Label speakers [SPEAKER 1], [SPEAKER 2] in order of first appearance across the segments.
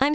[SPEAKER 1] I'm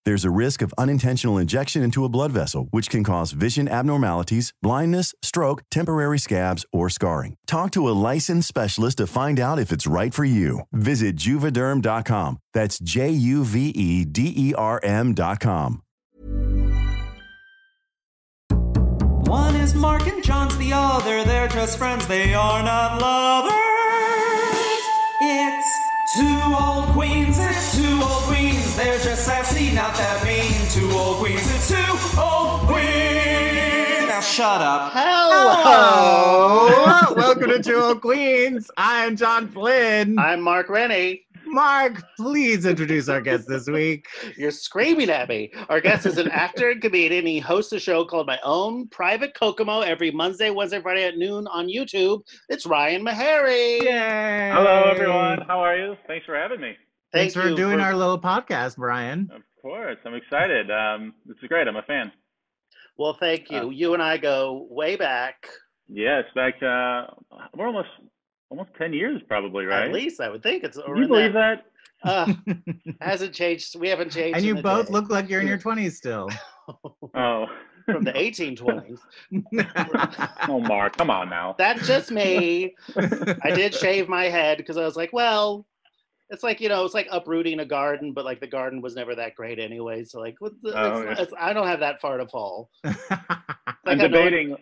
[SPEAKER 2] There's a risk of unintentional injection into a blood vessel, which can cause vision abnormalities, blindness, stroke, temporary scabs, or scarring. Talk to a licensed specialist to find out if it's right for you. Visit juvederm.com. That's J U V E D E R M.com.
[SPEAKER 3] One is Mark and John's the other. They're just friends, they are not lovers. It's two old queens, it's two old queens. They're just sassy, not that mean. Two old queens, it's two old queens. Now shut up.
[SPEAKER 4] Hello! Welcome to Two Old Queens. I am John Flynn.
[SPEAKER 5] I'm Mark Rennie.
[SPEAKER 4] Mark, please introduce our guest this week.
[SPEAKER 5] You're screaming at me. Our guest is an actor and comedian. He hosts a show called My Own Private Kokomo every Monday, Wednesday, Friday at noon on YouTube. It's Ryan Meharry.
[SPEAKER 4] Yay!
[SPEAKER 6] Hello, everyone. How are you? Thanks for having me.
[SPEAKER 4] Thanks
[SPEAKER 5] Thank
[SPEAKER 4] for
[SPEAKER 5] you
[SPEAKER 4] doing our little podcast, Brian.
[SPEAKER 6] Of course, I'm excited. Um, this is great. I'm a fan.
[SPEAKER 5] Well, thank you.
[SPEAKER 6] Uh,
[SPEAKER 5] you and I go way back.
[SPEAKER 6] Yes, back. Uh, we're almost almost ten years, probably, right?
[SPEAKER 5] At least I would think it's.
[SPEAKER 6] Can you believe that?
[SPEAKER 5] Uh, hasn't changed. We haven't changed.
[SPEAKER 4] And
[SPEAKER 5] in
[SPEAKER 4] you
[SPEAKER 5] a
[SPEAKER 4] both
[SPEAKER 5] day.
[SPEAKER 4] look like you're in your 20s still.
[SPEAKER 6] Oh,
[SPEAKER 5] from the 1820s.
[SPEAKER 6] oh, Mark, come on now.
[SPEAKER 5] That's just me. I did shave my head because I was like, well, it's like you know, it's like uprooting a garden, but like the garden was never that great anyway. So like, what the,
[SPEAKER 6] Oh,
[SPEAKER 5] it's-
[SPEAKER 6] yeah.
[SPEAKER 5] it's- I don't have that far to fall. Like,
[SPEAKER 6] I'm
[SPEAKER 5] I know-
[SPEAKER 6] debating.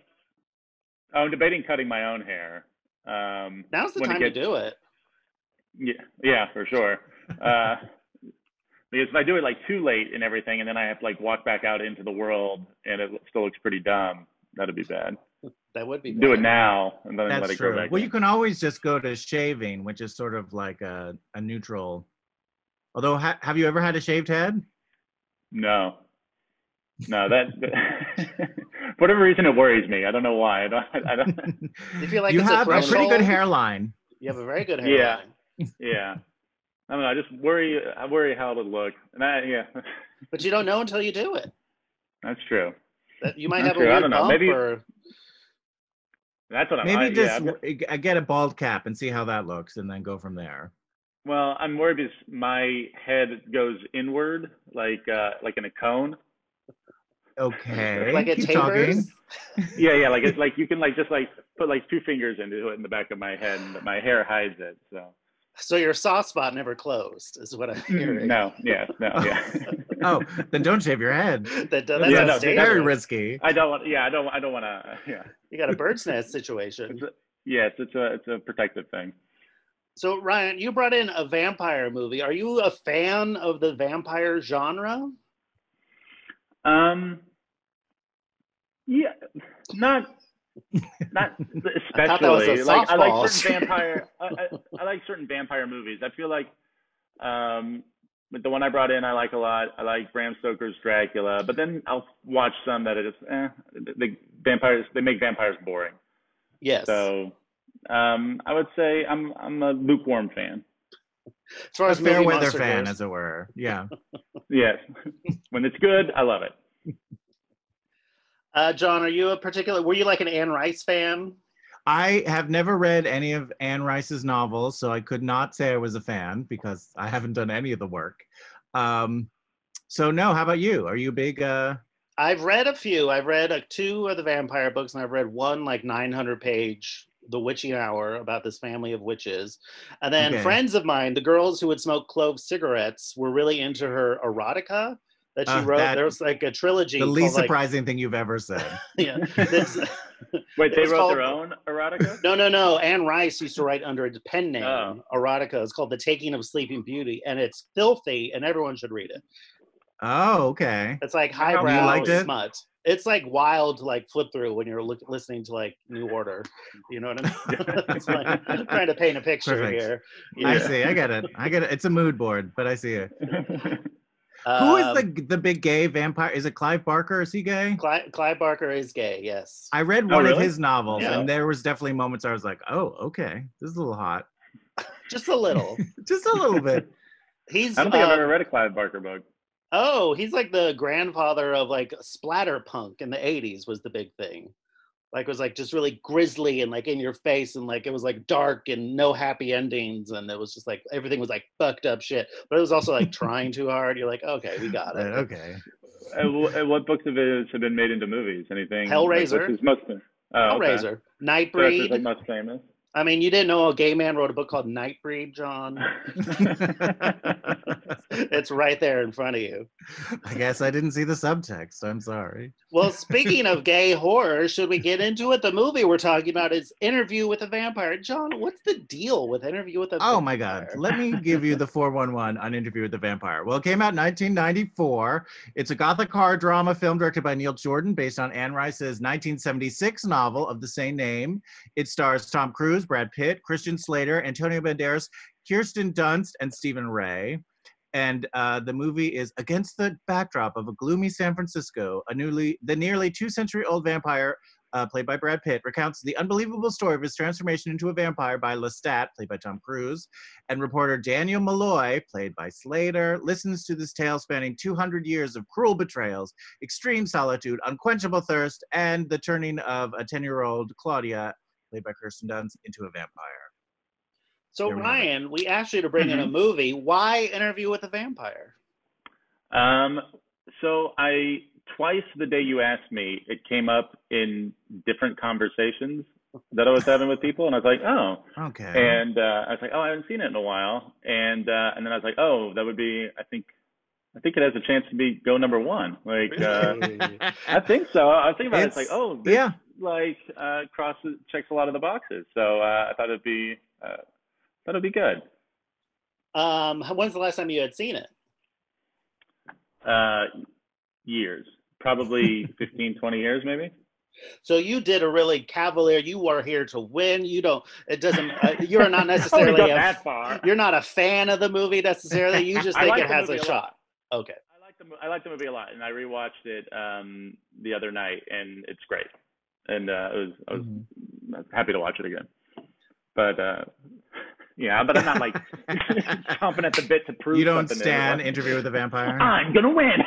[SPEAKER 6] I'm debating cutting my own hair. Um,
[SPEAKER 5] Now's the
[SPEAKER 6] when it
[SPEAKER 5] time
[SPEAKER 6] gets-
[SPEAKER 5] to do it.
[SPEAKER 6] Yeah, yeah, for sure. Uh, because if I do it like too late and everything, and then I have to like walk back out into the world, and it still looks pretty dumb. That'd be bad.
[SPEAKER 5] That would be
[SPEAKER 6] Do it
[SPEAKER 5] bad.
[SPEAKER 6] now, and then let
[SPEAKER 4] That's
[SPEAKER 6] it
[SPEAKER 4] true.
[SPEAKER 6] go back.
[SPEAKER 4] Well, you
[SPEAKER 6] in.
[SPEAKER 4] can always just go to shaving, which is sort of like a, a neutral. Although, ha- have you ever had a shaved head?
[SPEAKER 6] No, no, that. for whatever reason, it worries me. I don't know why. I don't. I don't
[SPEAKER 5] You feel like
[SPEAKER 4] you
[SPEAKER 5] it's a
[SPEAKER 4] have a pretty good
[SPEAKER 5] threshold?
[SPEAKER 4] hairline.
[SPEAKER 5] You have a very good hairline.
[SPEAKER 6] Yeah. yeah, I don't know. I just worry. I worry how it would look. And I, yeah,
[SPEAKER 5] but you don't know until you do it.
[SPEAKER 6] that's true.
[SPEAKER 5] That you might have
[SPEAKER 6] That's
[SPEAKER 5] a
[SPEAKER 6] true. I
[SPEAKER 5] weird
[SPEAKER 6] don't know.
[SPEAKER 5] bump
[SPEAKER 6] Maybe-
[SPEAKER 5] or
[SPEAKER 6] That's what I'm. Uh, I,
[SPEAKER 4] Maybe
[SPEAKER 6] yeah,
[SPEAKER 4] just
[SPEAKER 6] I've-
[SPEAKER 4] w- I get a bald cap and see how that looks, and then go from there.
[SPEAKER 6] Well, I'm worried because my head goes inward, like uh, like in a cone.
[SPEAKER 4] Okay.
[SPEAKER 5] like it
[SPEAKER 4] keep talking.
[SPEAKER 5] tapers.
[SPEAKER 6] Yeah, yeah, like it's like you can like just like put like two fingers into it in the back of my head, and my hair hides it. So
[SPEAKER 5] So your soft spot never closed, is what
[SPEAKER 4] Hmm.
[SPEAKER 5] I'm hearing.
[SPEAKER 6] no, yeah, no, yeah.
[SPEAKER 4] Oh, then don't shave your head.
[SPEAKER 5] That, that's
[SPEAKER 6] Yeah,
[SPEAKER 5] a
[SPEAKER 6] no,
[SPEAKER 5] standard.
[SPEAKER 4] very risky.
[SPEAKER 6] I don't want. Yeah, I don't. I don't want to. Yeah,
[SPEAKER 5] You got a bird's nest situation.
[SPEAKER 6] yes, it's a it's a protective thing.
[SPEAKER 5] So Ryan, you brought in a vampire movie. Are you a fan of the vampire genre?
[SPEAKER 6] Um. Yeah, not not
[SPEAKER 5] I thought that was a
[SPEAKER 6] especially. like I like
[SPEAKER 5] softball.
[SPEAKER 6] certain vampire. I, I, I like certain vampire movies. I feel like um, but the one I brought in, I like a lot. I like Bram Stoker's Dracula, but then I'll watch some that are just eh, the vampires. They make vampires boring.
[SPEAKER 5] Yes.
[SPEAKER 6] So um, I would say I'm I'm a lukewarm fan.
[SPEAKER 5] as far
[SPEAKER 4] A
[SPEAKER 5] as
[SPEAKER 4] fair
[SPEAKER 5] movie
[SPEAKER 4] weather
[SPEAKER 5] monster
[SPEAKER 4] fan,
[SPEAKER 5] goes.
[SPEAKER 4] as it were. Yeah.
[SPEAKER 6] Yes, when it's good, I love it.
[SPEAKER 5] Uh, John, are you a particular? Were you like an Anne Rice fan?
[SPEAKER 4] I have never read any of Anne Rice's novels, so I could not say I was a fan because I haven't done any of the work. Um, so no, how about you? Are you a big? Uh,
[SPEAKER 5] I've read a few. I've read like two of the vampire books, and I've read one like 900 page The Witching Hour about this family of witches. And then
[SPEAKER 4] Okay.
[SPEAKER 5] friends of mine, the girls who would smoke clove cigarettes, were really into her erotica that she
[SPEAKER 4] Uh,
[SPEAKER 5] wrote.
[SPEAKER 4] that-
[SPEAKER 5] there was like a trilogy.
[SPEAKER 4] the least
[SPEAKER 5] called, like-
[SPEAKER 4] surprising thing you've ever said.
[SPEAKER 5] yeah, this-
[SPEAKER 6] Wait,
[SPEAKER 5] It
[SPEAKER 6] they
[SPEAKER 5] was
[SPEAKER 6] wrote their
[SPEAKER 5] called-
[SPEAKER 6] own erotica.
[SPEAKER 5] no, no, no. Anne Rice used to write under a pen name
[SPEAKER 6] Oh.
[SPEAKER 5] erotica. It's called The Taking of Sleeping Beauty, and it's filthy, and everyone should read it.
[SPEAKER 4] Oh, okay.
[SPEAKER 5] It's like
[SPEAKER 6] Wow. You
[SPEAKER 5] highbrow
[SPEAKER 4] liked it?
[SPEAKER 5] smut. It's like wild to like flip through when you're look, listening to like New Order. You know what I mean? it's like, I'm trying to paint a picture
[SPEAKER 4] Perfect.
[SPEAKER 5] here.
[SPEAKER 4] I
[SPEAKER 5] Yeah.
[SPEAKER 4] see. I get it. I get it. It's a mood board, but I see it. Who is
[SPEAKER 5] Um,
[SPEAKER 4] the the big gay vampire? Is it Clive Barker? Is he gay?
[SPEAKER 5] Clive, Clive Barker is gay. Yes.
[SPEAKER 4] I read
[SPEAKER 6] Oh,
[SPEAKER 4] one of
[SPEAKER 6] really?
[SPEAKER 4] his novels,
[SPEAKER 6] Yeah.
[SPEAKER 4] and there was definitely moments I was like, "Oh, okay, this is a little hot,
[SPEAKER 5] Just a little.
[SPEAKER 4] just a little bit."
[SPEAKER 5] He's
[SPEAKER 6] I don't think I've
[SPEAKER 5] uh,
[SPEAKER 6] ever read a Clive Barker book.
[SPEAKER 5] oh, he's like the grandfather of like splatter punk in the 80s was the big thing. Like it was like just really grisly and like in your face and like it was like dark and no happy endings and it was just like everything was like fucked up shit. But it was also like trying too hard. You're like, okay, we got it.
[SPEAKER 4] But okay,
[SPEAKER 6] Uh, wh- uh, what books have, it, have been made into movies? Anything?
[SPEAKER 5] Hellraiser.
[SPEAKER 6] Like, what's his most, oh,
[SPEAKER 5] Hellraiser,
[SPEAKER 6] Okay. So that's his, like,
[SPEAKER 5] Nightbreed.
[SPEAKER 6] most famous.
[SPEAKER 5] I mean, you didn't know a gay man wrote a book called Nightbreed, John. it's right there in front of you.
[SPEAKER 4] I guess I didn't see the subtext. I'm sorry.
[SPEAKER 5] Well, speaking of gay horror, should we get into it? The movie we're talking about is Interview with a Vampire. John, what's the deal with Interview with a
[SPEAKER 4] Oh my God.
[SPEAKER 5] Vampire?
[SPEAKER 4] Let me give you the 411 on Interview with the Vampire. Well, it came out in 1994. It's a gothic horror drama film directed by Neil Jordan based on Anne Rice's 1976 novel of the same name. It stars Tom Cruise, Brad Pitt, Christian Slater, Antonio Banderas, Kirsten Dunst, and Stephen Ray. And uh, the movie is against the backdrop of a gloomy San Francisco. A newly, the nearly two century old vampire uh, played by Brad Pitt, recounts the unbelievable story of his transformation into a vampire by Lestat, played by Tom Cruise, and reporter Daniel Malloy, played by Slater, listens to this tale spanning 200 years of cruel betrayals, extreme solitude, unquenchable thirst, and the turning of a 10 year old Claudia, played by Kirsten Dunst, into a vampire.
[SPEAKER 5] So,
[SPEAKER 4] Here we have it.
[SPEAKER 5] Ryan, we asked you to bring
[SPEAKER 6] Mm-hmm.
[SPEAKER 5] in a movie. Why Interview with a Vampire?
[SPEAKER 6] Um, so I twice the day you asked me, it came up in different conversations that I was having with people, and I was like, oh,
[SPEAKER 4] Okay.
[SPEAKER 6] and uh, I was like, oh, I haven't seen it in a while, and uh, and then I was like, oh, that would be, I think, I think it has a chance to be go number one. Like, uh, I think so. I was thinking about
[SPEAKER 4] It's-
[SPEAKER 6] it. It's like, oh, this,
[SPEAKER 4] yeah.
[SPEAKER 6] like uh, crosses checks a lot of the boxes. So uh, I thought it'd be, uh, thought it'd be good.
[SPEAKER 5] um, when's the last time you had seen it?
[SPEAKER 6] Uh, years, probably 15, 20 years, maybe.
[SPEAKER 5] So you did a really cavalier. You are here to win. You don't. It doesn't. Uh, you're
[SPEAKER 6] Oh
[SPEAKER 5] not
[SPEAKER 6] I
[SPEAKER 5] necessarily.
[SPEAKER 6] wouldn't go
[SPEAKER 5] a,
[SPEAKER 6] that far.
[SPEAKER 5] you're not a fan of the movie necessarily. You just
[SPEAKER 6] I
[SPEAKER 5] think
[SPEAKER 6] like
[SPEAKER 5] it
[SPEAKER 6] the
[SPEAKER 5] has a
[SPEAKER 6] movie a lot.
[SPEAKER 5] shot. Okay.
[SPEAKER 6] I like the mo- I like the movie a lot, and I rewatched it um, the other night, and it's great. And uh, it was I was
[SPEAKER 4] Mhm.
[SPEAKER 6] I was happy to watch it again. But uh, yeah, but I'm not like chomping at the bit to prove
[SPEAKER 4] you don't
[SPEAKER 6] something to
[SPEAKER 4] stand
[SPEAKER 6] everyone.
[SPEAKER 4] Interview with the Vampire?
[SPEAKER 6] I'm gonna win.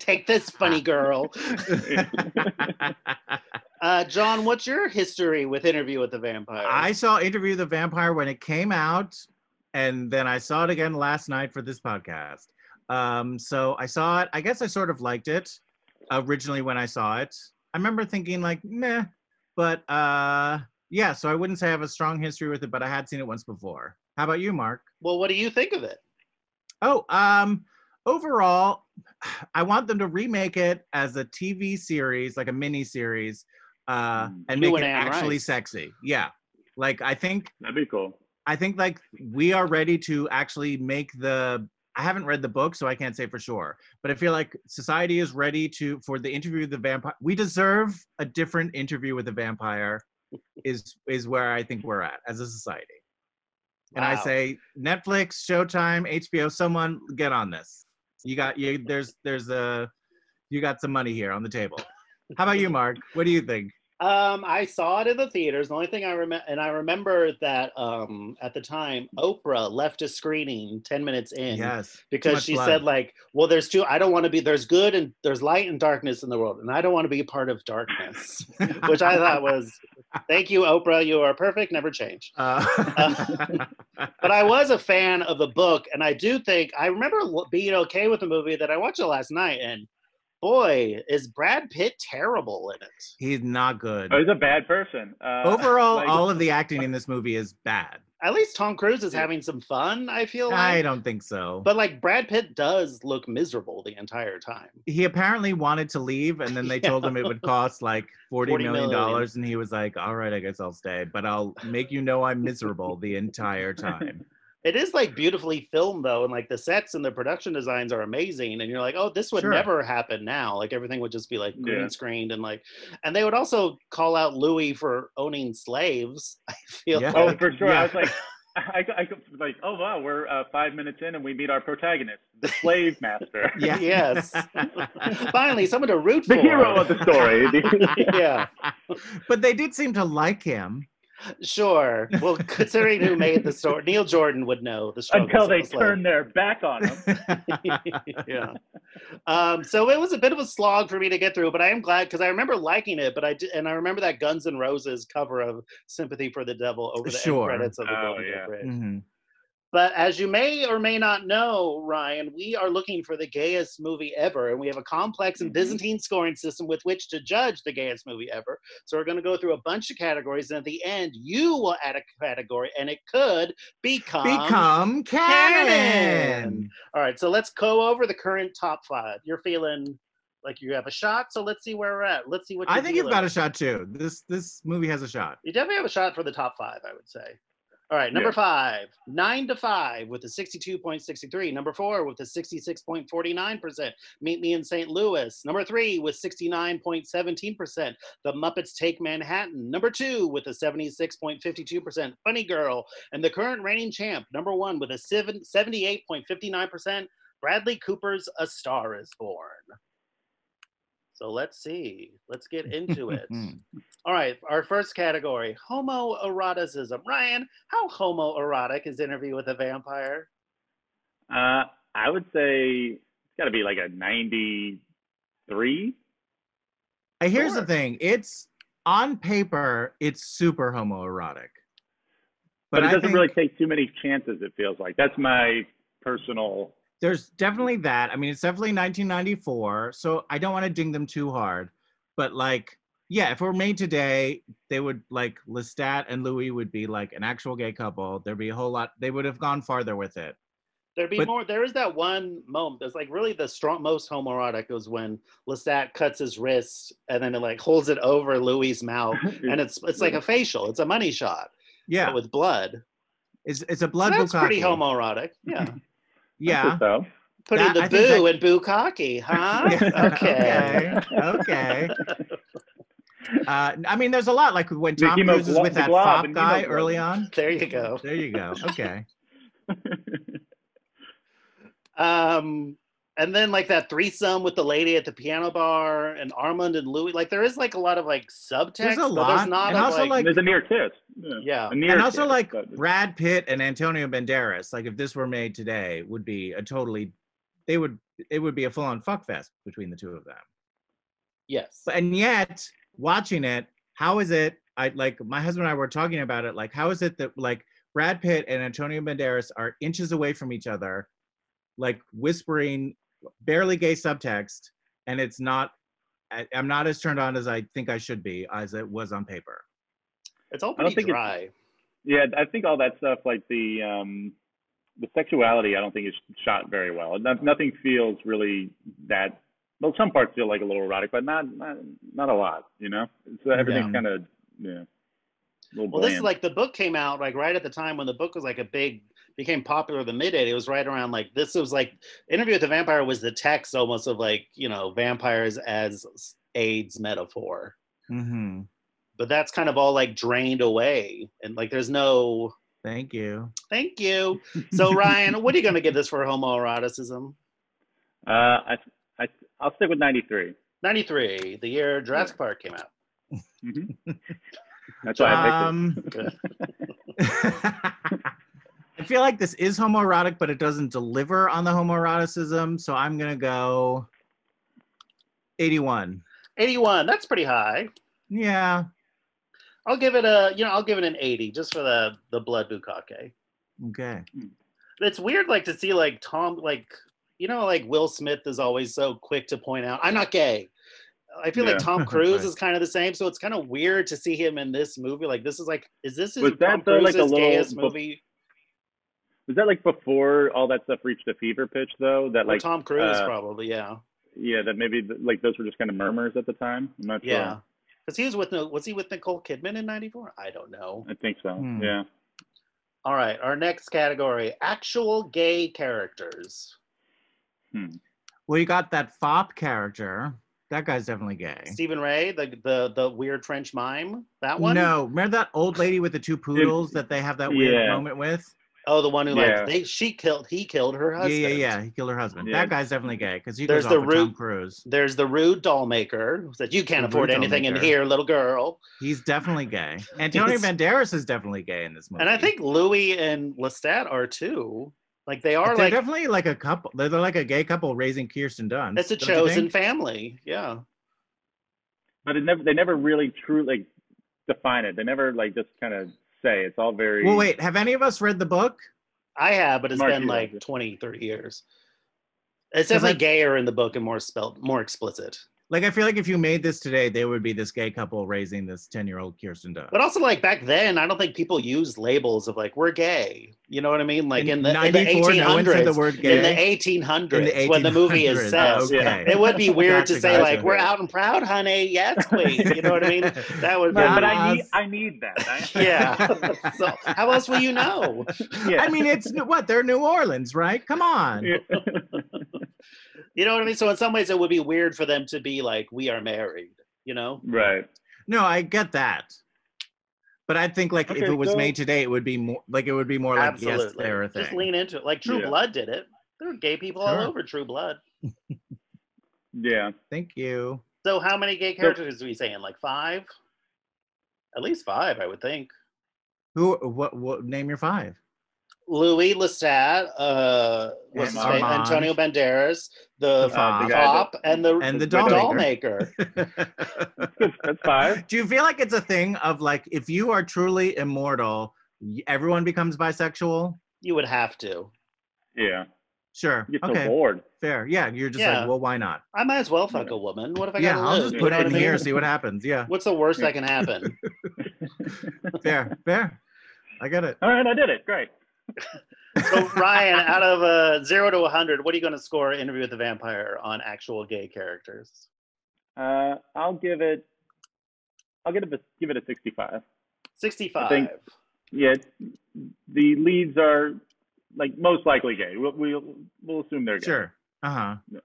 [SPEAKER 5] Take this, funny girl. Uh, John, what's your history with Interview with the Vampire?
[SPEAKER 4] I saw Interview with the Vampire when it came out, and then I saw it again last night for this podcast. Um, so I saw it. I guess I sort of liked it originally when I saw it. I remember thinking like, meh, but uh, yeah. So I wouldn't say I have a strong history with it, but I had seen it once before. How about you, Mark?
[SPEAKER 5] well, what do you think of it?
[SPEAKER 4] Oh, um, overall, I want them to remake it as a TV series, like a mini series, uh,
[SPEAKER 6] Mm.
[SPEAKER 4] and
[SPEAKER 5] You
[SPEAKER 4] make
[SPEAKER 5] and
[SPEAKER 4] it
[SPEAKER 5] Anne
[SPEAKER 4] actually
[SPEAKER 5] Rice.
[SPEAKER 4] sexy. Yeah, like I think
[SPEAKER 6] That'd be cool.
[SPEAKER 4] I think like we are ready to actually make the. I haven't read the book, so I can't say for sure. But I feel like society is ready to for the interview with the vampire. We deserve a different interview with the vampire. Is is where I think we're at as a society. and I
[SPEAKER 5] Wow.
[SPEAKER 4] say Netflix, Showtime, HBO, someone get on this. You got you. There's there's a you got some money here on the table. How about you, Mark? What do you think?
[SPEAKER 5] Um, I saw it in the theaters. The only thing I remember, and I remember that um, at the time, Oprah left a screening ten minutes in
[SPEAKER 4] Yes,
[SPEAKER 5] because
[SPEAKER 4] much
[SPEAKER 5] she
[SPEAKER 4] blood.
[SPEAKER 5] said, like, "Well, there's two. I don't want to be. There's good and there's light and darkness in the world, and I don't want to be a part of darkness." Which I thought was, "Thank you, Oprah. You are perfect. Never change."
[SPEAKER 4] Uh,
[SPEAKER 5] But I was a fan of the book, and I do think I remember lo- being okay with the movie that I watched it last night, and boy, is Brad Pitt terrible in it.
[SPEAKER 4] he's not good.
[SPEAKER 6] Oh, he's a bad person. Uh,
[SPEAKER 4] Overall,
[SPEAKER 6] like-
[SPEAKER 4] all of the acting in this movie is bad.
[SPEAKER 5] at least Tom Cruise is having some fun, I feel like.
[SPEAKER 4] I don't think so.
[SPEAKER 5] But like Brad Pitt does look miserable the entire time.
[SPEAKER 4] he apparently wanted to leave and then they told him it would cost like 40
[SPEAKER 5] $40
[SPEAKER 4] million
[SPEAKER 5] million.
[SPEAKER 4] dollars and he was like all right i guess i'll stay but i'll make you know i'm miserable the entire time
[SPEAKER 5] It is like beautifully filmed though, and like the sets and the production designs are amazing. And you're like, oh, this would
[SPEAKER 4] Sure.
[SPEAKER 5] never happen now. Like everything would just be like green
[SPEAKER 6] Yeah.
[SPEAKER 5] screened and like, and they would also call out Louis for owning slaves. I feel
[SPEAKER 4] Yeah.
[SPEAKER 6] Oh,
[SPEAKER 5] like
[SPEAKER 6] for sure.
[SPEAKER 4] Yeah.
[SPEAKER 6] I was like, I, I was like, oh wow, we're uh, five minutes in and we meet our protagonist, the slave master,
[SPEAKER 4] yeah
[SPEAKER 5] yes. Finally, someone to root for.
[SPEAKER 6] the hero of the story.
[SPEAKER 5] yeah,
[SPEAKER 4] but they did seem to like him
[SPEAKER 5] sure. Well, considering who made the story, Neil Jordan would know the struggles
[SPEAKER 6] until
[SPEAKER 5] of
[SPEAKER 6] they
[SPEAKER 5] a slave.
[SPEAKER 6] turn their back on him.
[SPEAKER 4] Mm-hmm.
[SPEAKER 5] yeah. Um, so it was a bit of a slog for me to get through, but I am glad because I remember liking it. But I did, and I remember that Guns N' Roses cover of "Sympathy for the Devil" over the end
[SPEAKER 4] Sure.
[SPEAKER 5] credits of the
[SPEAKER 6] Oh,
[SPEAKER 5] Golden Gate
[SPEAKER 6] yeah.
[SPEAKER 5] Bridge.
[SPEAKER 4] Mhm.
[SPEAKER 5] But as you may or may not know, Ryan, we are looking for the gayest movie ever, and we have a complex and
[SPEAKER 6] Mhm.
[SPEAKER 5] Byzantine scoring system with which to judge the gayest movie ever. So we're going to go through a bunch of categories, and at the end, you will add a category, and it could become.
[SPEAKER 4] become canon
[SPEAKER 5] canon. All right, so let's go over the current top five. You're feeling like you have a shot, so let's see where we're at. Let's see what
[SPEAKER 4] i
[SPEAKER 5] you're
[SPEAKER 4] think you've
[SPEAKER 5] dealing
[SPEAKER 4] got a
[SPEAKER 5] with.
[SPEAKER 4] shot too this this movie has a shot
[SPEAKER 5] You definitely have a shot for the top five, I would say. All right, number
[SPEAKER 6] Yeah.
[SPEAKER 5] five, nine to five with a 62.63. Number four with a 66.49%. Meet Me in St. Louis. Number three with 69.17%. The Muppets Take Manhattan. Number two with a 76.52%. Funny Girl. And the current reigning champ, number one with a seven- 78.59%. Bradley Cooper's A Star is Born. So let's see. Let's get into it. All right, our first category, homoeroticism. Ryan, how homoerotic is Interview with a Vampire?
[SPEAKER 6] Uh, I would say it's got to be like a ninety-three.
[SPEAKER 4] Uh, here's the
[SPEAKER 5] Sure.
[SPEAKER 4] thing it's on paper it's super homoerotic
[SPEAKER 6] But, it
[SPEAKER 4] I
[SPEAKER 6] doesn't
[SPEAKER 4] think-
[SPEAKER 6] really take too many chances. It feels like that's my personal.
[SPEAKER 4] there's definitely that. I mean, it's definitely 1994, so I don't want to ding them too hard. But like, yeah, if it were made today, they would like Lestat and Louis would be like an actual gay couple. There'd be a whole lot. They would have gone farther with it.
[SPEAKER 5] There'd be
[SPEAKER 4] But-
[SPEAKER 5] more. There is that one moment that's like really the strong, most homoerotic was when Lestat cuts his wrist and then it like holds it over Louis's mouth, Oh, and it's it's like a facial. It's a money shot but
[SPEAKER 4] Yeah,
[SPEAKER 5] with blood.
[SPEAKER 4] it's it's a
[SPEAKER 5] So
[SPEAKER 4] blood
[SPEAKER 5] that's pretty
[SPEAKER 4] bukkake.
[SPEAKER 5] homoerotic. Yeah,
[SPEAKER 4] Yeah.
[SPEAKER 6] So.
[SPEAKER 5] putting
[SPEAKER 4] That- I
[SPEAKER 5] the
[SPEAKER 4] think that-
[SPEAKER 5] boo and boo cocky, huh?
[SPEAKER 4] Yeah,
[SPEAKER 5] Okay.
[SPEAKER 4] Okay. okay. Uh, I mean, there's a lot like when Tom
[SPEAKER 6] Nemo
[SPEAKER 4] Cruise is
[SPEAKER 6] Glo-
[SPEAKER 4] with
[SPEAKER 6] the
[SPEAKER 4] that
[SPEAKER 6] Glob
[SPEAKER 4] pop
[SPEAKER 6] and Nemo
[SPEAKER 4] guy
[SPEAKER 6] Glob.
[SPEAKER 4] early on.
[SPEAKER 5] There you go.
[SPEAKER 4] There you go. Okay.
[SPEAKER 5] Um, and then like that threesome with the lady at the piano bar and Armand and Louis. Like there is like a lot of like subtext,
[SPEAKER 4] There's a
[SPEAKER 5] but there's
[SPEAKER 4] lot.
[SPEAKER 5] not
[SPEAKER 4] And
[SPEAKER 5] a,
[SPEAKER 4] also,
[SPEAKER 5] like,
[SPEAKER 4] like-
[SPEAKER 6] there's a near kiss. Yeah.
[SPEAKER 5] yeah.
[SPEAKER 6] A near
[SPEAKER 4] and also
[SPEAKER 6] kiss,
[SPEAKER 4] like
[SPEAKER 6] but it's-
[SPEAKER 4] Brad Pitt and Antonio Banderas, like if this were made today, would be a totally, they would it would be a full on fuck fest between the two of them.
[SPEAKER 5] Yes.
[SPEAKER 4] But- And yet, watching it, how is it? I like my husband and I were talking about it. Like, how is it that like Brad Pitt and Antonio Banderas are inches away from each other, like whispering barely gay subtext, and it's not. I, I'm not as turned on as I think I should be, as it was on paper.
[SPEAKER 5] it's all
[SPEAKER 6] I don't
[SPEAKER 5] pretty
[SPEAKER 6] think it's-
[SPEAKER 5] dry.
[SPEAKER 6] Yeah, I think all that stuff, like the um, the sexuality, I don't think is shot very well. No, nothing feels really that. Well, some parts feel like a little erotic, but not not, not a lot. You know, so everything's
[SPEAKER 4] Yeah.
[SPEAKER 6] kind of yeah. a little
[SPEAKER 5] Well, this is
[SPEAKER 6] bland.
[SPEAKER 5] like the book came out like right at the time when the book was like a big became popular in the mid 80s. It was right around like this was like Interview with the Vampire was the text almost of like, you know, vampires as AIDS metaphor.
[SPEAKER 4] Mm-hmm.
[SPEAKER 5] but that's kind of all like drained away and like there's no
[SPEAKER 4] Thank you.
[SPEAKER 5] Thank you. So Ryan, what are you going to give this for homoeroticism?
[SPEAKER 6] Uh, I, I, I'll stick with 93.
[SPEAKER 5] 93, the year Jurassic Park came out.
[SPEAKER 6] Mm-hmm. That's why I
[SPEAKER 4] Um,
[SPEAKER 6] picked it.
[SPEAKER 4] I feel like this is homoerotic, but it doesn't deliver on the homoeroticism. So I'm gonna go 81.
[SPEAKER 5] 81, that's pretty high.
[SPEAKER 4] Yeah.
[SPEAKER 5] I'll give it a, you know, I'll give it an 80 just for the the blood bukkake.
[SPEAKER 4] Okay.
[SPEAKER 5] It's weird like to see like Tom like you know like Will Smith is always so quick to point out I'm not gay. I feel
[SPEAKER 6] Yeah.
[SPEAKER 5] like Tom Cruise
[SPEAKER 4] Right.
[SPEAKER 5] is kind of the same, so it's kind of weird to see him in this movie. Like this is like, is this his
[SPEAKER 6] Was that
[SPEAKER 5] Tom
[SPEAKER 6] the, like,
[SPEAKER 5] Cruise's
[SPEAKER 6] the little
[SPEAKER 5] gayest
[SPEAKER 6] bu-
[SPEAKER 5] movie?
[SPEAKER 6] Was that like before all that stuff reached a fever pitch, though? That
[SPEAKER 5] Like
[SPEAKER 6] like
[SPEAKER 5] Tom Cruise,
[SPEAKER 6] uh,
[SPEAKER 5] probably, yeah,
[SPEAKER 6] yeah, that maybe th- like those were just kind of murmurs at the time. I'm not
[SPEAKER 5] yeah.
[SPEAKER 6] sure.
[SPEAKER 5] Because he was with was he with Nicole Kidman in '94? I don't know.
[SPEAKER 6] I think so.
[SPEAKER 4] Hmm.
[SPEAKER 6] Yeah.
[SPEAKER 5] All right, our next category: actual gay characters.
[SPEAKER 4] Well, you got that fop character. That guy's definitely gay.
[SPEAKER 5] Stephen Ray, the the the weird French mime, that one.
[SPEAKER 4] No, remember that old lady with the two poodles that they have that weird
[SPEAKER 6] Yeah.
[SPEAKER 4] moment with?
[SPEAKER 5] Oh, the one who
[SPEAKER 6] Yeah.
[SPEAKER 5] like they she killed he killed her
[SPEAKER 4] Yeah,
[SPEAKER 5] husband.
[SPEAKER 4] yeah, yeah. He killed her husband.
[SPEAKER 6] Yeah.
[SPEAKER 4] That guy's definitely gay because he
[SPEAKER 5] There's
[SPEAKER 4] goes
[SPEAKER 5] the
[SPEAKER 4] off with Tom
[SPEAKER 5] root-
[SPEAKER 4] Cruise.
[SPEAKER 5] There's the rude doll maker who said, "You can't
[SPEAKER 4] The
[SPEAKER 5] afford
[SPEAKER 4] rude
[SPEAKER 5] anything in
[SPEAKER 4] dollmaker.
[SPEAKER 5] here, little girl."
[SPEAKER 4] He's definitely gay. Antonio
[SPEAKER 5] Yes.
[SPEAKER 4] Banderas is definitely gay in this movie.
[SPEAKER 5] And I think Louis and Lestat are too. Like they are
[SPEAKER 4] they're
[SPEAKER 5] like
[SPEAKER 4] definitely like a couple. They're, they're like a gay couple raising Kirsten Dunst.
[SPEAKER 5] that's a
[SPEAKER 4] don't you
[SPEAKER 5] chosen
[SPEAKER 4] think?
[SPEAKER 5] family. Yeah.
[SPEAKER 6] But it never they never really truly like define it. They never like just kind of say. It's all very.
[SPEAKER 4] Well, wait. Have any of us read the book?
[SPEAKER 5] I have, but it's
[SPEAKER 6] Mark,
[SPEAKER 5] been
[SPEAKER 6] you
[SPEAKER 5] like
[SPEAKER 6] have it.
[SPEAKER 5] 20, 30 years. It's
[SPEAKER 4] 'Cause
[SPEAKER 5] definitely
[SPEAKER 4] I-
[SPEAKER 5] gayer in the book and more spelled, more explicit.
[SPEAKER 4] Like, I feel like if you made this today, they would be this gay couple raising this ten-year-old Kirsten Dunst.
[SPEAKER 5] But also, like back then, I don't think people used labels of like we're gay. You know what I mean? Like in, the in the
[SPEAKER 4] '94,
[SPEAKER 5] eighteen
[SPEAKER 4] no one said the
[SPEAKER 5] hundreds,
[SPEAKER 4] word
[SPEAKER 5] in the
[SPEAKER 4] gay.
[SPEAKER 5] eighteen hundreds, when the movie is set,
[SPEAKER 4] 1800s.
[SPEAKER 6] set. Yeah.
[SPEAKER 4] Oh, Okay.
[SPEAKER 5] it would be weird to
[SPEAKER 4] Gotcha,
[SPEAKER 5] say like
[SPEAKER 4] gotcha.
[SPEAKER 5] we're out and proud, honey. Yes, queen. You know what I mean? That would.
[SPEAKER 6] But,
[SPEAKER 5] Be,
[SPEAKER 4] Yeah,
[SPEAKER 6] but I
[SPEAKER 4] Nas.
[SPEAKER 6] need I need that. I,
[SPEAKER 5] yeah. so how else will you know?
[SPEAKER 6] Yeah.
[SPEAKER 4] I mean, it's what they're New Orleans, right? Come on.
[SPEAKER 6] Yeah.
[SPEAKER 5] You know what I mean? So in some ways, it would be weird for them to be like we are married. You know?
[SPEAKER 6] Right.
[SPEAKER 4] No, I get that. But I think like if
[SPEAKER 6] Okay,
[SPEAKER 4] it was
[SPEAKER 6] so-
[SPEAKER 4] made today, it would be more like it would be more like yes,
[SPEAKER 5] Absolutely.
[SPEAKER 4] they're a
[SPEAKER 5] Just
[SPEAKER 4] thing.
[SPEAKER 5] lean into it. Like True
[SPEAKER 6] Yeah.
[SPEAKER 5] Blood did it. There were gay people
[SPEAKER 4] Sure.
[SPEAKER 5] all over True Blood.
[SPEAKER 6] Yeah.
[SPEAKER 4] Thank you.
[SPEAKER 5] So how many gay characters are we saying? Like five? At least five, I would think.
[SPEAKER 4] Who? What? What? Name your five.
[SPEAKER 5] Louis Lestat, uh, what's his
[SPEAKER 6] Armand.
[SPEAKER 5] name? Antonio Banderas, the,
[SPEAKER 4] The
[SPEAKER 6] fop.
[SPEAKER 5] fop,
[SPEAKER 6] The guy that-
[SPEAKER 5] and the,
[SPEAKER 4] and the
[SPEAKER 5] doll,
[SPEAKER 4] doll
[SPEAKER 5] maker.
[SPEAKER 6] That's five.
[SPEAKER 4] Do you feel like it's a thing of like if you are truly immortal, y- everyone becomes bisexual?
[SPEAKER 5] you would have to.
[SPEAKER 6] Yeah.
[SPEAKER 4] Sure.
[SPEAKER 6] You get so
[SPEAKER 4] Okay.
[SPEAKER 6] bored.
[SPEAKER 4] Fair. Yeah. You're just
[SPEAKER 5] Yeah.
[SPEAKER 4] like, well, why not?
[SPEAKER 5] I might as well fuck a woman. What if I
[SPEAKER 4] Yeah.
[SPEAKER 5] gotta
[SPEAKER 4] I'll
[SPEAKER 5] lose?
[SPEAKER 4] just
[SPEAKER 5] You
[SPEAKER 4] put
[SPEAKER 5] know
[SPEAKER 4] it
[SPEAKER 5] what
[SPEAKER 4] in
[SPEAKER 5] I mean?
[SPEAKER 4] here, see what happens. Yeah.
[SPEAKER 5] What's the worst that can happen?
[SPEAKER 4] Fair. Fair. I get it.
[SPEAKER 6] All right, I did it. Great.
[SPEAKER 5] So Ryan, out of uh, zero to 100, what are you going to score Interview with the Vampire on actual gay characters?
[SPEAKER 6] Uh, I'll give it. I'll give it a, give it a 65.
[SPEAKER 5] 65.
[SPEAKER 6] think- Yeah, it's- the leads are like most likely gay. We'll we'll, we'll assume they're gay.
[SPEAKER 4] Sure. Uh huh.
[SPEAKER 6] Yeah.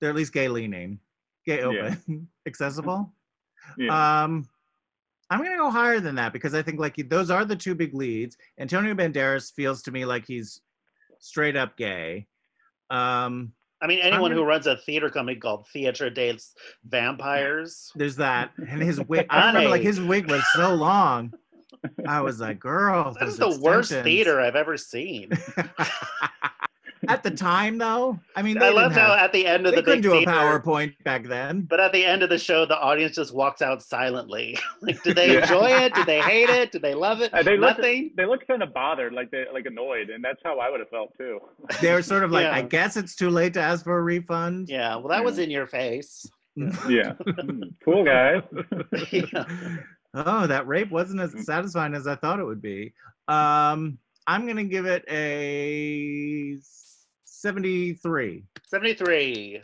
[SPEAKER 4] They're at least gay leaning, gay
[SPEAKER 6] Yeah.
[SPEAKER 4] open, accessible.
[SPEAKER 6] Yeah.
[SPEAKER 4] Um, I'm gonna go higher than that because I think like those are the two big leads. Antonio Banderas feels to me like he's straight up gay. Um,
[SPEAKER 5] I mean, anyone who
[SPEAKER 4] gonna-
[SPEAKER 5] runs a theater company called Theatre des Vampires.
[SPEAKER 4] there's that, Uh, and his wig. I remember like
[SPEAKER 5] Honey.
[SPEAKER 4] his wig was so long. I was like, girl,
[SPEAKER 5] That is the
[SPEAKER 4] those
[SPEAKER 5] worst
[SPEAKER 4] extensions.
[SPEAKER 5] theater I've ever seen.
[SPEAKER 4] at the time, though. I mean, they
[SPEAKER 5] I loved how
[SPEAKER 4] have,
[SPEAKER 5] at the end of
[SPEAKER 4] they
[SPEAKER 5] the
[SPEAKER 4] couldn't
[SPEAKER 5] big
[SPEAKER 4] do a
[SPEAKER 5] theater-
[SPEAKER 4] PowerPoint back then.
[SPEAKER 5] But at the end of the show, the audience just walks out silently. like, did they
[SPEAKER 6] Yeah.
[SPEAKER 5] enjoy it? Did they hate it? Did they love it?
[SPEAKER 6] Uh, they look
[SPEAKER 5] Nothing.
[SPEAKER 6] they look kind of bothered, like they like annoyed, and that's how I would have felt too.
[SPEAKER 4] They were sort of like,
[SPEAKER 5] Yeah.
[SPEAKER 4] I guess it's too late to ask for a refund.
[SPEAKER 5] Yeah, well, that was in your face.
[SPEAKER 6] yeah. Hmm. Cool guys.
[SPEAKER 5] Yeah.
[SPEAKER 4] oh, that rape wasn't as satisfying as I thought it would be. Um, I'm gonna give it a 73.
[SPEAKER 5] 73.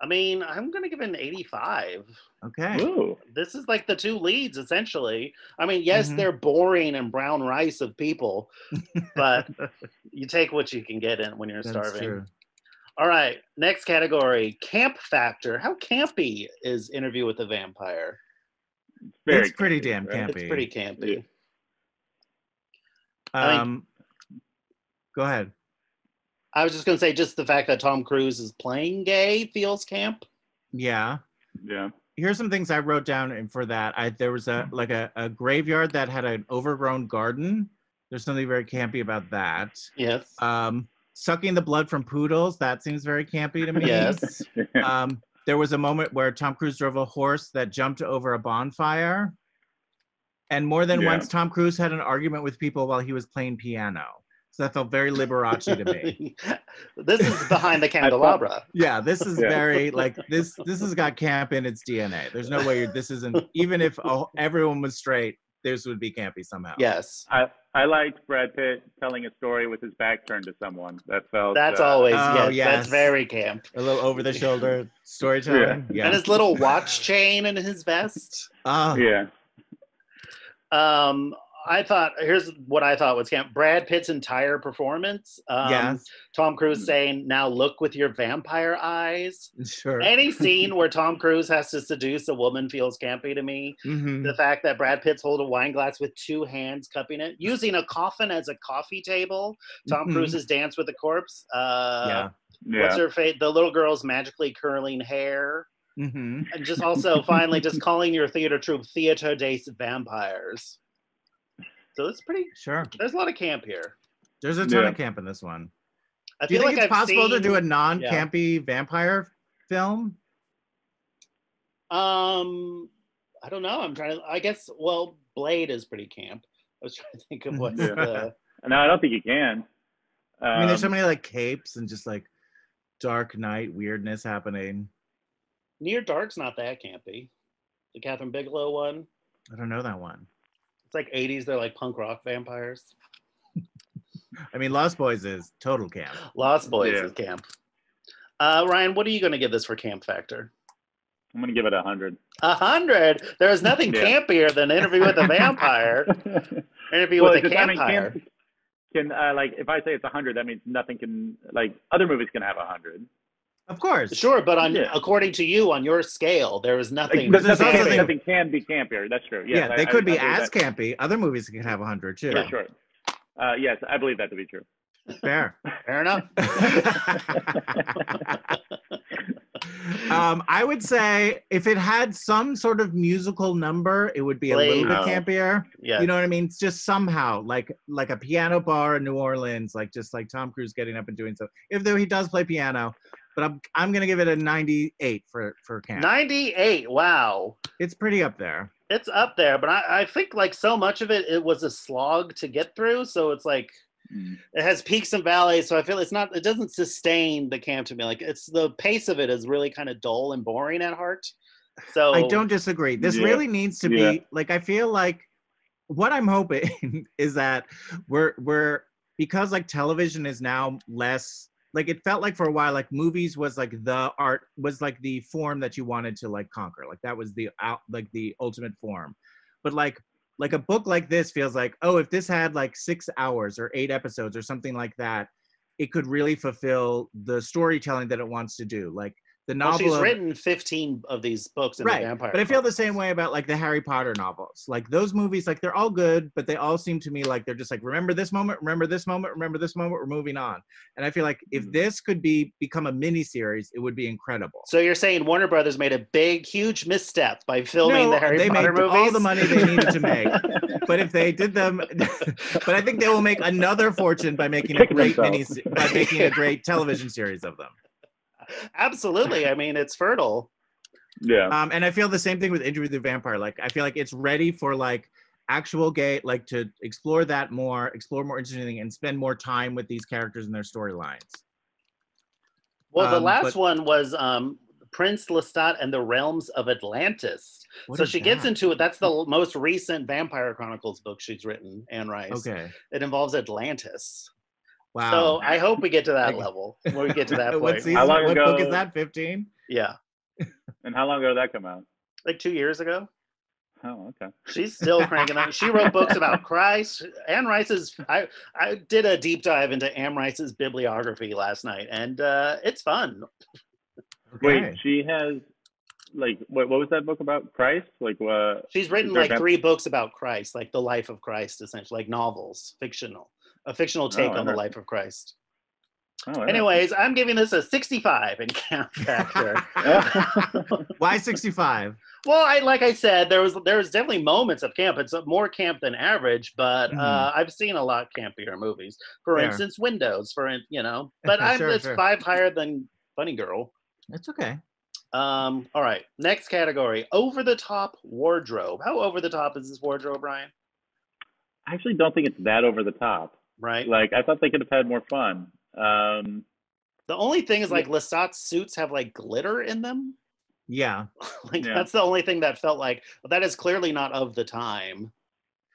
[SPEAKER 5] I mean, I'm going to give it an 85.
[SPEAKER 4] Okay.
[SPEAKER 6] Ooh.
[SPEAKER 5] This is like the two leads, essentially. I mean, yes,
[SPEAKER 4] Mhm.
[SPEAKER 5] they're boring and brown rice of people, but you take what you can get in when you're
[SPEAKER 4] That's
[SPEAKER 5] starving.
[SPEAKER 4] true.
[SPEAKER 5] All right, next category camp factor. How campy is Interview with the Vampire?
[SPEAKER 6] Very
[SPEAKER 4] It's pretty
[SPEAKER 6] campy,
[SPEAKER 4] damn
[SPEAKER 6] right?
[SPEAKER 4] campy.
[SPEAKER 5] It's pretty campy. I mean-
[SPEAKER 4] Um, go ahead.
[SPEAKER 5] I was just gonna say, just the fact that Tom Cruise is playing gay feels camp.
[SPEAKER 4] Yeah.
[SPEAKER 6] Yeah.
[SPEAKER 4] here's some things I wrote down and for that. I there was a like a, a graveyard that had an overgrown garden. There's something very campy about that.
[SPEAKER 5] Yes.
[SPEAKER 4] Um, sucking the blood from poodles, that seems very campy to me.
[SPEAKER 5] Yes.
[SPEAKER 4] Um, there was a moment where Tom Cruise drove a horse that jumped over a bonfire. And more than
[SPEAKER 6] Yeah.
[SPEAKER 4] once, Tom Cruise had an argument with people while he was playing piano. So that felt very Liberace to me.
[SPEAKER 5] this is behind the candelabra.
[SPEAKER 4] Yeah, this is
[SPEAKER 6] Yeah.
[SPEAKER 4] very like this. This has got camp in its DNA. There's no way you're, this isn't. Even if a, everyone was straight, this would be campy somehow.
[SPEAKER 5] Yes.
[SPEAKER 6] I I liked Brad Pitt telling a story with his back turned to someone. That felt
[SPEAKER 5] That's
[SPEAKER 6] uh,
[SPEAKER 5] always
[SPEAKER 4] Oh,
[SPEAKER 5] yes,
[SPEAKER 4] yes.
[SPEAKER 5] That's very camp.
[SPEAKER 4] a little over the shoulder storytelling. Yeah.
[SPEAKER 5] And his little watch chain in his vest.
[SPEAKER 4] Ah,
[SPEAKER 6] Yeah.
[SPEAKER 5] Um, I thought here's what I thought was camp. Brad Pitt's entire performance. Um,
[SPEAKER 4] Yes.
[SPEAKER 5] Tom Cruise saying, "Now look with your vampire eyes."
[SPEAKER 4] sure.
[SPEAKER 5] Any scene where Tom Cruise has to seduce a woman feels campy to me.
[SPEAKER 4] Mhm.
[SPEAKER 5] The fact that Brad Pitt's holding a wine glass with two hands cupping it, using a coffin as a coffee table. Tom
[SPEAKER 4] Mhm.
[SPEAKER 5] Cruise's dance with the corpse. Uh,
[SPEAKER 4] yeah.
[SPEAKER 6] Yeah.
[SPEAKER 5] What's her fate? The little girl's magically curling hair.
[SPEAKER 4] hmm
[SPEAKER 5] And just also finally just calling your theater troupe Theater des Vampires. So it's pretty
[SPEAKER 4] Sure.
[SPEAKER 5] there's a lot of camp here.
[SPEAKER 4] There's a ton
[SPEAKER 6] Yeah.
[SPEAKER 4] of camp in this one.
[SPEAKER 5] I
[SPEAKER 4] Do you
[SPEAKER 5] feel
[SPEAKER 4] think
[SPEAKER 5] like
[SPEAKER 4] it's
[SPEAKER 5] I've
[SPEAKER 4] possible to
[SPEAKER 5] seen-
[SPEAKER 4] do a non-campy vampire film?
[SPEAKER 5] um I don't know. I'm trying to I guess well Blade is pretty camp. I was trying to think of what's
[SPEAKER 6] Yeah.
[SPEAKER 5] the
[SPEAKER 6] No, I don't think you can. Um,
[SPEAKER 4] I mean, there's so many like capes and just like dark night weirdness happening.
[SPEAKER 5] Near Dark's not that campy. The Catherine Bigelow one.
[SPEAKER 4] I don't know that one.
[SPEAKER 5] It's like 80s, they're like punk rock vampires.
[SPEAKER 4] I mean, Lost Boys is total camp.
[SPEAKER 5] Lost Boys
[SPEAKER 6] Yeah.
[SPEAKER 5] is camp. Uh, Ryan, what are you going to give this for camp factor?
[SPEAKER 6] I'm gonna give it a hundred.
[SPEAKER 5] A hundred. There is nothing
[SPEAKER 6] Yeah.
[SPEAKER 5] campier than Interview with a Vampire. Interview
[SPEAKER 6] Well,
[SPEAKER 5] with
[SPEAKER 6] it's
[SPEAKER 5] a
[SPEAKER 6] just- I mean,
[SPEAKER 5] Campfire.
[SPEAKER 6] can- Can uh, like if I say it's a hundred, that means nothing can like other movies can have a hundred.
[SPEAKER 4] Of course.
[SPEAKER 5] Sure, but on
[SPEAKER 6] Yeah.
[SPEAKER 5] according to you, on your scale, there is nothing.
[SPEAKER 4] But there's
[SPEAKER 6] nothing,
[SPEAKER 4] also
[SPEAKER 6] can,
[SPEAKER 4] the-
[SPEAKER 6] nothing can be campier. That's true. Yes,
[SPEAKER 4] yeah, they
[SPEAKER 6] I- I-
[SPEAKER 4] could
[SPEAKER 6] I
[SPEAKER 4] be
[SPEAKER 6] believe
[SPEAKER 4] as
[SPEAKER 6] that-
[SPEAKER 4] campy. Other movies can have 100 too.
[SPEAKER 6] For sure. Uh, yes, I believe that to be true.
[SPEAKER 4] Fair.
[SPEAKER 5] Fair enough.
[SPEAKER 4] um, I would say if it had some sort of musical number, it would be a little
[SPEAKER 5] Please.
[SPEAKER 4] bit campier.
[SPEAKER 5] yeah.
[SPEAKER 4] You know what I mean? It's just somehow like like a piano bar in New Orleans, like just like Tom Cruise getting up and doing so. If though he does play piano, but I'm I'm gonna give it a 98 for for camp.
[SPEAKER 5] 98. Wow.
[SPEAKER 4] It's pretty up there.
[SPEAKER 5] It's up there, but I, I think like so much of it, it was a slog to get through. So it's like
[SPEAKER 4] Mm.
[SPEAKER 5] it has peaks and valleys. So I feel it's not, it doesn't sustain the camp to me. Like it's the pace of it is really kind of dull and boring at heart. So
[SPEAKER 4] I don't disagree. This
[SPEAKER 6] Yeah.
[SPEAKER 4] really needs to
[SPEAKER 6] Yeah.
[SPEAKER 4] be like I feel like what I'm hoping is that we're we're because like television is now less like it felt like for a while like movies was like the art was like the form that you wanted to like conquer like that was the out like the ultimate form but like like a book like this feels like oh if this had like 6 hours or 8 episodes or something like that it could really fulfill the storytelling that it wants to do like the
[SPEAKER 5] Well,
[SPEAKER 4] novel
[SPEAKER 5] she's
[SPEAKER 4] of-
[SPEAKER 5] written 15 of these books in the vampire.
[SPEAKER 4] but i feel the
[SPEAKER 5] Chronicles.
[SPEAKER 4] same way about like the harry potter novels like those movies like they're all good but they all seem to me like they're just like remember this moment remember this moment remember this moment we're moving on and i feel like if
[SPEAKER 5] Hmm.
[SPEAKER 6] Mhm.
[SPEAKER 4] this could be become a mini series it would be incredible
[SPEAKER 5] So you're saying Warner Brothers made a big, huge misstep by filming
[SPEAKER 4] No,
[SPEAKER 5] the Harry
[SPEAKER 4] they
[SPEAKER 5] Potter
[SPEAKER 4] made
[SPEAKER 5] movies?
[SPEAKER 4] all the money they needed to make but if they did them but i think they will make another fortune by making a
[SPEAKER 6] Kick
[SPEAKER 4] great mini
[SPEAKER 6] themselves.
[SPEAKER 4] by making a great television series of them
[SPEAKER 5] Absolutely. I mean, it's fertile.
[SPEAKER 6] Yeah.
[SPEAKER 4] Um, and I feel the same thing with Interview with the Vampire. Like I feel like it's ready for like actual gay, like to explore that more, explore more interesting, and spend more time with these characters and their storylines.
[SPEAKER 5] Well, the
[SPEAKER 4] Um,
[SPEAKER 5] last
[SPEAKER 4] but-
[SPEAKER 5] one was um, Prince Lestat and the Realms of Atlantis.
[SPEAKER 4] What
[SPEAKER 5] so
[SPEAKER 4] is
[SPEAKER 5] she gets
[SPEAKER 4] that?
[SPEAKER 5] into it. That's the l- most recent Vampire Chronicles book she's written, Anne Rice.
[SPEAKER 4] Okay.
[SPEAKER 5] It involves Atlantis.
[SPEAKER 4] Wow.
[SPEAKER 5] So I hope we get to that
[SPEAKER 4] Okay.
[SPEAKER 5] level when we get to that
[SPEAKER 4] what
[SPEAKER 5] point.
[SPEAKER 4] season,
[SPEAKER 6] How long
[SPEAKER 4] what book
[SPEAKER 6] ago-
[SPEAKER 4] is that? Fifteen.
[SPEAKER 5] yeah.
[SPEAKER 6] And how long ago did that come out?
[SPEAKER 5] Like two years ago.
[SPEAKER 6] Oh, okay.
[SPEAKER 5] She's still cranking them. She wrote books about Christ. Anne Rice's. I I did a deep dive into Anne Rice's bibliography last night, and uh, it's fun.
[SPEAKER 6] Wait,
[SPEAKER 4] Okay.
[SPEAKER 6] she has like what, what was that book about? Christ? Like uh, oh, what?
[SPEAKER 5] She's written
[SPEAKER 6] is there
[SPEAKER 5] like
[SPEAKER 6] a-
[SPEAKER 5] three books about Christ, like the life of Christ, essentially, like novels, fictional, a fictional
[SPEAKER 4] Oh,
[SPEAKER 5] take
[SPEAKER 6] I
[SPEAKER 5] on the
[SPEAKER 6] heard-
[SPEAKER 5] life of Christ.
[SPEAKER 6] Oh, all right.
[SPEAKER 5] Anyways, I'm giving this a 65 in count factor.
[SPEAKER 4] Why 65?
[SPEAKER 5] well, I like I said, there was there was definitely moments of camp. It's more camp than average, but uh, I've seen a lot campier movies. For
[SPEAKER 4] Mm-hmm. Fair.
[SPEAKER 5] instance, Windows. For in- you know, but I'm
[SPEAKER 4] Sure,
[SPEAKER 5] it's
[SPEAKER 4] sure.
[SPEAKER 5] five higher than Funny Girl.
[SPEAKER 4] It's okay.
[SPEAKER 5] Um, all right, next category: over the top wardrobe. How over the top is this wardrobe, Ryan?
[SPEAKER 6] I actually don't think it's that over the top.
[SPEAKER 5] Right.
[SPEAKER 6] Like I thought they could have had more fun. Um,
[SPEAKER 5] The only thing is like Lasat's suits have like glitter in them.
[SPEAKER 4] Yeah.
[SPEAKER 5] like
[SPEAKER 6] Yeah.
[SPEAKER 5] that's the only thing that felt like that is clearly not of the time.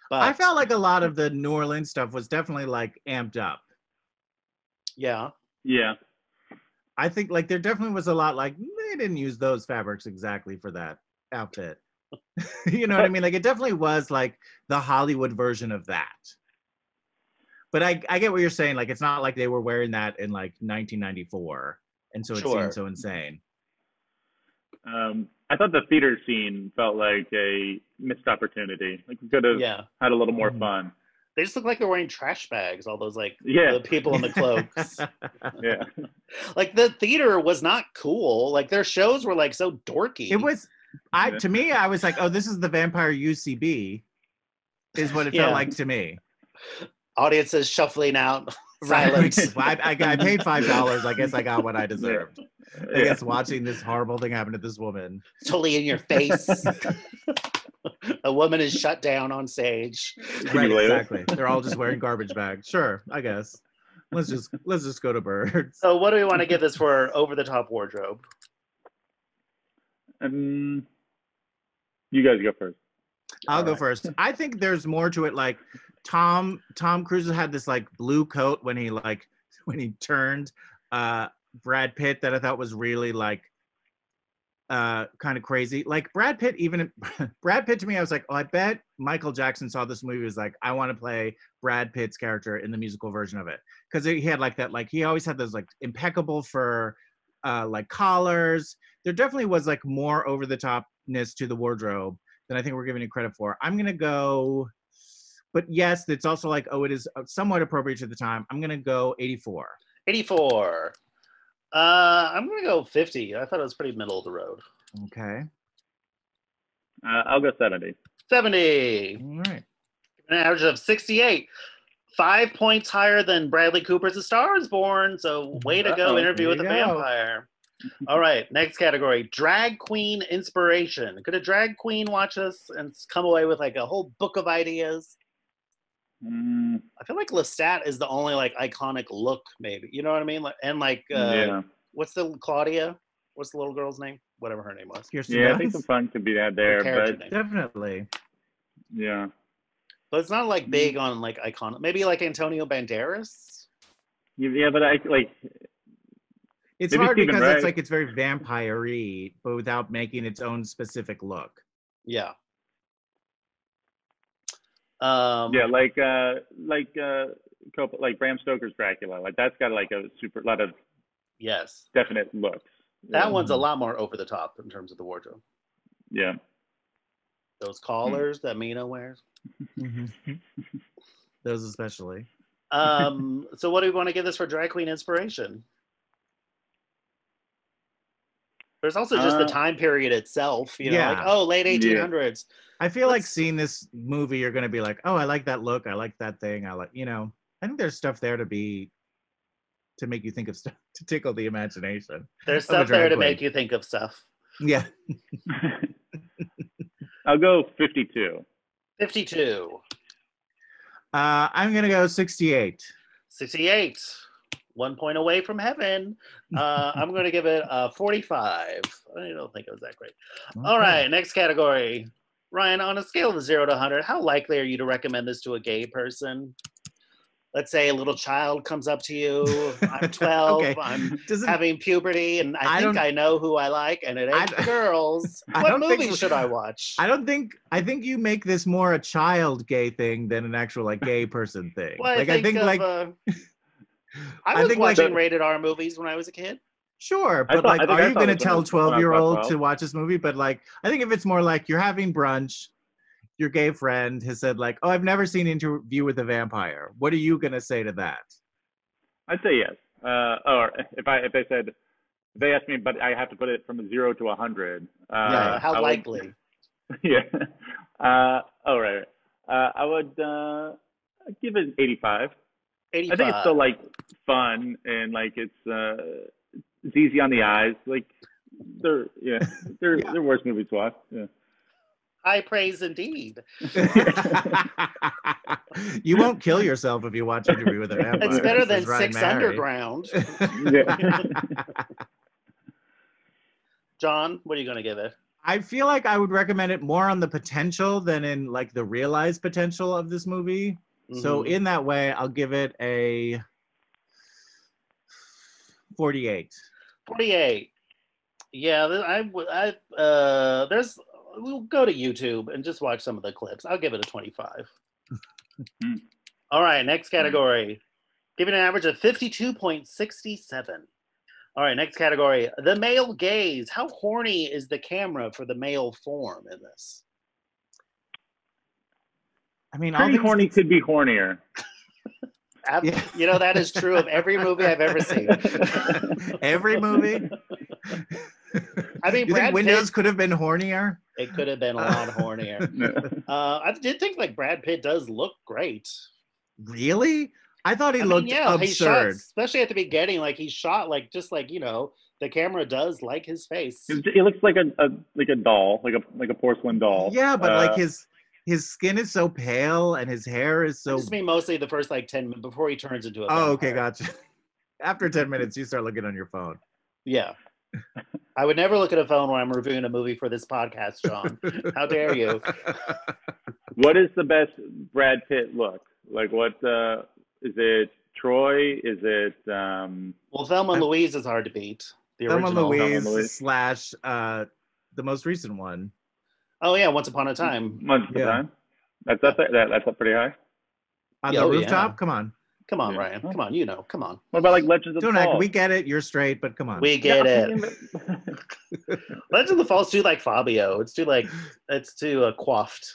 [SPEAKER 5] But
[SPEAKER 4] I felt like a lot of the New Orleans stuff was definitely like amped up.
[SPEAKER 5] yeah.
[SPEAKER 6] yeah.
[SPEAKER 4] I think like there definitely was a lot like they didn't use those fabrics exactly for that outfit. you know what I mean? Like it definitely was like the Hollywood version of that. But I, I get what you're saying. Like it's not like they were wearing that in like 1994, and so it
[SPEAKER 5] Sure.
[SPEAKER 4] seemed so insane.
[SPEAKER 6] Um, I thought the theater scene felt like a missed opportunity. Like we could
[SPEAKER 4] Uh,
[SPEAKER 6] have
[SPEAKER 5] Yeah.
[SPEAKER 6] had a little more
[SPEAKER 4] Mhm.
[SPEAKER 6] fun.
[SPEAKER 5] They just look like they're wearing trash bags, all those like
[SPEAKER 6] Yeah.
[SPEAKER 5] the people in the cloaks.
[SPEAKER 6] Yeah.
[SPEAKER 5] like the theater was not cool. Like their shows were like so dorky.
[SPEAKER 4] It was, I
[SPEAKER 6] Yeah.
[SPEAKER 4] to me, I was like, oh, this is the vampire UCB, is what it
[SPEAKER 5] Yeah.
[SPEAKER 4] felt like to me.
[SPEAKER 5] audiences shuffling out.
[SPEAKER 4] Right?
[SPEAKER 5] Silence.
[SPEAKER 4] Which is why I, I, I paid five dollars. I guess I got what I deserved. I
[SPEAKER 6] Yeah.
[SPEAKER 4] guess watching this horrible thing happen to this woman.
[SPEAKER 5] totally in your face. a woman is shut down on stage.
[SPEAKER 6] Can you
[SPEAKER 4] Right,
[SPEAKER 6] believe it?
[SPEAKER 4] exactly. They're all just wearing garbage bags. Sure, I guess. Let's just let's just go to birds.
[SPEAKER 5] So what do we want to give this for over the top wardrobe?
[SPEAKER 6] Um, you guys go first.
[SPEAKER 4] I'll go
[SPEAKER 5] Alright.
[SPEAKER 4] first. I think there's more to it. Like Tom Tom Cruise had this like blue coat when he like when he turned uh Brad Pitt that I thought was really like uh kind of crazy. Like Brad Pitt even Brad Pitt to me I was like, "Oh, I bet Michael Jackson saw this movie was like, I want to play Brad Pitt's character in the musical version of it." Cuz he had like that like he always had those like impeccable fur uh like collars. There definitely was like more over the topness to the wardrobe than I think we're giving it credit for. I'm gonna go, but yes, it's also like oh, it is somewhat appropriate to the time. I'm gonna go 84.
[SPEAKER 5] 84. Uh, I'm gonna go 50. I thought it was pretty middle of the road.
[SPEAKER 4] Okay,
[SPEAKER 6] Uh, I'll go seventy.
[SPEAKER 5] 70.
[SPEAKER 4] all right.
[SPEAKER 5] An average of 68. Five points higher than Bradley Cooper's A Star is Born. So way to go,
[SPEAKER 6] Uh-oh,
[SPEAKER 5] interview
[SPEAKER 4] there
[SPEAKER 5] with a
[SPEAKER 4] you go.
[SPEAKER 5] vampire. All right, next category: drag queen inspiration. Could a drag queen watch us and s- come away with like a whole book of ideas?
[SPEAKER 6] Mm,
[SPEAKER 5] I feel like Lestat is the only like iconic look, maybe. You know what I mean? Like- And like, uh,
[SPEAKER 6] yeah.
[SPEAKER 5] what's the Claudia? What's the little girl's name? Whatever her name was.
[SPEAKER 4] Kirsten
[SPEAKER 6] Yeah. I
[SPEAKER 4] Dunst?
[SPEAKER 6] think some fun could be had there,
[SPEAKER 5] Her character
[SPEAKER 6] but
[SPEAKER 5] name.
[SPEAKER 4] definitely.
[SPEAKER 6] yeah.
[SPEAKER 5] But it's not like big on like iconic. Maybe like Antonio Banderas.
[SPEAKER 6] Yeah, but I like
[SPEAKER 4] It's
[SPEAKER 6] Maybe
[SPEAKER 4] hard
[SPEAKER 6] Stephen
[SPEAKER 4] because
[SPEAKER 6] Wright.
[SPEAKER 4] it's like it's very vampire-y, but without making its own specific look.
[SPEAKER 5] Yeah. Um,
[SPEAKER 6] yeah, like uh, like uh, Cop- like Bram Stoker's Dracula. Like that's got like a super lot of
[SPEAKER 5] Yes,
[SPEAKER 6] definite looks.
[SPEAKER 5] that
[SPEAKER 6] Yeah. Mm-hmm.
[SPEAKER 5] one's a lot more over the top in terms of the wardrobe.
[SPEAKER 6] Yeah.
[SPEAKER 5] Those
[SPEAKER 6] Hmm.
[SPEAKER 5] collars that Mina wears.
[SPEAKER 6] Mm-hmm.
[SPEAKER 4] Those especially.
[SPEAKER 5] Um, so what do we want to give this for drag queen inspiration? There's also just the
[SPEAKER 6] Uh,
[SPEAKER 5] time period itself. You know, like
[SPEAKER 4] yeah.
[SPEAKER 5] oh, late
[SPEAKER 6] Yeah.
[SPEAKER 5] 1800s.
[SPEAKER 4] I feel like
[SPEAKER 5] Let's-
[SPEAKER 4] seeing this movie, you're gonna be like, oh, I like that look. I like that thing. I like, you know. I think there's stuff there to be, to make you think of stuff, to tickle the imagination.
[SPEAKER 5] There's
[SPEAKER 4] Of a
[SPEAKER 5] stuff there
[SPEAKER 4] drag
[SPEAKER 5] to
[SPEAKER 4] queen.
[SPEAKER 5] make you think of stuff.
[SPEAKER 4] Yeah.
[SPEAKER 6] I'll go fifty-two.
[SPEAKER 5] 52,
[SPEAKER 4] Uh, I'm gonna go 68.
[SPEAKER 5] 68, one point away from heaven. Uh, I'm going to give it a 45. I don't think it was that great. All right, next category. Ryan, on a scale of zero to 100, how likely are you to recommend this to a gay person? Let's say a little child comes up to you. I'm 12.
[SPEAKER 4] Okay.
[SPEAKER 5] I'm
[SPEAKER 4] Does it-
[SPEAKER 5] having puberty, and I,
[SPEAKER 4] I
[SPEAKER 5] think
[SPEAKER 4] don't-
[SPEAKER 5] I know who I like, and it
[SPEAKER 4] I
[SPEAKER 5] ain't
[SPEAKER 4] d-
[SPEAKER 5] girls.
[SPEAKER 4] I
[SPEAKER 5] What
[SPEAKER 4] don't think
[SPEAKER 5] movie
[SPEAKER 4] we-
[SPEAKER 5] should I watch?
[SPEAKER 4] I don't think I think you make this more a child gay thing than an actual like gay person thing.
[SPEAKER 5] Well,
[SPEAKER 4] like I think
[SPEAKER 5] of,
[SPEAKER 4] like
[SPEAKER 5] uh,
[SPEAKER 4] I
[SPEAKER 5] I was
[SPEAKER 4] think, like-
[SPEAKER 5] watching rated R movies when I was a kid.
[SPEAKER 4] Sure,
[SPEAKER 6] I
[SPEAKER 4] but like,
[SPEAKER 6] thought- I think
[SPEAKER 4] are
[SPEAKER 6] I
[SPEAKER 4] you
[SPEAKER 6] thought
[SPEAKER 4] going to
[SPEAKER 6] it was
[SPEAKER 4] tell
[SPEAKER 6] when I- when I was
[SPEAKER 4] twelve year old
[SPEAKER 6] 12.
[SPEAKER 4] to watch this movie? But like, I think if it's more like you're having brunch, your gay friend has said like, "Oh, I've never seen Interview with a Vampire." What are you going to say to that?
[SPEAKER 6] I'd say yes. Uh, or if I if they said if they asked me, but I have to put it from zero to a hundred. Uh,
[SPEAKER 5] Uh,
[SPEAKER 6] I
[SPEAKER 5] how
[SPEAKER 6] would-
[SPEAKER 5] likely?
[SPEAKER 6] yeah. Uh, all right. Uh, I would uh, give it an eighty-five. I
[SPEAKER 5] Eighty-five.
[SPEAKER 6] think it's still like fun and like it's uh, it's easy on the eyes. Like they're yeah they're
[SPEAKER 4] Yeah.
[SPEAKER 6] they're worse movies to watch. Yeah.
[SPEAKER 5] High praise indeed.
[SPEAKER 4] you won't kill yourself if you watch Interview with a Vampire.
[SPEAKER 5] It's better than
[SPEAKER 4] says Ryan
[SPEAKER 5] Six
[SPEAKER 4] Mary.
[SPEAKER 5] Underground.
[SPEAKER 6] Yeah.
[SPEAKER 5] John, what are you gonna give it?
[SPEAKER 4] I feel like I would recommend it more on the potential than in like the realized potential of this movie. So
[SPEAKER 5] Mhm.
[SPEAKER 4] in that way, I'll give it a 48.
[SPEAKER 5] 48 yeah th- i w- I, uh there's we'll go to youtube and just watch some of the clips i'll give it a 25
[SPEAKER 4] Hmm.
[SPEAKER 6] Mm.
[SPEAKER 5] all right next category give it an average of 52.67 all right next category the male gaze how horny is the camera for the male form in this
[SPEAKER 4] I mean, all
[SPEAKER 6] Pretty
[SPEAKER 4] these,
[SPEAKER 6] horny could be hornier.
[SPEAKER 5] Ab-
[SPEAKER 4] Yeah.
[SPEAKER 5] you know that is true of every movie i've ever seen
[SPEAKER 4] every movie.
[SPEAKER 5] i mean
[SPEAKER 4] you
[SPEAKER 5] Brad
[SPEAKER 4] think Windows could have been hornier?
[SPEAKER 5] Pitt, it could have been a lot hornier uh, i did think like brad pitt does look great
[SPEAKER 4] Really? I thought he
[SPEAKER 5] I mean,
[SPEAKER 4] looked
[SPEAKER 5] he shot,
[SPEAKER 4] absurd.
[SPEAKER 5] especially at the beginning, like he shot like just like you know the camera does like his face.
[SPEAKER 6] It it looks like a, a like a doll, like a like a porcelain doll.
[SPEAKER 4] yeah, but like
[SPEAKER 6] Uh,
[SPEAKER 4] his his skin is so pale and his hair is so.
[SPEAKER 5] just me mostly the first like ten minutes before he turns into a.
[SPEAKER 4] Oh, okay,
[SPEAKER 5] vampire.
[SPEAKER 4] gotcha. After 10 minutes, you start looking on your phone.
[SPEAKER 5] Yeah, I would never look at a phone when I'm reviewing a movie for this podcast, John. How dare you?
[SPEAKER 6] What is the best Brad Pitt look? Like what uh is it Troy? Is it um
[SPEAKER 5] Well, Thelma and Louise is hard to beat. The
[SPEAKER 4] Thelma
[SPEAKER 5] original.
[SPEAKER 4] Louise,
[SPEAKER 6] Louise.
[SPEAKER 4] slash uh, the most recent one.
[SPEAKER 5] Oh yeah, Once Upon a Time.
[SPEAKER 6] Once Upon a
[SPEAKER 4] Yeah.
[SPEAKER 6] Time? That's up there. That, that's up pretty high.
[SPEAKER 4] On
[SPEAKER 5] Yeah,
[SPEAKER 4] the
[SPEAKER 5] oh, yeah.
[SPEAKER 4] rooftop? Come on.
[SPEAKER 5] Come on,
[SPEAKER 6] Yeah.
[SPEAKER 5] Ryan. Come on, you know. Come on.
[SPEAKER 6] What about like Legends of
[SPEAKER 4] Don't
[SPEAKER 6] the
[SPEAKER 4] act.
[SPEAKER 6] Fall?
[SPEAKER 4] We get it. You're straight, but come on.
[SPEAKER 5] We get
[SPEAKER 6] Yeah.
[SPEAKER 5] it. Legend of the Falls too like Fabio. It's too like it's too uh, coiffed.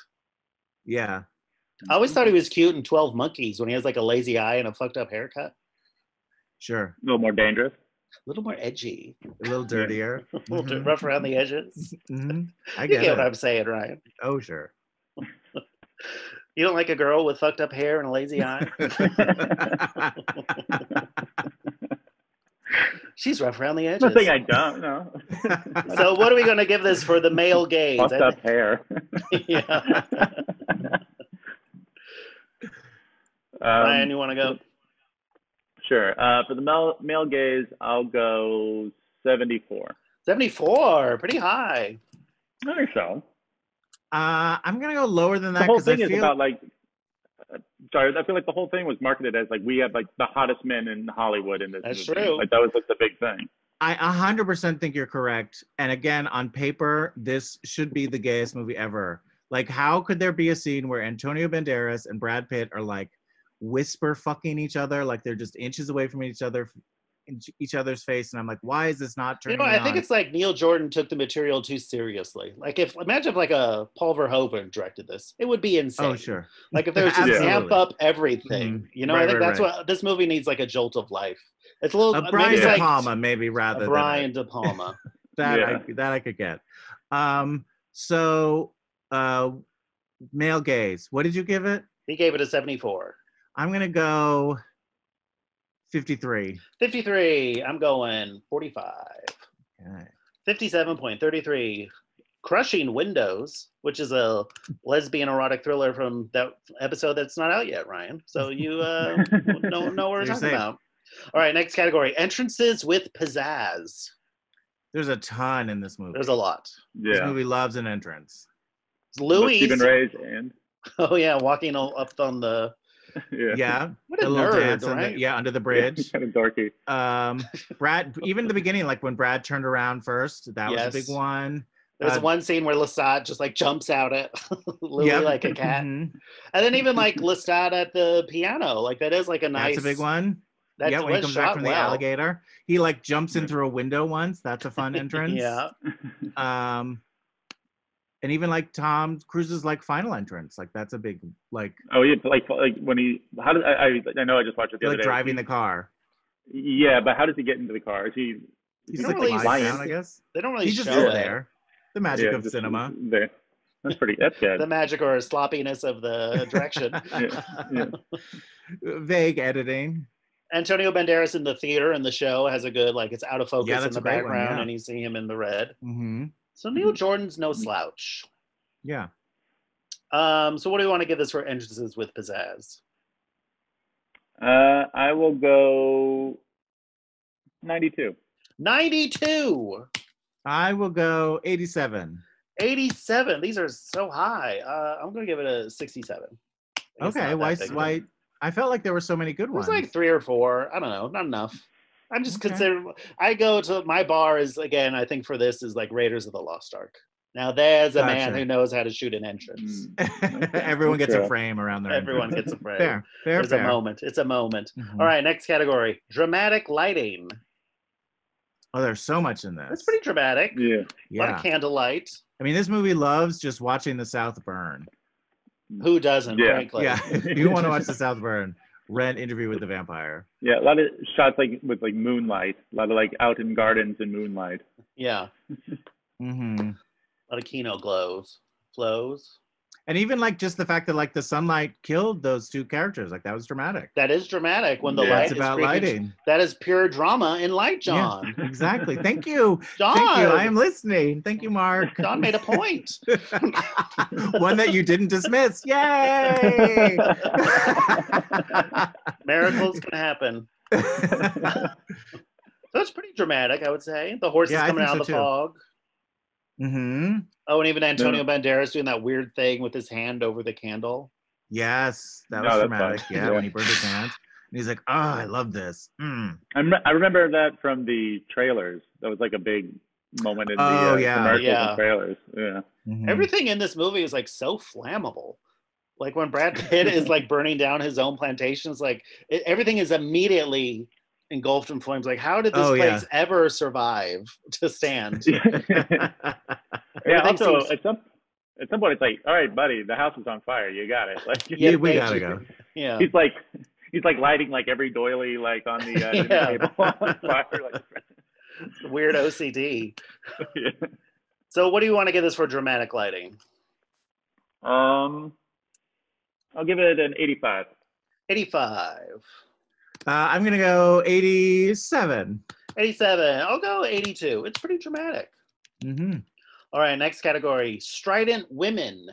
[SPEAKER 4] yeah.
[SPEAKER 5] I always thought he was cute in Twelve Monkeys when he has like a lazy eye and a fucked up haircut.
[SPEAKER 4] Sure.
[SPEAKER 6] a little more dangerous.
[SPEAKER 5] a little more edgy,
[SPEAKER 4] A little dirtier.
[SPEAKER 5] a little bit
[SPEAKER 6] Mm-hmm.
[SPEAKER 4] Mhm.
[SPEAKER 5] rough around the edges.
[SPEAKER 4] Mhm. I
[SPEAKER 5] you
[SPEAKER 4] get
[SPEAKER 5] get
[SPEAKER 4] it.
[SPEAKER 5] what I'm saying, Ryan.
[SPEAKER 4] Oh, sure.
[SPEAKER 5] You don't like a girl with fucked up hair and a lazy eye?
[SPEAKER 4] Uh,
[SPEAKER 5] She's rough around the edges.
[SPEAKER 6] Nothing I don't know.
[SPEAKER 5] so what are we going to give this for the male gaze?
[SPEAKER 6] Fucked
[SPEAKER 5] I
[SPEAKER 6] up hair.
[SPEAKER 5] think- yeah.
[SPEAKER 6] Um,
[SPEAKER 5] Ryan, you want to go?
[SPEAKER 6] Sure. Uh, for the male male gaze, I'll go seventy-four.
[SPEAKER 5] 74, pretty high.
[SPEAKER 6] I think so.
[SPEAKER 4] Uh, I'm going to go lower than that
[SPEAKER 6] the whole
[SPEAKER 4] because I
[SPEAKER 6] thing is
[SPEAKER 4] feel
[SPEAKER 6] about like. uh, Sorry, I feel like the whole thing was marketed as like we have like the hottest men in Hollywood in this.
[SPEAKER 5] That's
[SPEAKER 6] movie.
[SPEAKER 5] true.
[SPEAKER 6] Like that was like the big thing.
[SPEAKER 4] I 100% think you're correct. And again, on paper, this should be the gayest movie ever. Like, how could there be a scene where Antonio Banderas and Brad Pitt are like whisper fucking each other, like they're just inches away from each other, in each other's face? And I'm like, why is this not
[SPEAKER 5] You
[SPEAKER 4] turning?
[SPEAKER 5] know, I think
[SPEAKER 4] on?
[SPEAKER 5] it's like Neil Jordan took the material too seriously. Like if imagine if like a Paul Verhoeven directed this, it would be insane.
[SPEAKER 4] oh sure.
[SPEAKER 5] Like if they would just
[SPEAKER 4] Absolutely. Mm-hmm.
[SPEAKER 5] amp up everything, you know, I
[SPEAKER 4] Right,
[SPEAKER 5] think
[SPEAKER 4] right,
[SPEAKER 5] that's
[SPEAKER 4] right.
[SPEAKER 5] what this movie needs like a jolt of life. It's a little uh,
[SPEAKER 4] A
[SPEAKER 5] maybe
[SPEAKER 4] Brian
[SPEAKER 5] it's
[SPEAKER 4] De
[SPEAKER 5] like-
[SPEAKER 4] Palma, maybe
[SPEAKER 5] a
[SPEAKER 4] rather than
[SPEAKER 5] Brian De Palma.
[SPEAKER 4] that
[SPEAKER 6] Yeah.
[SPEAKER 4] I, that I could get. Um, so uh, male gaze. What did you give it?
[SPEAKER 5] he gave it a 74.
[SPEAKER 4] I'm gonna go fifty-three.
[SPEAKER 5] 53. I'm going 45.
[SPEAKER 4] Okay.
[SPEAKER 5] 57.33. Crushing Windows, which is a lesbian erotic thriller from that episode that's not out yet, Ryan. So you uh, know, know what we're
[SPEAKER 4] You're
[SPEAKER 5] talking
[SPEAKER 4] safe.
[SPEAKER 5] about. All right, next category entrances with pizzazz.
[SPEAKER 4] There's a ton in this movie.
[SPEAKER 5] There's a lot.
[SPEAKER 4] This
[SPEAKER 6] Yeah.
[SPEAKER 4] movie loves an entrance.
[SPEAKER 6] But
[SPEAKER 5] Louis.
[SPEAKER 6] Stephen Ray's and
[SPEAKER 5] Oh, yeah, walking all up on the.
[SPEAKER 6] yeah.
[SPEAKER 4] Yeah,
[SPEAKER 5] What a,
[SPEAKER 4] a little
[SPEAKER 5] nerd,
[SPEAKER 4] dance in the-
[SPEAKER 5] right?
[SPEAKER 4] yeah, under the
[SPEAKER 6] Yeah,
[SPEAKER 4] bridge.
[SPEAKER 6] kind of dorky.
[SPEAKER 4] Um, Brad, even the beginning, like when Brad turned around first, that was a
[SPEAKER 5] Yes.
[SPEAKER 4] big one.
[SPEAKER 5] There's
[SPEAKER 4] Uh,
[SPEAKER 5] one scene where Lestat just like jumps out at Louis
[SPEAKER 4] Yep.
[SPEAKER 5] like a cat,
[SPEAKER 4] Mhm.
[SPEAKER 5] and then even like Lestat at the piano, like that is like a nice,
[SPEAKER 4] That's a big one.
[SPEAKER 5] That
[SPEAKER 4] yeah, when he
[SPEAKER 5] was
[SPEAKER 4] comes back
[SPEAKER 5] shot
[SPEAKER 4] from the
[SPEAKER 5] well. Mm-hmm.
[SPEAKER 4] alligator, he like jumps in through a window once. That's a fun entrance.
[SPEAKER 5] Yeah.
[SPEAKER 4] Um, and even like Tom Cruise's like final entrance, like that's a big like
[SPEAKER 6] oh yeah, like like when he how did I I, I know I just watched it the other
[SPEAKER 4] like
[SPEAKER 6] day.
[SPEAKER 4] driving the car.
[SPEAKER 6] Yeah, but how does he get into the car? Is he
[SPEAKER 4] He's
[SPEAKER 5] You
[SPEAKER 4] like
[SPEAKER 5] don't really
[SPEAKER 4] lying
[SPEAKER 5] see-
[SPEAKER 4] down, I guess.
[SPEAKER 5] They don't really
[SPEAKER 4] He's just
[SPEAKER 5] show it.
[SPEAKER 4] there. The magic
[SPEAKER 6] yeah,
[SPEAKER 4] of
[SPEAKER 6] just
[SPEAKER 4] cinema.
[SPEAKER 6] There. That's pretty. That's good.
[SPEAKER 5] The magic or sloppiness of the direction.
[SPEAKER 6] yeah, yeah.
[SPEAKER 4] Vague editing.
[SPEAKER 5] Antonio Banderas in the theater and the show has a good like it's out of focus in
[SPEAKER 4] that's
[SPEAKER 5] the
[SPEAKER 4] a great one,
[SPEAKER 5] background
[SPEAKER 4] yeah.
[SPEAKER 5] and you see him in the red.
[SPEAKER 4] hmm
[SPEAKER 5] So Neil Jordan's no
[SPEAKER 4] Mm-hmm.
[SPEAKER 5] slouch.
[SPEAKER 4] Yeah.
[SPEAKER 5] Um, so what do we want to give this for entrances with pizzazz?
[SPEAKER 6] Uh, I will go ninety-two.
[SPEAKER 5] 92,
[SPEAKER 4] I will go 87.
[SPEAKER 5] 87. These are so high. Uh, I'm gonna give it a 67. I guess not
[SPEAKER 4] Okay.
[SPEAKER 5] that
[SPEAKER 4] Why?
[SPEAKER 5] big of a-
[SPEAKER 4] Why? I felt like there were so many good
[SPEAKER 5] It was
[SPEAKER 4] ones.
[SPEAKER 5] like three or four. I don't know, not enough. I'm just
[SPEAKER 4] Okay.
[SPEAKER 5] consider. I go to my bar is again. I think for this is like Raiders of the Lost Ark. Now there's a man
[SPEAKER 4] Gotcha.
[SPEAKER 5] who knows how to shoot an entrance.
[SPEAKER 6] Mm. Okay,
[SPEAKER 4] Everyone gets
[SPEAKER 6] okay.
[SPEAKER 4] a frame around their.
[SPEAKER 5] Everyone
[SPEAKER 4] entrance.
[SPEAKER 5] gets a frame.
[SPEAKER 4] fair. Fair.
[SPEAKER 5] There's
[SPEAKER 4] fair.
[SPEAKER 5] a moment. It's a moment.
[SPEAKER 4] Mhm.
[SPEAKER 5] All right, next category: dramatic lighting.
[SPEAKER 4] Oh, there's so much in this.
[SPEAKER 5] That's pretty dramatic.
[SPEAKER 6] Yeah.
[SPEAKER 5] A lot
[SPEAKER 4] Yeah.
[SPEAKER 5] of candlelight.
[SPEAKER 4] I mean, this movie loves just watching the South burn.
[SPEAKER 5] Who doesn't?
[SPEAKER 6] Yeah.
[SPEAKER 5] Frankly.
[SPEAKER 4] Yeah. if you want to watch the South burn, rent Interview with the Vampire.
[SPEAKER 6] Yeah, a lot of shots like with like moonlight, a lot of like out in gardens and moonlight.
[SPEAKER 5] Yeah.
[SPEAKER 4] hmm
[SPEAKER 5] A lot of Kino glows, flows.
[SPEAKER 4] And even like just the fact that like the sunlight killed those two characters, like that was dramatic.
[SPEAKER 5] That is dramatic when the
[SPEAKER 6] Yeah.
[SPEAKER 5] light
[SPEAKER 4] That's
[SPEAKER 5] is
[SPEAKER 4] about
[SPEAKER 5] freaking-
[SPEAKER 4] lighting.
[SPEAKER 5] That is pure drama in light,
[SPEAKER 4] Yeah.
[SPEAKER 5] John.
[SPEAKER 4] Exactly. Thank you.
[SPEAKER 5] John.
[SPEAKER 4] Thank you. I am listening. Thank you, Mark.
[SPEAKER 5] John made a point.
[SPEAKER 4] One that you didn't dismiss. Yay!
[SPEAKER 5] Miracles can happen. So it's pretty dramatic, I would say. The horse
[SPEAKER 4] Yeah, I
[SPEAKER 5] is coming
[SPEAKER 4] think
[SPEAKER 5] out
[SPEAKER 4] so
[SPEAKER 5] of the
[SPEAKER 4] too.
[SPEAKER 5] fog.
[SPEAKER 4] hmm
[SPEAKER 5] Oh, and even Antonio Banderas doing that weird thing with his hand over the candle.
[SPEAKER 4] Yes, that
[SPEAKER 6] No,
[SPEAKER 4] was
[SPEAKER 6] that's
[SPEAKER 4] dramatic.
[SPEAKER 6] fine.
[SPEAKER 4] Yeah,
[SPEAKER 6] Yeah.
[SPEAKER 4] when he burned his hand. And he's like, oh, I love this. Mm.
[SPEAKER 6] I'm, I remember that from the trailers. That was like a big moment in the
[SPEAKER 4] Oh,
[SPEAKER 6] uh,
[SPEAKER 4] yeah.
[SPEAKER 6] commercials
[SPEAKER 5] Yeah.
[SPEAKER 6] and trailers. Yeah.
[SPEAKER 4] Mhm.
[SPEAKER 5] Everything in this movie is like so flammable. Like when Brad Pitt is like burning down his own plantations, like it, everything is immediately engulfed in flames. Like, how did this
[SPEAKER 4] Oh, yeah.
[SPEAKER 5] place ever survive to stand?
[SPEAKER 6] yeah.
[SPEAKER 5] Everything
[SPEAKER 6] Also,
[SPEAKER 5] seems-
[SPEAKER 6] at some at some point, it's like, all right, buddy, the house is on fire. You got it. Like,
[SPEAKER 4] Yeah,
[SPEAKER 5] Yeah,
[SPEAKER 4] we
[SPEAKER 5] they-
[SPEAKER 4] gotta go.
[SPEAKER 5] yeah.
[SPEAKER 6] he's like, he's like lighting like every doily like on the uh, dinner
[SPEAKER 5] Yeah.
[SPEAKER 6] table on fire. Like,
[SPEAKER 5] Weird OCD.
[SPEAKER 6] yeah.
[SPEAKER 5] So, what do you want to give this for dramatic lighting?
[SPEAKER 6] Um, I'll give it an 85.
[SPEAKER 5] 85.
[SPEAKER 4] Uh, I'm gonna go 87.
[SPEAKER 5] 87. I'll go 82. It's pretty dramatic.
[SPEAKER 4] hmm
[SPEAKER 5] All right, next category strident women.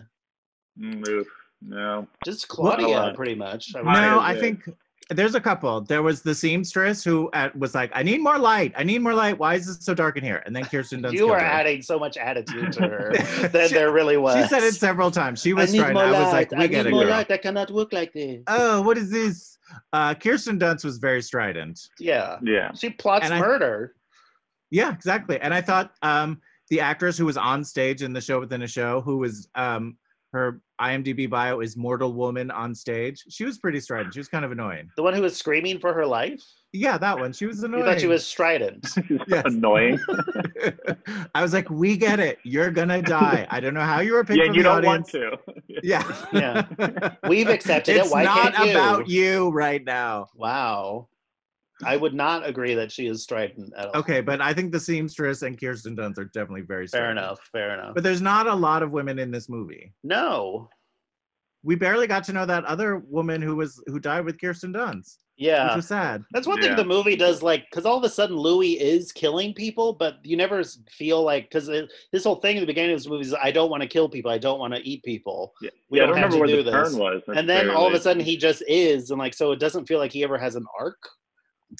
[SPEAKER 6] Mm, oof, no.
[SPEAKER 5] Just
[SPEAKER 4] Well,
[SPEAKER 5] Claudia,
[SPEAKER 6] uh,
[SPEAKER 5] pretty much. I would say.
[SPEAKER 4] No,
[SPEAKER 6] Mine
[SPEAKER 4] I
[SPEAKER 6] is it.
[SPEAKER 4] think there's a couple. There was the seamstress who uh was like, "I need more light. I need more light. Why is it so dark in here?" And then Kirsten Dunst.
[SPEAKER 5] you
[SPEAKER 4] killed
[SPEAKER 5] are
[SPEAKER 4] her.
[SPEAKER 5] adding so much attitude to her than
[SPEAKER 4] She-
[SPEAKER 5] there really was.
[SPEAKER 4] She said it several times. She
[SPEAKER 5] I
[SPEAKER 4] was
[SPEAKER 5] need
[SPEAKER 4] trying.
[SPEAKER 5] more
[SPEAKER 4] I was
[SPEAKER 5] light.
[SPEAKER 4] like, "We
[SPEAKER 5] I
[SPEAKER 4] get
[SPEAKER 5] need
[SPEAKER 4] it,
[SPEAKER 5] more
[SPEAKER 4] girl."
[SPEAKER 5] light. I cannot work like this.
[SPEAKER 4] Oh, what is this? Uh, Kirsten Dunst was very strident.
[SPEAKER 5] yeah.
[SPEAKER 6] Yeah.
[SPEAKER 5] She plots
[SPEAKER 4] And I-
[SPEAKER 5] murder.
[SPEAKER 4] Yeah, exactly. And I thought um, the actress who was on stage in the show within a show, who was um, her IMDb bio is "Mortal Woman on Stage." She was pretty strident. She was kind of annoying.
[SPEAKER 5] the one who was screaming for her life?
[SPEAKER 4] Yeah, that one. She was
[SPEAKER 5] You
[SPEAKER 4] annoying.
[SPEAKER 5] thought she was strident.
[SPEAKER 6] She's
[SPEAKER 4] Yes.
[SPEAKER 6] annoying.
[SPEAKER 4] I was like, "We get it. You're gonna die. I don't know how you were picked
[SPEAKER 6] yeah,
[SPEAKER 4] from
[SPEAKER 6] and you
[SPEAKER 4] the
[SPEAKER 6] don't
[SPEAKER 4] audience."
[SPEAKER 6] want to.
[SPEAKER 4] Yeah,
[SPEAKER 5] Yeah. We've accepted it.
[SPEAKER 4] it's
[SPEAKER 5] Why
[SPEAKER 4] not
[SPEAKER 5] can't you?
[SPEAKER 4] about you right now.
[SPEAKER 5] Wow. I would not agree that she is strident at all.
[SPEAKER 4] Okay, but I think the seamstress and Kirsten Dunst are definitely very
[SPEAKER 5] Fair
[SPEAKER 4] strident.
[SPEAKER 5] enough. Fair enough.
[SPEAKER 4] But there's not a lot of women in this movie.
[SPEAKER 5] no.
[SPEAKER 4] We barely got to know that other woman who was who died with Kirsten Dunst,
[SPEAKER 5] Yeah.
[SPEAKER 4] which was sad.
[SPEAKER 5] That's one
[SPEAKER 6] Yeah.
[SPEAKER 5] thing the movie does, like, because all of a sudden Louis is killing people, but you never s- feel like, because this whole thing in the beginning of this movie is, I don't want to kill people, I don't want to eat people.
[SPEAKER 6] Yeah.
[SPEAKER 5] We
[SPEAKER 6] yeah, I
[SPEAKER 5] don't have
[SPEAKER 6] remember
[SPEAKER 5] to do
[SPEAKER 6] where the
[SPEAKER 5] this.
[SPEAKER 6] turn was.
[SPEAKER 5] And then all of a
[SPEAKER 6] necessarily.
[SPEAKER 5] sudden he just is, and like, so it doesn't feel like he ever has an arc.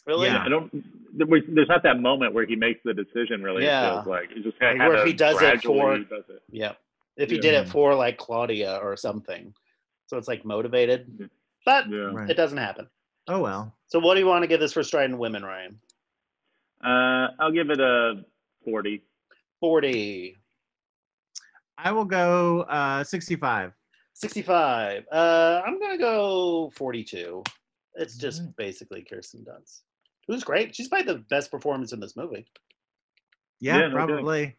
[SPEAKER 5] Really?
[SPEAKER 4] Yeah.
[SPEAKER 6] I don't. there was- There's not that moment where he makes the decision. Really,
[SPEAKER 5] Yeah.
[SPEAKER 6] it feels like it's just kind
[SPEAKER 5] Like,
[SPEAKER 6] of
[SPEAKER 5] where he does it for-
[SPEAKER 6] He does it.
[SPEAKER 5] Yeah. If he did it
[SPEAKER 4] Yeah.
[SPEAKER 5] for like Claudia or something. So it's like motivated.
[SPEAKER 6] Yeah.
[SPEAKER 5] But
[SPEAKER 6] Yeah.
[SPEAKER 4] Right.
[SPEAKER 5] it doesn't happen.
[SPEAKER 4] Oh well.
[SPEAKER 5] So what do you want to give this for strident women, Ryan?
[SPEAKER 6] Uh, I'll give it a forty.
[SPEAKER 5] 40,
[SPEAKER 4] I will go uh 65.
[SPEAKER 5] 65. Uh, I'm going to go 42. It's just basically Kirsten Dunst, who's great. She's probably the best performance in this movie.
[SPEAKER 4] Yeah,
[SPEAKER 6] Yeah, no kidding.
[SPEAKER 4] probably.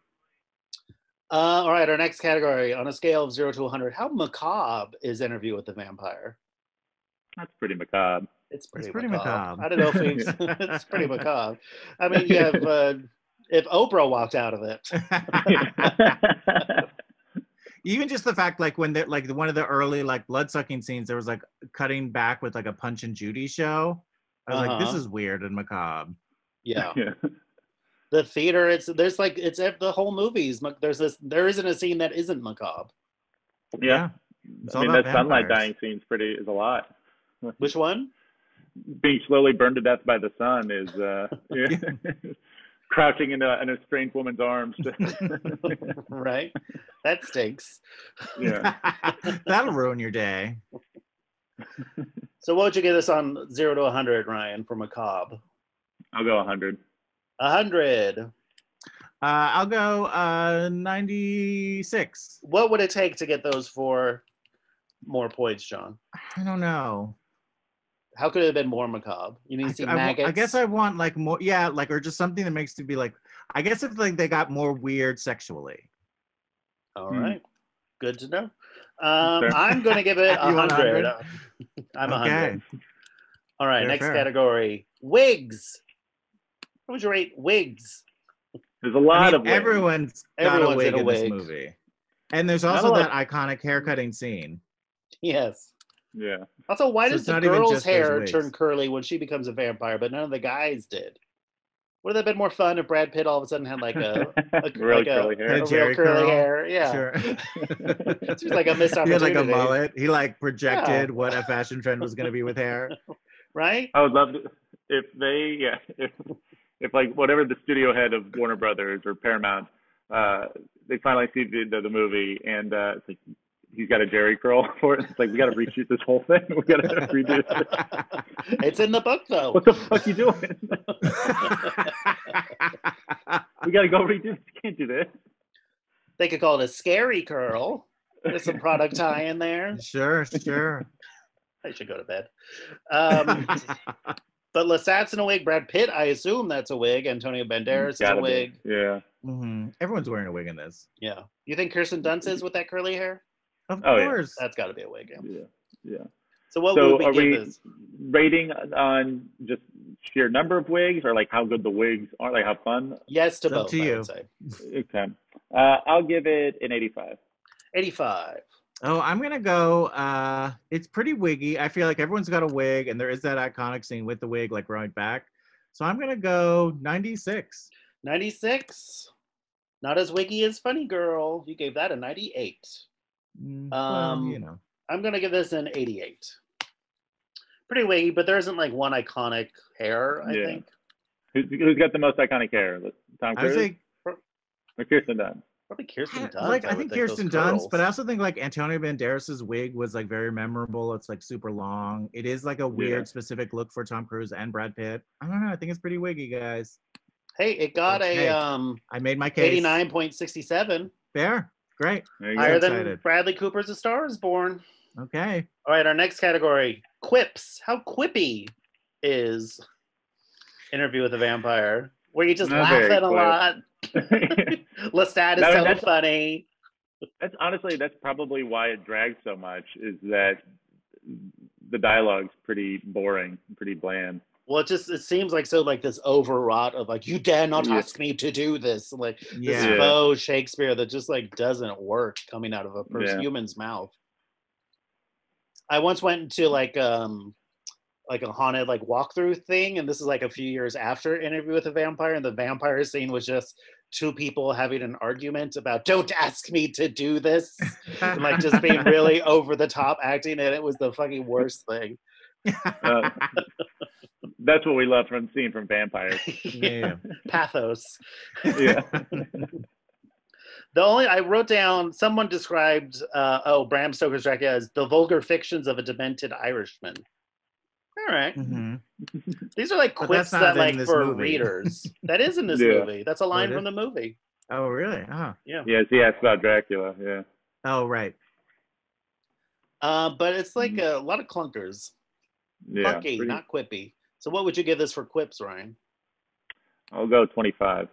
[SPEAKER 5] Uh, all right, our next category on a scale of zero to 100, how macabre is Interview with the Vampire?
[SPEAKER 6] That's pretty macabre.
[SPEAKER 5] It's pretty,
[SPEAKER 4] pretty macabre.
[SPEAKER 5] I don't know if we've, it's pretty macabre. I mean, you have, uh, if Oprah walked out of it,
[SPEAKER 4] Even just the fact, like when they're like the- one of the early like blood sucking scenes, there was like cutting back with like a Punch and Judy show. I was like, this
[SPEAKER 5] Uh-huh.
[SPEAKER 4] is weird and macabre.
[SPEAKER 5] yeah.
[SPEAKER 6] yeah.
[SPEAKER 5] The theater, it's, there's like, it's ev- the whole movie's, mac- there's this, there isn't a scene that isn't macabre.
[SPEAKER 6] yeah.
[SPEAKER 4] It's
[SPEAKER 6] I
[SPEAKER 4] all
[SPEAKER 6] mean,
[SPEAKER 4] about
[SPEAKER 6] that sunlight
[SPEAKER 4] vampires.
[SPEAKER 6] dying scene's pretty is a lot.
[SPEAKER 5] Which one?
[SPEAKER 6] Being slowly burned to death by the sun is uh, yeah. crouching in a, in a strange woman's arms.
[SPEAKER 5] right? That stinks.
[SPEAKER 6] yeah.
[SPEAKER 4] That'll ruin your day.
[SPEAKER 5] So what would you give this on zero to 100, Ryan, for macabre?
[SPEAKER 6] I'll go 100.
[SPEAKER 5] 100.
[SPEAKER 4] Uh, I'll go uh, 96.
[SPEAKER 5] What would it take to get those four more points, John?
[SPEAKER 4] I don't know.
[SPEAKER 5] How could it have been more macabre? You need
[SPEAKER 4] I,
[SPEAKER 5] to see
[SPEAKER 4] I wa-
[SPEAKER 5] maggots.
[SPEAKER 4] I guess I want like more, yeah, like or just something that makes to be like. I guess if like they got more weird sexually.
[SPEAKER 5] All
[SPEAKER 6] Hmm.
[SPEAKER 5] right. Good to know. Um,
[SPEAKER 6] Fair.
[SPEAKER 5] I'm going to give it
[SPEAKER 4] You want
[SPEAKER 5] 100.
[SPEAKER 4] 100?
[SPEAKER 5] I'm
[SPEAKER 4] Okay.
[SPEAKER 5] 100. All right.
[SPEAKER 4] Fair,
[SPEAKER 5] next
[SPEAKER 4] fair.
[SPEAKER 5] category wigs. What would you rate wigs?
[SPEAKER 6] There's a lot
[SPEAKER 4] I mean,
[SPEAKER 6] of ways.
[SPEAKER 4] everyone's got
[SPEAKER 5] Everyone's
[SPEAKER 4] a
[SPEAKER 5] in
[SPEAKER 4] wig
[SPEAKER 5] a
[SPEAKER 4] in
[SPEAKER 5] wig.
[SPEAKER 4] this movie, and there's
[SPEAKER 6] Not a
[SPEAKER 4] also that
[SPEAKER 6] lot-
[SPEAKER 4] iconic haircutting scene.
[SPEAKER 5] Yes.
[SPEAKER 6] Yeah.
[SPEAKER 5] Also, why
[SPEAKER 4] So
[SPEAKER 5] does
[SPEAKER 4] it's
[SPEAKER 5] the
[SPEAKER 4] not even
[SPEAKER 5] girl's
[SPEAKER 4] just those
[SPEAKER 5] hair
[SPEAKER 4] wigs.
[SPEAKER 5] turn curly when she becomes a vampire, but none of the guys did? Would it have been more fun if Brad Pitt all of a sudden had like a, a
[SPEAKER 6] really
[SPEAKER 5] like a-
[SPEAKER 6] curly
[SPEAKER 5] a
[SPEAKER 6] hair.
[SPEAKER 5] real
[SPEAKER 4] Jerry
[SPEAKER 5] curly
[SPEAKER 4] curl?
[SPEAKER 5] hair? Yeah.
[SPEAKER 4] Sure.
[SPEAKER 5] It's just like a missed
[SPEAKER 4] he had
[SPEAKER 5] opportunity.
[SPEAKER 4] like a mullet. He like projected what a fashion trend was going to be with hair.
[SPEAKER 5] Right?
[SPEAKER 6] I would love to, if they, yeah, if, if like whatever the studio head of Warner Brothers or Paramount, uh, they finally see the, the, the movie and uh, it's like he's got a Jerry curl for it. It's like we got to reshoot this whole thing. We got to redo it.
[SPEAKER 5] it's in the book though.
[SPEAKER 6] What the fuck you doing? we got to go redo this. You can't do this.
[SPEAKER 5] They could call it a scary curl. There's some product tie in there.
[SPEAKER 4] sure, sure.
[SPEAKER 5] I should go to bed. Um, but LaSat's in a wig. Brad Pitt, I assume that's a wig. Antonio Banderas is
[SPEAKER 6] Gotta
[SPEAKER 5] a
[SPEAKER 6] be.
[SPEAKER 5] wig.
[SPEAKER 6] Yeah.
[SPEAKER 4] Mhm. Everyone's wearing a wig in this.
[SPEAKER 5] Yeah. You think Kirsten Dunst is with that curly hair?
[SPEAKER 4] Of
[SPEAKER 6] Oh, yeah.
[SPEAKER 4] course.
[SPEAKER 5] That's got to be a wig. Yeah.
[SPEAKER 6] Yeah. Yeah.
[SPEAKER 5] So what
[SPEAKER 6] so
[SPEAKER 5] would
[SPEAKER 6] are
[SPEAKER 5] we
[SPEAKER 6] we
[SPEAKER 5] give this?
[SPEAKER 6] rating on just sheer number of wigs or like how good the wigs are, like how fun?
[SPEAKER 5] Yes to
[SPEAKER 4] It's up
[SPEAKER 5] both.
[SPEAKER 4] to
[SPEAKER 5] I
[SPEAKER 4] you.
[SPEAKER 5] would say.
[SPEAKER 6] Okay. Uh, I'll give it an 85.
[SPEAKER 5] 85.
[SPEAKER 4] Oh, I'm gonna go. Uh, it's pretty wiggy. I feel like everyone's got a wig, and there is that iconic scene with the wig, like right back. So I'm gonna go 96.
[SPEAKER 5] 96. Not as wiggy as Funny Girl. You gave that a 98.
[SPEAKER 4] Mm, well, you
[SPEAKER 5] Um,
[SPEAKER 4] know,
[SPEAKER 5] I'm going to give this an 88. Pretty wiggy, but there isn't like one iconic hair, I
[SPEAKER 6] Yeah.
[SPEAKER 5] think.
[SPEAKER 6] Who's, who's got the most iconic hair? Tom
[SPEAKER 4] I would
[SPEAKER 6] Cruise
[SPEAKER 4] say
[SPEAKER 6] or Kirsten Dunst?
[SPEAKER 5] Probably Kirsten
[SPEAKER 4] I-
[SPEAKER 5] Dunst.
[SPEAKER 4] like I
[SPEAKER 5] would
[SPEAKER 4] think
[SPEAKER 5] those
[SPEAKER 4] Kirsten Dunst, but I
[SPEAKER 5] curls.
[SPEAKER 4] also think like Antonio Banderas's wig was like very memorable. It's like super long. It is like a weird specific look for Tom Cruise and Brad Pitt. I don't know. I think it's pretty wiggy, guys.
[SPEAKER 5] hey, it got
[SPEAKER 4] Okay.
[SPEAKER 5] a um
[SPEAKER 4] I made my case.
[SPEAKER 5] 89.67,
[SPEAKER 4] Fair. Great.
[SPEAKER 6] There you go.
[SPEAKER 5] higher than
[SPEAKER 4] excited.
[SPEAKER 5] Bradley Cooper's A Star Is Born.
[SPEAKER 4] Okay.
[SPEAKER 5] All right, our next category: quips. How quippy is Interview with a Vampire? Where you just
[SPEAKER 6] Not
[SPEAKER 5] laugh
[SPEAKER 6] very
[SPEAKER 5] at a
[SPEAKER 6] quip.
[SPEAKER 5] lot. Lestat is
[SPEAKER 6] No,
[SPEAKER 5] so
[SPEAKER 6] that's-
[SPEAKER 5] funny.
[SPEAKER 6] that's honestly that's probably why it drags so much is that the dialogue's pretty boring, pretty bland.
[SPEAKER 5] Well, it just it seems like so like this overwrought of like you dare not
[SPEAKER 6] Yeah.
[SPEAKER 5] ask me to do this like this
[SPEAKER 4] Yeah.
[SPEAKER 6] Yeah.
[SPEAKER 5] faux Shakespeare that just like doesn't work coming out of a pers-
[SPEAKER 6] Yeah.
[SPEAKER 5] human's mouth. I once went into like um like a haunted like walkthrough thing, and this is like a few years after Interview with a Vampire, and the vampire scene was just two people having an argument about don't ask me to do this, and like just being really over the top acting, and it was the fucking worst thing.
[SPEAKER 6] Uh, that's what we love from seeing from vampires.
[SPEAKER 4] yeah.
[SPEAKER 5] Pathos.
[SPEAKER 6] Yeah.
[SPEAKER 5] The only I wrote down someone described uh, oh Bram Stoker's Dracula as the vulgar fictions of a demented Irishman. All right,
[SPEAKER 4] Mhm.
[SPEAKER 5] these are like
[SPEAKER 4] But
[SPEAKER 5] quips
[SPEAKER 4] that's not
[SPEAKER 5] that
[SPEAKER 4] in
[SPEAKER 5] like
[SPEAKER 4] this
[SPEAKER 5] for
[SPEAKER 4] movie.
[SPEAKER 5] readers. That is in this
[SPEAKER 6] Yeah.
[SPEAKER 5] movie. That's a line
[SPEAKER 4] it
[SPEAKER 5] from the movie.
[SPEAKER 4] Oh really? Oh.
[SPEAKER 5] Yeah,
[SPEAKER 6] yes, he asked about Dracula. Yeah.
[SPEAKER 4] Oh right. Mm-hmm.
[SPEAKER 5] Uh, but it's like a lot of clunkers.
[SPEAKER 6] Yeah,
[SPEAKER 5] Punky,
[SPEAKER 6] pretty-
[SPEAKER 5] not quippy. So what would you give this for quips, Ryan?
[SPEAKER 6] I'll go 25.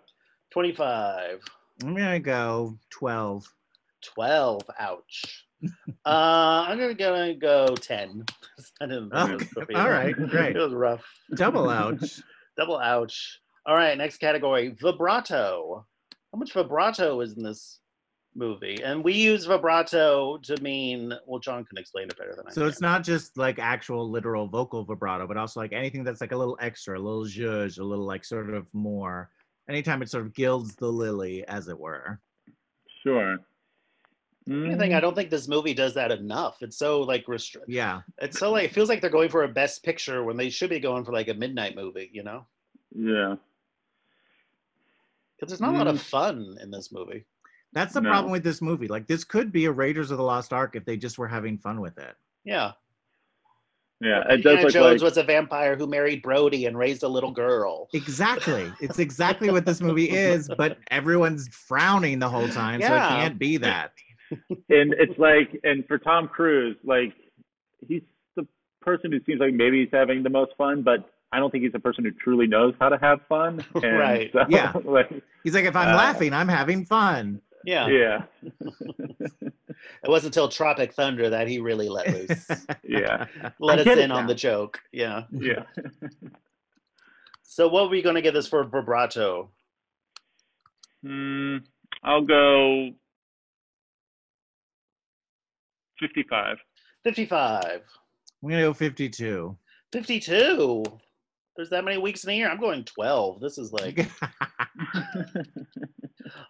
[SPEAKER 5] 25.
[SPEAKER 4] I'm gonna go 12.
[SPEAKER 5] 12. Ouch. uh, I'm going to go and go 10. I didn't think it was
[SPEAKER 4] Okay,
[SPEAKER 5] appropriate.
[SPEAKER 4] all right, great.
[SPEAKER 5] It was rough.
[SPEAKER 4] Double ouch.
[SPEAKER 5] Double ouch. All right, next category vibrato. How much vibrato is in this movie? And we use vibrato to mean, well, John can explain it better than I
[SPEAKER 4] So
[SPEAKER 5] can.
[SPEAKER 4] it's not just like actual literal vocal vibrato, but also like anything that's like a little extra, a little zhuzh, a little like sort of more. Anytime it sort of gilds the lily, as it were.
[SPEAKER 6] Sure.
[SPEAKER 5] Anything, I don't think this movie does that enough. It's so like restricted.
[SPEAKER 4] Yeah.
[SPEAKER 5] It's so like it feels like they're going for a best picture when they should be going for like a midnight movie, you know?
[SPEAKER 6] Yeah.
[SPEAKER 5] Because there's not a lot
[SPEAKER 4] Mm.
[SPEAKER 5] of fun in this movie.
[SPEAKER 4] That's the
[SPEAKER 6] No.
[SPEAKER 4] problem with this movie. Like this could be a Raiders of the Lost Ark if they just were having fun with it.
[SPEAKER 5] Yeah.
[SPEAKER 6] Yeah. It does
[SPEAKER 5] Indiana
[SPEAKER 6] look
[SPEAKER 5] Jones
[SPEAKER 6] like,
[SPEAKER 5] was a vampire who married Brody and raised a little girl.
[SPEAKER 4] Exactly. It's exactly what this movie is, but everyone's frowning the whole time, so it
[SPEAKER 5] Yeah.
[SPEAKER 4] can't be that.
[SPEAKER 6] and it's like, and for Tom Cruise, like, he's the person who seems like maybe he's having the most fun, but I don't think he's the person who truly knows how to have fun. And
[SPEAKER 5] Right.
[SPEAKER 6] So,
[SPEAKER 4] Yeah.
[SPEAKER 6] Like,
[SPEAKER 4] He's like, if I'm
[SPEAKER 6] Uh,
[SPEAKER 4] laughing, I'm having fun.
[SPEAKER 5] Yeah.
[SPEAKER 6] yeah.
[SPEAKER 5] It wasn't until Tropic Thunder that he really let loose.
[SPEAKER 6] Yeah.
[SPEAKER 5] let
[SPEAKER 4] I
[SPEAKER 5] us
[SPEAKER 4] get it
[SPEAKER 5] in on
[SPEAKER 4] now.
[SPEAKER 5] the joke. Yeah.
[SPEAKER 6] Yeah.
[SPEAKER 5] So what were you going to get this for vibrato?
[SPEAKER 6] Mm, I'll go 55.
[SPEAKER 5] 55.
[SPEAKER 4] I'm gonna go 52.
[SPEAKER 5] 52. There's that many weeks in a year. I'm going 12. This is like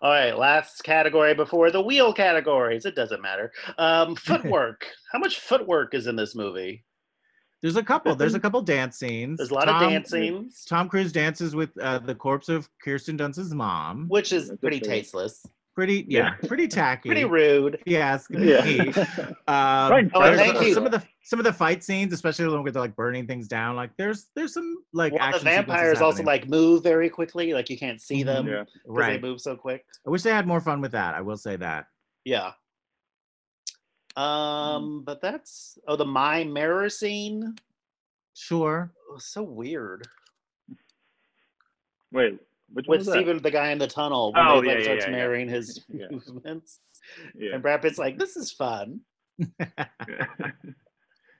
[SPEAKER 5] All right, last category before the wheel categories. It doesn't matter. Um, footwork. How much footwork is in this movie?
[SPEAKER 4] There's a couple. There's a couple dance scenes.
[SPEAKER 5] There's a lot of
[SPEAKER 4] Tom-
[SPEAKER 5] dancing,
[SPEAKER 4] Tom Cruise dances with uh, the corpse of Kirsten Dunst's mom.
[SPEAKER 5] which is
[SPEAKER 6] That's
[SPEAKER 5] pretty
[SPEAKER 6] okay.
[SPEAKER 5] tasteless,
[SPEAKER 4] Pretty, yeah, pretty tacky.
[SPEAKER 5] pretty rude.
[SPEAKER 4] If you ask me.
[SPEAKER 6] Yeah.
[SPEAKER 4] Um,
[SPEAKER 6] Right in
[SPEAKER 5] Oh,
[SPEAKER 6] front
[SPEAKER 4] there's
[SPEAKER 6] of
[SPEAKER 5] thank
[SPEAKER 6] us.
[SPEAKER 5] you.
[SPEAKER 4] Some of the some of the fight scenes, especially when they're like burning things down, like there's there's some like
[SPEAKER 5] Well, the
[SPEAKER 4] action sequences
[SPEAKER 5] vampires also
[SPEAKER 4] happening.
[SPEAKER 5] like
[SPEAKER 4] Mm-hmm.
[SPEAKER 5] move very quickly, like you can't see them
[SPEAKER 6] Yeah.
[SPEAKER 5] because
[SPEAKER 4] right.
[SPEAKER 5] they move so quick.
[SPEAKER 4] I wish they had more fun with that. I will say that.
[SPEAKER 5] Yeah.
[SPEAKER 6] Mm.
[SPEAKER 5] Um, but that's oh the my mirror scene.
[SPEAKER 4] Sure.
[SPEAKER 5] Oh, so weird.
[SPEAKER 6] Wait, which one
[SPEAKER 5] With
[SPEAKER 6] was that?
[SPEAKER 5] Steven, the guy in the tunnel, when
[SPEAKER 6] Oh,
[SPEAKER 5] they, like,
[SPEAKER 6] yeah, yeah,
[SPEAKER 5] starts
[SPEAKER 6] yeah, yeah.
[SPEAKER 5] mirroring his
[SPEAKER 6] Yeah.
[SPEAKER 5] movements,
[SPEAKER 6] Yeah.
[SPEAKER 5] and Brad Pitt's like, "This is fun."
[SPEAKER 6] Yeah.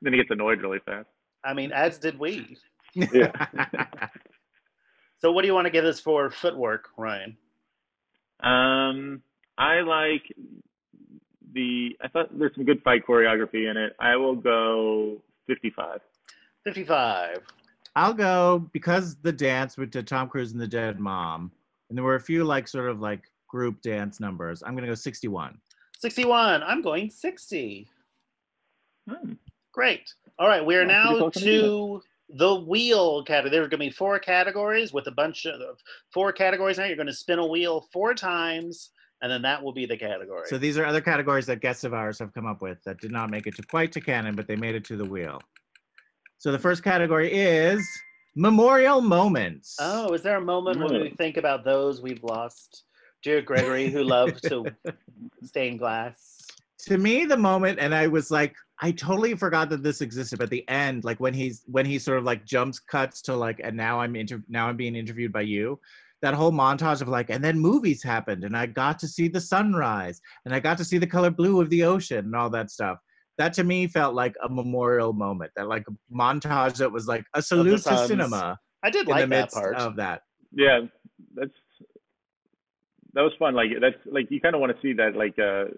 [SPEAKER 6] then he gets annoyed really fast.
[SPEAKER 5] I mean, as did we.
[SPEAKER 6] Yeah.
[SPEAKER 5] So, what do you want to give us for footwork, Ryan?
[SPEAKER 6] Um, I like the. I thought there's some good fight choreography in it. I will go 55.
[SPEAKER 5] 55.
[SPEAKER 4] I'll go because the dance with the Tom Cruise and the dead mom, and there were a few like sort of like group dance numbers. I'm gonna go 61.
[SPEAKER 5] 61. I'm going 60.
[SPEAKER 6] Hmm.
[SPEAKER 5] Great. All right, we are
[SPEAKER 6] Oh, pretty
[SPEAKER 5] now
[SPEAKER 6] close on the
[SPEAKER 5] to the wheel category. There's going to be four categories with a bunch of four categories. Now you're going to spin a wheel four times, and then that will be the category.
[SPEAKER 4] So these are other categories that guests of ours have come up with that did not make it to quite to canon, but they made it to the wheel. So the first category is memorial moments.
[SPEAKER 5] oh, is there a moment when we
[SPEAKER 6] Hmm.
[SPEAKER 5] think about those we've lost? Dear Gregory, who loved to stained glass.
[SPEAKER 4] to me the moment and i was like i totally forgot that this existed but at the end like when he's when he sort of like jumps cuts to like and now i'm inter- now i'm being interviewed by you that whole montage of like and then movies happened and i got to see the sunrise and i got to see the color blue of the ocean and all that stuff that to me felt like a memorial moment that like a montage that was like a salute to
[SPEAKER 5] suns.
[SPEAKER 4] cinema
[SPEAKER 5] I did
[SPEAKER 4] in
[SPEAKER 5] like
[SPEAKER 4] the
[SPEAKER 5] that
[SPEAKER 4] midst
[SPEAKER 5] part.
[SPEAKER 4] of that
[SPEAKER 6] Yeah, that's that was fun. Like that's like you kind of want to see that like uh,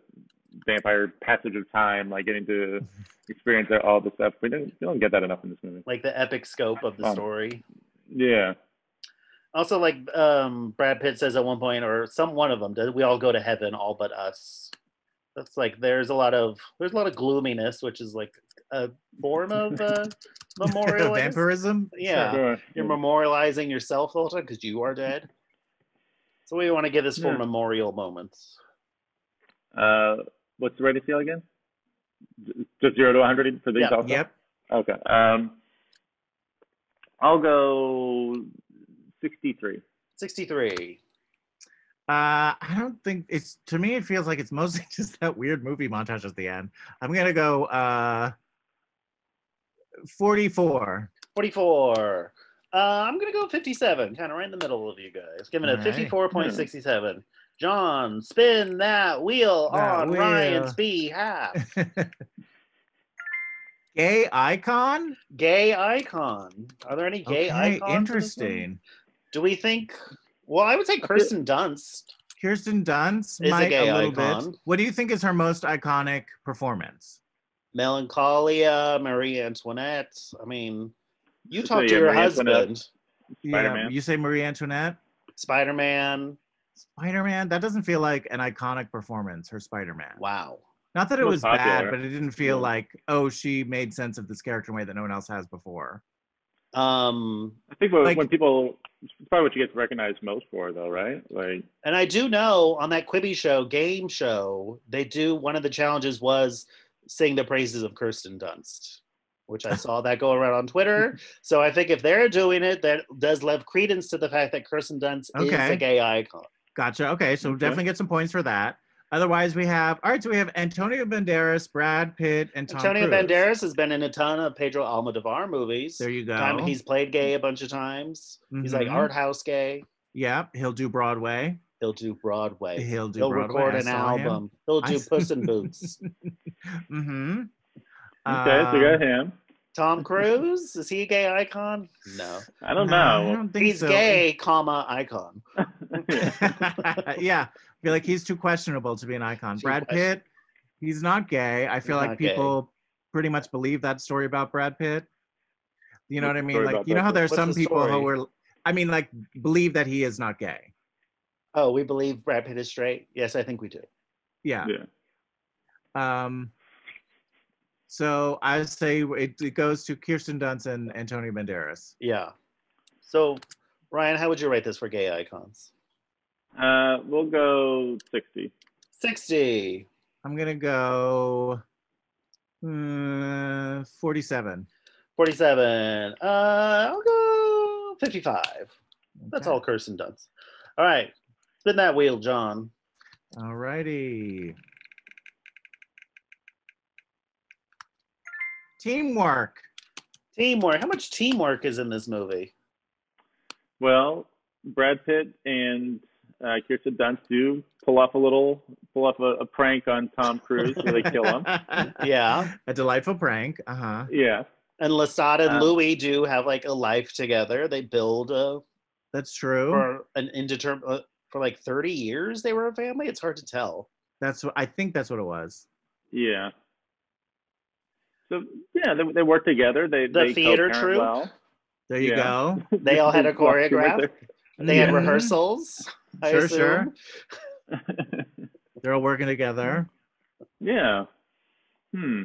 [SPEAKER 6] vampire passage of time, like getting to experience all the stuff. We don't you don't get that enough in this movie.
[SPEAKER 5] like the epic scope of
[SPEAKER 4] Oh.
[SPEAKER 5] the
[SPEAKER 6] Fun.
[SPEAKER 5] story.
[SPEAKER 6] Yeah.
[SPEAKER 5] Also, like um, Brad Pitt says at one point, or some one of them, does we all go to heaven, all but us? That's like there's a lot of there's a lot of gloominess, which is like a form of uh, memorial. I guess.
[SPEAKER 4] vampirism
[SPEAKER 5] Yeah,
[SPEAKER 6] Sure.
[SPEAKER 5] you're memorializing yourself the whole time because you are dead. So we want to give this for
[SPEAKER 6] Yeah.
[SPEAKER 5] memorial moments.
[SPEAKER 6] Uh, what's the rating scale again? J- Just zero to 100 for these
[SPEAKER 5] Yeah.
[SPEAKER 6] also?
[SPEAKER 4] yep
[SPEAKER 6] Okay. Um, I'll go 63.
[SPEAKER 5] Sixty-three.
[SPEAKER 4] Uh, I don't think it's to me. It feels like it's mostly just that weird movie montage at the end. I'm gonna go uh, 44.
[SPEAKER 5] 44. Uh, I'm going to go 57, kind of right in the middle of you guys. Giving it
[SPEAKER 4] All
[SPEAKER 5] a
[SPEAKER 4] right. Hmm.
[SPEAKER 5] 54.67. John, spin that wheel
[SPEAKER 4] That
[SPEAKER 5] on
[SPEAKER 4] wheel.
[SPEAKER 5] Ryan's behalf.
[SPEAKER 4] Gay icon?
[SPEAKER 5] gay icon. Are there any gay icons? in this one?
[SPEAKER 4] interesting.
[SPEAKER 5] Do we think? Well, I would say Kirsten Dunst.
[SPEAKER 4] Kirsten Dunst
[SPEAKER 5] Is a
[SPEAKER 4] might a,
[SPEAKER 5] gay
[SPEAKER 4] little
[SPEAKER 5] icon.
[SPEAKER 4] bit. What do you think is her most iconic performance?
[SPEAKER 5] Melancholia, Marie Antoinette. I mean, you
[SPEAKER 6] Let's
[SPEAKER 5] talk
[SPEAKER 6] say,
[SPEAKER 5] to
[SPEAKER 6] yeah,
[SPEAKER 5] your
[SPEAKER 6] Marie Antoinette.
[SPEAKER 5] husband,
[SPEAKER 6] Spider-Man.
[SPEAKER 4] you say Marie Antoinette?
[SPEAKER 5] Spider Man.
[SPEAKER 4] Spider Man? That doesn't feel like an iconic performance, her Spider Man.
[SPEAKER 5] Wow.
[SPEAKER 4] Not that it
[SPEAKER 6] It was
[SPEAKER 4] was bad,
[SPEAKER 6] popular.
[SPEAKER 4] but it didn't feel
[SPEAKER 6] Yeah.
[SPEAKER 4] like, oh, she made sense of this character in a way that no one else has before.
[SPEAKER 5] Um,
[SPEAKER 6] I think what,
[SPEAKER 4] Like-
[SPEAKER 6] when people, it's probably what you get recognized most for, though, right? Like,
[SPEAKER 5] and I do know on that Quibi show, game show, they do one of the challenges was sing the praises of Kirsten Dunst, which I saw that go around on Twitter. So I think if they're doing it, that does lend credence to the fact that Kirsten Dunst is
[SPEAKER 4] Okay.
[SPEAKER 5] a gay icon.
[SPEAKER 4] Gotcha. Okay, so
[SPEAKER 6] Okay.
[SPEAKER 4] definitely get some points for that. Otherwise, we have all right. So we have Antonio Banderas, Brad Pitt, and Tom
[SPEAKER 5] Antonio
[SPEAKER 4] Cruise.
[SPEAKER 5] Banderas has been in a ton of Pedro Almodovar movies.
[SPEAKER 4] There you go.
[SPEAKER 5] Time- He's played gay a bunch of times. He's like
[SPEAKER 4] Mhm.
[SPEAKER 5] art house gay.
[SPEAKER 4] yeah, he'll do Broadway.
[SPEAKER 5] He'll do Broadway. He'll,
[SPEAKER 4] He'll do Broadway.
[SPEAKER 5] record
[SPEAKER 4] I
[SPEAKER 5] an
[SPEAKER 4] saw him.
[SPEAKER 5] album. He'll
[SPEAKER 4] I
[SPEAKER 5] do
[SPEAKER 4] s-
[SPEAKER 5] Puss in Boots.
[SPEAKER 4] mm-hmm.
[SPEAKER 6] okay, so you got him.
[SPEAKER 5] Tom Cruise is he a gay icon? No,
[SPEAKER 6] I don't
[SPEAKER 4] I
[SPEAKER 6] know.
[SPEAKER 4] don't think
[SPEAKER 5] he's
[SPEAKER 4] so.
[SPEAKER 5] gay, comma icon.
[SPEAKER 6] Yeah.
[SPEAKER 4] yeah, I feel like he's too questionable to be an icon.
[SPEAKER 5] Too
[SPEAKER 4] Brad Pitt, he's not gay. I feel
[SPEAKER 5] He's
[SPEAKER 4] like
[SPEAKER 5] not gay.
[SPEAKER 4] people pretty much believe that story about Brad Pitt. You know
[SPEAKER 6] What's
[SPEAKER 4] what I
[SPEAKER 6] the
[SPEAKER 4] mean?
[SPEAKER 6] story
[SPEAKER 4] Like,
[SPEAKER 6] about
[SPEAKER 4] you know
[SPEAKER 6] Brad
[SPEAKER 4] how
[SPEAKER 6] Pitt?
[SPEAKER 4] there are
[SPEAKER 5] What's
[SPEAKER 4] some
[SPEAKER 5] the
[SPEAKER 4] people who
[SPEAKER 5] story?
[SPEAKER 4] were, I mean, like, believe that he is not gay.
[SPEAKER 5] Oh, we believe Brad Pitt is straight. Yes, I think we do.
[SPEAKER 4] Yeah.
[SPEAKER 6] Yeah.
[SPEAKER 4] Um, so I say it, it goes to Kirsten Dunst and Antonio Banderas.
[SPEAKER 5] Yeah. So, Ryan, how would you rate this for gay icons?
[SPEAKER 6] Uh, we'll go 60.
[SPEAKER 5] Sixty.
[SPEAKER 4] I'm gonna go uh, 47.
[SPEAKER 5] 47. Uh, I'll go 55. That's
[SPEAKER 4] Okay.
[SPEAKER 5] all Kirsten does. All right. Spin that wheel, John.
[SPEAKER 4] All righty. Teamwork.
[SPEAKER 5] Teamwork. How much teamwork is in this movie?
[SPEAKER 6] Well, Brad Pitt and uh, Kirsten Dunst do pull off a little, pull off a, a prank on Tom Cruise where they kill him.
[SPEAKER 5] Yeah.
[SPEAKER 4] A delightful prank. Uh huh.
[SPEAKER 6] Yeah.
[SPEAKER 5] And Lasada and
[SPEAKER 6] Um,
[SPEAKER 5] Louis do have like a life together. They build a,
[SPEAKER 4] That's true.
[SPEAKER 5] for an indeterminate, uh, for like 30 years they were a family. It's hard to tell.
[SPEAKER 4] That's what I think. That's what it was.
[SPEAKER 6] Yeah. So yeah, they, they work together. They
[SPEAKER 5] The
[SPEAKER 6] they
[SPEAKER 5] theater
[SPEAKER 6] co-parent
[SPEAKER 5] troupe?
[SPEAKER 6] well.
[SPEAKER 4] There you
[SPEAKER 6] Yeah.
[SPEAKER 4] go.
[SPEAKER 5] They all had a
[SPEAKER 6] Walk through
[SPEAKER 5] choreograph?
[SPEAKER 6] with
[SPEAKER 5] They had
[SPEAKER 4] Mhm.
[SPEAKER 5] rehearsals. I
[SPEAKER 4] Sure,
[SPEAKER 5] assume.
[SPEAKER 4] sure.
[SPEAKER 6] their-
[SPEAKER 4] They're all working together.
[SPEAKER 6] yeah. Hmm.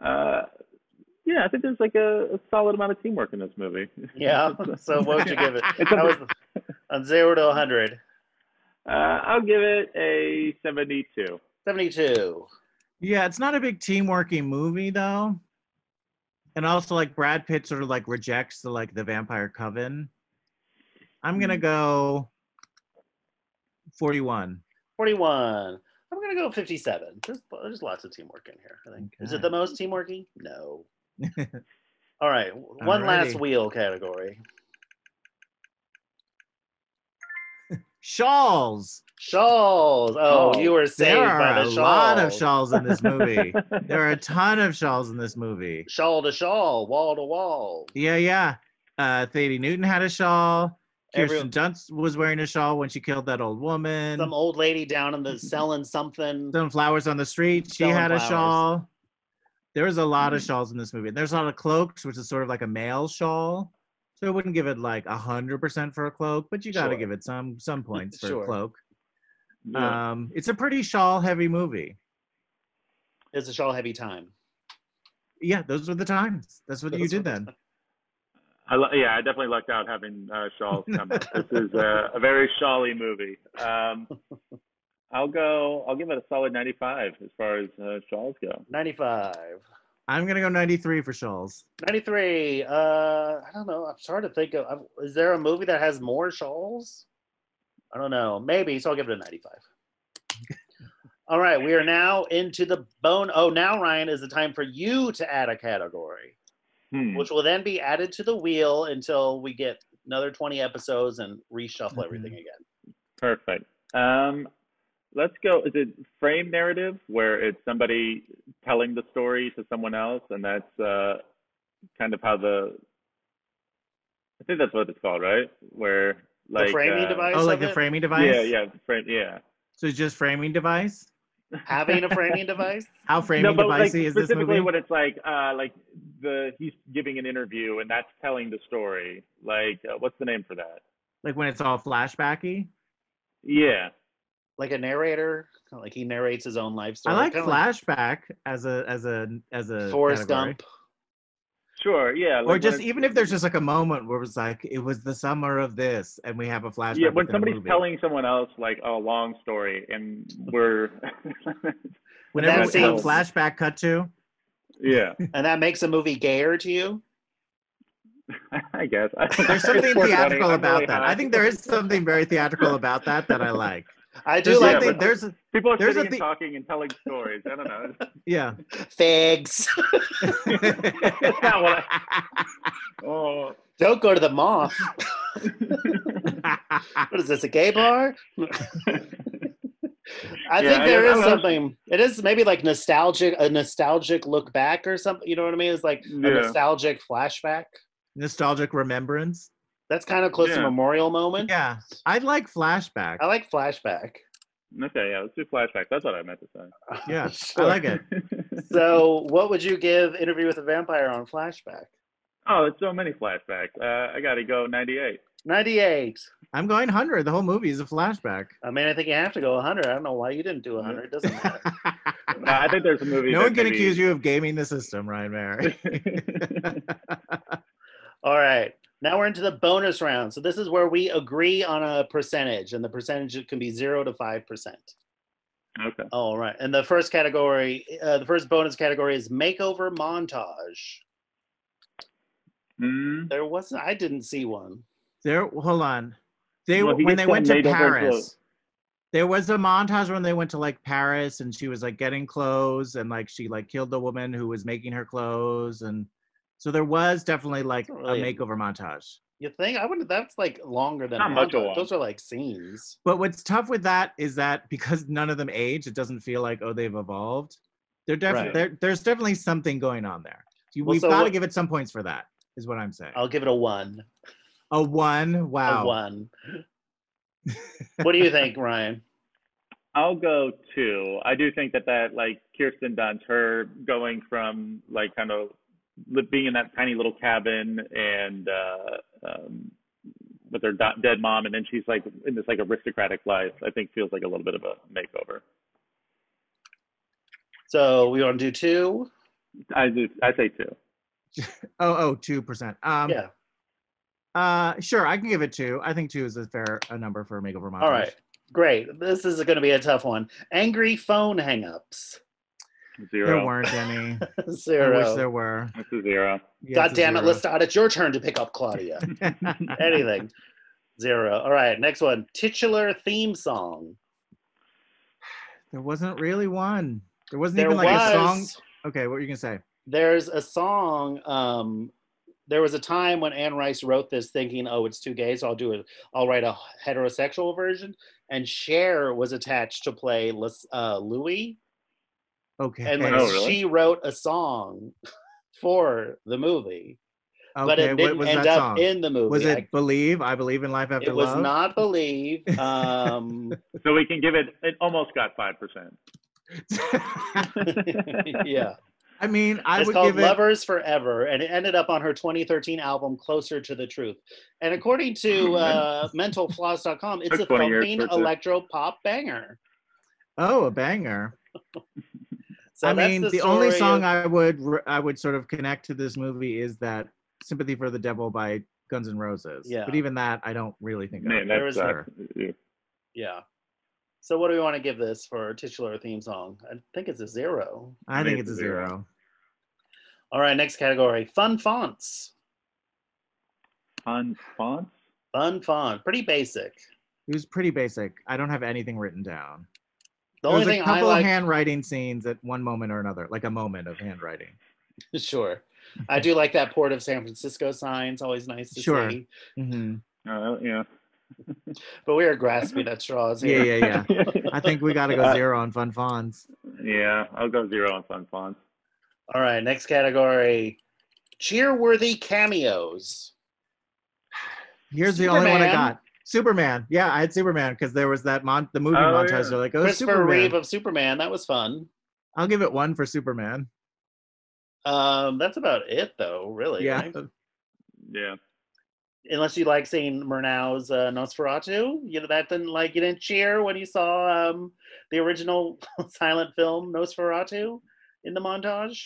[SPEAKER 6] Uh, yeah, I think there's like a, a solid amount of teamwork in this movie.
[SPEAKER 5] Yeah. So what would you give it?
[SPEAKER 6] It's a-
[SPEAKER 5] That was on zero to 100.
[SPEAKER 6] Uh, I'll give it a 72.
[SPEAKER 5] 72.
[SPEAKER 4] Yeah, it's not a big teamworky movie though. And also like Brad Pitt sort of like rejects the like the vampire coven. I'm
[SPEAKER 6] Hmm.
[SPEAKER 4] gonna go 41.
[SPEAKER 5] 41. I'm gonna go 57. There's there's lots of teamwork in here. I think. Is it
[SPEAKER 4] Okay.
[SPEAKER 5] the most teamworky? No. All right. w- One last
[SPEAKER 4] Alrighty.
[SPEAKER 5] wheel category.
[SPEAKER 4] Shawls.
[SPEAKER 5] Shawls. Oh,
[SPEAKER 6] Oh,
[SPEAKER 5] you were saved
[SPEAKER 4] There are
[SPEAKER 5] by
[SPEAKER 4] a
[SPEAKER 5] the shawl.
[SPEAKER 4] lot of shawls in this movie. there are a ton of shawls in this movie.
[SPEAKER 5] Shawl to shawl, wall to wall.
[SPEAKER 4] Yeah, yeah. Uh Thady Newton had a shawl. Kirsten
[SPEAKER 5] Everyone-
[SPEAKER 4] Dunst was wearing a shawl when she killed that old woman.
[SPEAKER 5] Some old lady down in the selling something.
[SPEAKER 4] Some flowers on the street. She
[SPEAKER 5] Selling
[SPEAKER 4] had a
[SPEAKER 5] flowers. Mm-hmm.
[SPEAKER 4] shawl. There was a lot of
[SPEAKER 6] Mhm.
[SPEAKER 4] shawls in this movie. There's a lot of cloaks, which is sort of like a male shawl. So I wouldn't give it like a hundred percent for a cloak, but you got to
[SPEAKER 5] Sure.
[SPEAKER 4] give it some some points for
[SPEAKER 5] Sure.
[SPEAKER 4] a cloak.
[SPEAKER 6] Yeah.
[SPEAKER 4] Um, it's a pretty shawl-heavy movie.
[SPEAKER 5] It's a shawl heavy time.
[SPEAKER 4] Yeah, those were the times. That's what you
[SPEAKER 5] Those were
[SPEAKER 4] did
[SPEAKER 5] the
[SPEAKER 4] then.
[SPEAKER 6] I lu- yeah, I definitely lucked out having uh, shawls come up. This is uh, a very shawly movie. Um, I'll go. I'll give it a solid 95 as far as uh, shawls go.
[SPEAKER 5] 95.
[SPEAKER 4] I'm gonna go 93 for shawls.
[SPEAKER 5] 93. Uh, I don't know. I'm trying to think of. I'm- Is there a movie that has more shawls? I don't know. Maybe. So I'll give it a 95. All right. We are now into the bone. Oh, now, Ryan, is the time for you to add a category.
[SPEAKER 6] Hmm.
[SPEAKER 5] which will then be added to the wheel until we get another 20 episodes and reshuffle
[SPEAKER 4] Mhm.
[SPEAKER 5] everything again.
[SPEAKER 6] Perfect. Um, let's go. Is it frame narrative where it's somebody telling the story to someone else, and that's uh, kind of how the. I think that's what it's called, right? Where like
[SPEAKER 5] the framing
[SPEAKER 6] uh,
[SPEAKER 5] device.
[SPEAKER 4] Oh, like
[SPEAKER 5] of
[SPEAKER 4] the
[SPEAKER 5] it?
[SPEAKER 4] framing device?
[SPEAKER 6] Yeah, yeah, the frame, yeah.
[SPEAKER 4] So it's just framing device?
[SPEAKER 5] Having a framing device.
[SPEAKER 4] How
[SPEAKER 6] no,
[SPEAKER 4] framing
[SPEAKER 6] but like,
[SPEAKER 4] devicey is this
[SPEAKER 6] specifically
[SPEAKER 4] movie?
[SPEAKER 6] what it's like, uh, like the he's giving an interview and that's telling the story. Like, uh, what's the name for that?
[SPEAKER 4] like when it's all flashbacky?
[SPEAKER 6] Yeah.
[SPEAKER 5] Like a narrator. Kinda Like he narrates his own life
[SPEAKER 4] I
[SPEAKER 5] story.
[SPEAKER 4] like
[SPEAKER 5] Kinda
[SPEAKER 4] flashback as a as a as a
[SPEAKER 5] Forrest
[SPEAKER 4] category.
[SPEAKER 5] Gump.
[SPEAKER 6] Sure. Yeah. like
[SPEAKER 4] or
[SPEAKER 6] when
[SPEAKER 4] just
[SPEAKER 6] it's-
[SPEAKER 4] even if there's just like a moment where it's like it was the summer of this and we have a flashback
[SPEAKER 6] yeah, when
[SPEAKER 4] within a
[SPEAKER 6] somebody's
[SPEAKER 4] movie.
[SPEAKER 6] telling someone else like a long story and we're
[SPEAKER 4] whenever
[SPEAKER 5] that
[SPEAKER 4] it's called
[SPEAKER 5] seems-
[SPEAKER 4] flashback cut to
[SPEAKER 6] yeah,
[SPEAKER 5] And that makes a movie gayer to you.
[SPEAKER 6] I guess
[SPEAKER 4] there's
[SPEAKER 6] It's
[SPEAKER 4] something
[SPEAKER 6] 420,
[SPEAKER 4] theatrical
[SPEAKER 6] I'm
[SPEAKER 4] about
[SPEAKER 6] really
[SPEAKER 4] that i
[SPEAKER 6] high.
[SPEAKER 4] think there is something very theatrical about that that i like
[SPEAKER 5] I do
[SPEAKER 4] there's
[SPEAKER 5] like
[SPEAKER 4] something-
[SPEAKER 6] but-
[SPEAKER 5] the
[SPEAKER 4] there's a-
[SPEAKER 6] people are
[SPEAKER 4] there's a
[SPEAKER 6] sitting and
[SPEAKER 4] thi-
[SPEAKER 6] talking and telling stories. I don't know.
[SPEAKER 4] yeah
[SPEAKER 5] figs.
[SPEAKER 6] That's not what I, oh,
[SPEAKER 5] Don't go to the mall. What is this? A gay bar? I
[SPEAKER 6] Yeah,
[SPEAKER 5] think
[SPEAKER 6] I-
[SPEAKER 5] there
[SPEAKER 6] I
[SPEAKER 5] is
[SPEAKER 6] don't know.
[SPEAKER 5] something. It is maybe like nostalgic, a nostalgic look back or something. You know what I mean? It's like
[SPEAKER 6] Yeah.
[SPEAKER 5] a nostalgic flashback.
[SPEAKER 4] nostalgic remembrance
[SPEAKER 5] That's kind of close to
[SPEAKER 6] Yeah.
[SPEAKER 5] memorial moment.
[SPEAKER 4] yeah i like flashback
[SPEAKER 5] I like flashback.
[SPEAKER 6] okay, yeah, let's do flashback. That's what I meant to say.
[SPEAKER 4] yeah
[SPEAKER 5] Sure.
[SPEAKER 4] i like it
[SPEAKER 5] So, what would you give Interview with a Vampire on flashback?
[SPEAKER 6] oh, it's so many flashbacks. Uh, I gotta go 98.
[SPEAKER 5] Ninety-eight.
[SPEAKER 4] i'm going 100 the whole movie is a flashback
[SPEAKER 5] I mean, I think you have to go hundred. I don't know why you didn't do hundred. It doesn't matter.
[SPEAKER 6] Uh, I think there's a movie.
[SPEAKER 4] no
[SPEAKER 6] that
[SPEAKER 4] one can
[SPEAKER 6] maybe-
[SPEAKER 4] accuse you of gaming the system ryan Mary.
[SPEAKER 5] All right. Now we're into the bonus round. So this is where we agree on a percentage, and the percentage can be zero to five percent.
[SPEAKER 6] okay.
[SPEAKER 5] All right. And the first category, uh, the first bonus category is makeover montage.
[SPEAKER 6] Mm,
[SPEAKER 5] There wasn't. I didn't see one.
[SPEAKER 4] There, hold on. They
[SPEAKER 6] Well, he
[SPEAKER 4] when
[SPEAKER 6] gets
[SPEAKER 4] they
[SPEAKER 6] that
[SPEAKER 4] went to
[SPEAKER 6] made over
[SPEAKER 4] Paris.
[SPEAKER 6] clothes.
[SPEAKER 4] There was a montage when they went to like Paris, and she was like getting clothes, and like she like killed the woman who was making her clothes, and so there was definitely like
[SPEAKER 5] Not really
[SPEAKER 4] a
[SPEAKER 5] a-
[SPEAKER 4] makeover montage.
[SPEAKER 5] You think? I wouldn't. That's like longer than a
[SPEAKER 6] Not much of
[SPEAKER 5] montage.
[SPEAKER 6] one.
[SPEAKER 5] Those are like scenes.
[SPEAKER 4] But what's tough with that is that because none of them age, it doesn't feel like oh they've evolved. They're definitely
[SPEAKER 5] Right.
[SPEAKER 4] there. There's definitely something going on there. You-
[SPEAKER 5] Well,
[SPEAKER 4] We've
[SPEAKER 5] so
[SPEAKER 4] got to
[SPEAKER 5] what-
[SPEAKER 4] give it some points for that. Is what I'm saying.
[SPEAKER 5] I'll give it a one.
[SPEAKER 4] a one. Wow.
[SPEAKER 5] A one. what do you think, Ryan?
[SPEAKER 6] I'll go two. I do think that that like Kirsten Dunst, her going from like kind of li- being in that tiny little cabin and uh, um, with her do- dead mom, and then she's like in this like aristocratic life. I think feels like a little bit of a makeover.
[SPEAKER 5] So we want to do two.
[SPEAKER 6] I do. I say two.
[SPEAKER 4] Oh oh two percent. Um,
[SPEAKER 5] yeah.
[SPEAKER 4] Uh, sure, I can give it two. I think two is a fair a number for a makeover montage.
[SPEAKER 5] All right. Great. This is going to be a tough one. Angry phone hangups.
[SPEAKER 6] Zero.
[SPEAKER 4] There weren't any.
[SPEAKER 5] Zero.
[SPEAKER 4] I wish there were.
[SPEAKER 6] That's a zero.
[SPEAKER 4] Yeah,
[SPEAKER 5] God
[SPEAKER 4] it's a
[SPEAKER 5] damn it,
[SPEAKER 4] zero.
[SPEAKER 5] Lestat! It's your turn to pick up Claudia. Anything. Zero. All right. Next one. Titular theme song.
[SPEAKER 4] there wasn't really one. There wasn't
[SPEAKER 5] There
[SPEAKER 4] even like
[SPEAKER 5] was.
[SPEAKER 4] a song. Okay, what were you gonna say?
[SPEAKER 5] There's a song. Um, there was a time when Anne Rice wrote this, thinking, "Oh, it's too gay, so I'll do it. I'll write a heterosexual version." And Cher was attached to play Les, uh, Louis,
[SPEAKER 4] Okay.
[SPEAKER 5] and like
[SPEAKER 6] Oh, really?
[SPEAKER 5] she wrote a song for the movie,
[SPEAKER 4] okay,
[SPEAKER 5] but it
[SPEAKER 4] what
[SPEAKER 5] didn't
[SPEAKER 4] was
[SPEAKER 5] end
[SPEAKER 4] that
[SPEAKER 5] up
[SPEAKER 4] song?
[SPEAKER 5] in the movie.
[SPEAKER 4] was
[SPEAKER 5] I-
[SPEAKER 4] it Believe? I believe in life after
[SPEAKER 5] it was
[SPEAKER 4] love.
[SPEAKER 5] not believe. Um,
[SPEAKER 6] So we can give it. It almost got five percent.
[SPEAKER 5] yeah.
[SPEAKER 4] I mean, I
[SPEAKER 5] it's
[SPEAKER 4] would
[SPEAKER 5] called
[SPEAKER 4] give it.
[SPEAKER 5] Lovers Forever, and it ended up on her 2013 album Closer to the Truth. And according to uh, mentalfloss.com, it's
[SPEAKER 6] Took
[SPEAKER 5] a
[SPEAKER 6] 20 years
[SPEAKER 5] fucking
[SPEAKER 6] for it to-
[SPEAKER 5] electro pop banger.
[SPEAKER 4] Oh, a banger.
[SPEAKER 5] So
[SPEAKER 4] I
[SPEAKER 5] that's
[SPEAKER 4] mean, the,
[SPEAKER 5] the
[SPEAKER 4] only
[SPEAKER 5] story
[SPEAKER 4] song
[SPEAKER 5] of-
[SPEAKER 4] I would re- I would sort of connect to this movie is that "Sympathy for the Devil" by Guns N' Roses.
[SPEAKER 5] Yeah.
[SPEAKER 4] But even that, I don't really think.
[SPEAKER 6] Man,
[SPEAKER 5] There
[SPEAKER 6] that's
[SPEAKER 5] is
[SPEAKER 6] uh, yeah.
[SPEAKER 5] yeah. So what do we want to give this for titular theme song? I think it's a zero.
[SPEAKER 4] I
[SPEAKER 6] Maybe
[SPEAKER 4] think it's a
[SPEAKER 6] zero.
[SPEAKER 4] zero.
[SPEAKER 5] All right, next category: fun fonts.
[SPEAKER 6] fun fonts.
[SPEAKER 5] Fun font, pretty basic.
[SPEAKER 4] It was pretty basic. I don't have anything written down.
[SPEAKER 5] The
[SPEAKER 4] There
[SPEAKER 5] only
[SPEAKER 4] was
[SPEAKER 5] thing
[SPEAKER 4] a
[SPEAKER 5] I
[SPEAKER 4] couple of
[SPEAKER 5] like,
[SPEAKER 4] handwriting scenes at one moment or another, like a moment of handwriting.
[SPEAKER 5] sure. I do like that Port of San Francisco sign. It's always nice to
[SPEAKER 4] Sure.
[SPEAKER 5] see. Mm-hmm.
[SPEAKER 4] Mhm.
[SPEAKER 6] Uh, yeah.
[SPEAKER 5] But we are grasping at straws
[SPEAKER 4] Yeah,
[SPEAKER 5] here.
[SPEAKER 4] yeah, yeah. I think we got to go
[SPEAKER 6] Uh,
[SPEAKER 4] zero on Fun Fawns.
[SPEAKER 6] Yeah, I'll go zero on Fun Fawns.
[SPEAKER 5] All right, next category: cheerworthy cameos.
[SPEAKER 4] Here's the only one I
[SPEAKER 5] Superman.
[SPEAKER 4] got. Superman. Yeah, I had Superman because there was that mon- the movie
[SPEAKER 6] Oh,
[SPEAKER 4] montage.
[SPEAKER 6] yeah.
[SPEAKER 4] They're like, oh,
[SPEAKER 5] Christopher
[SPEAKER 4] Superman.
[SPEAKER 5] Reeve of Superman. That was fun.
[SPEAKER 4] I'll give it one for Superman.
[SPEAKER 5] Um, that's about it, though. Really.
[SPEAKER 4] yeah.
[SPEAKER 5] right?
[SPEAKER 6] Yeah.
[SPEAKER 5] Unless you like seeing Murnau's uh, Nosferatu, you know that didn't like you didn't cheer when you saw um, the original silent film Nosferatu in the montage.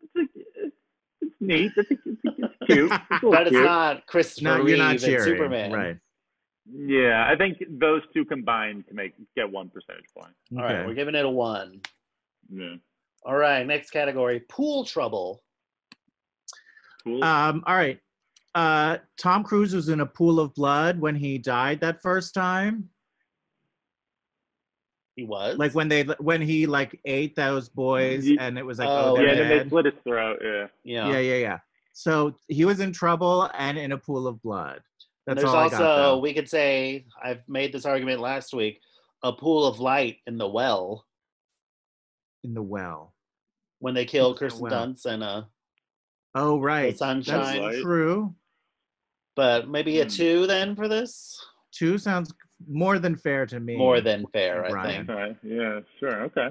[SPEAKER 6] It's, like, it's, it's neat. It's, it's, it's cute. It's a little
[SPEAKER 5] But it's
[SPEAKER 6] cute.
[SPEAKER 5] not Christopher
[SPEAKER 4] No,
[SPEAKER 5] Reeve
[SPEAKER 4] you're not
[SPEAKER 5] and
[SPEAKER 4] cheering.
[SPEAKER 5] Superman.
[SPEAKER 4] Right.
[SPEAKER 6] Yeah, I think those two combined to make get one percentage point.
[SPEAKER 5] All right,
[SPEAKER 4] Okay.
[SPEAKER 5] we're giving it a one.
[SPEAKER 6] Yeah.
[SPEAKER 5] All right, next category: pool trouble.
[SPEAKER 6] Cool.
[SPEAKER 4] Um, all right. Uh, Tom Cruise was in a pool of blood when he died that first time.
[SPEAKER 5] He was
[SPEAKER 4] Like when they when he like ate those boys
[SPEAKER 6] Ye-
[SPEAKER 4] and it was like,
[SPEAKER 5] oh,
[SPEAKER 4] oh,
[SPEAKER 6] yeah,
[SPEAKER 4] they're
[SPEAKER 6] and then they
[SPEAKER 4] dead.
[SPEAKER 6] slit his throat. Yeah.
[SPEAKER 5] yeah.
[SPEAKER 4] Yeah. yeah, yeah, So he was in trouble and in a pool of blood.
[SPEAKER 5] And
[SPEAKER 4] That's
[SPEAKER 5] There's
[SPEAKER 4] all I
[SPEAKER 5] also
[SPEAKER 4] got. though.
[SPEAKER 5] we could say I've made this argument last week: a pool of light in the well
[SPEAKER 4] in the well.
[SPEAKER 5] when they kill
[SPEAKER 4] It's the
[SPEAKER 5] Kirsten
[SPEAKER 4] well.
[SPEAKER 5] Dunst and uh,
[SPEAKER 4] Oh right,
[SPEAKER 5] sunshine.
[SPEAKER 4] That's true.
[SPEAKER 5] but maybe a
[SPEAKER 6] Hmm.
[SPEAKER 5] two then for this.
[SPEAKER 4] Two sounds more than fair to me.
[SPEAKER 5] More than fair, I
[SPEAKER 4] Brian.
[SPEAKER 5] think.
[SPEAKER 6] All right. Yeah. Sure. Okay.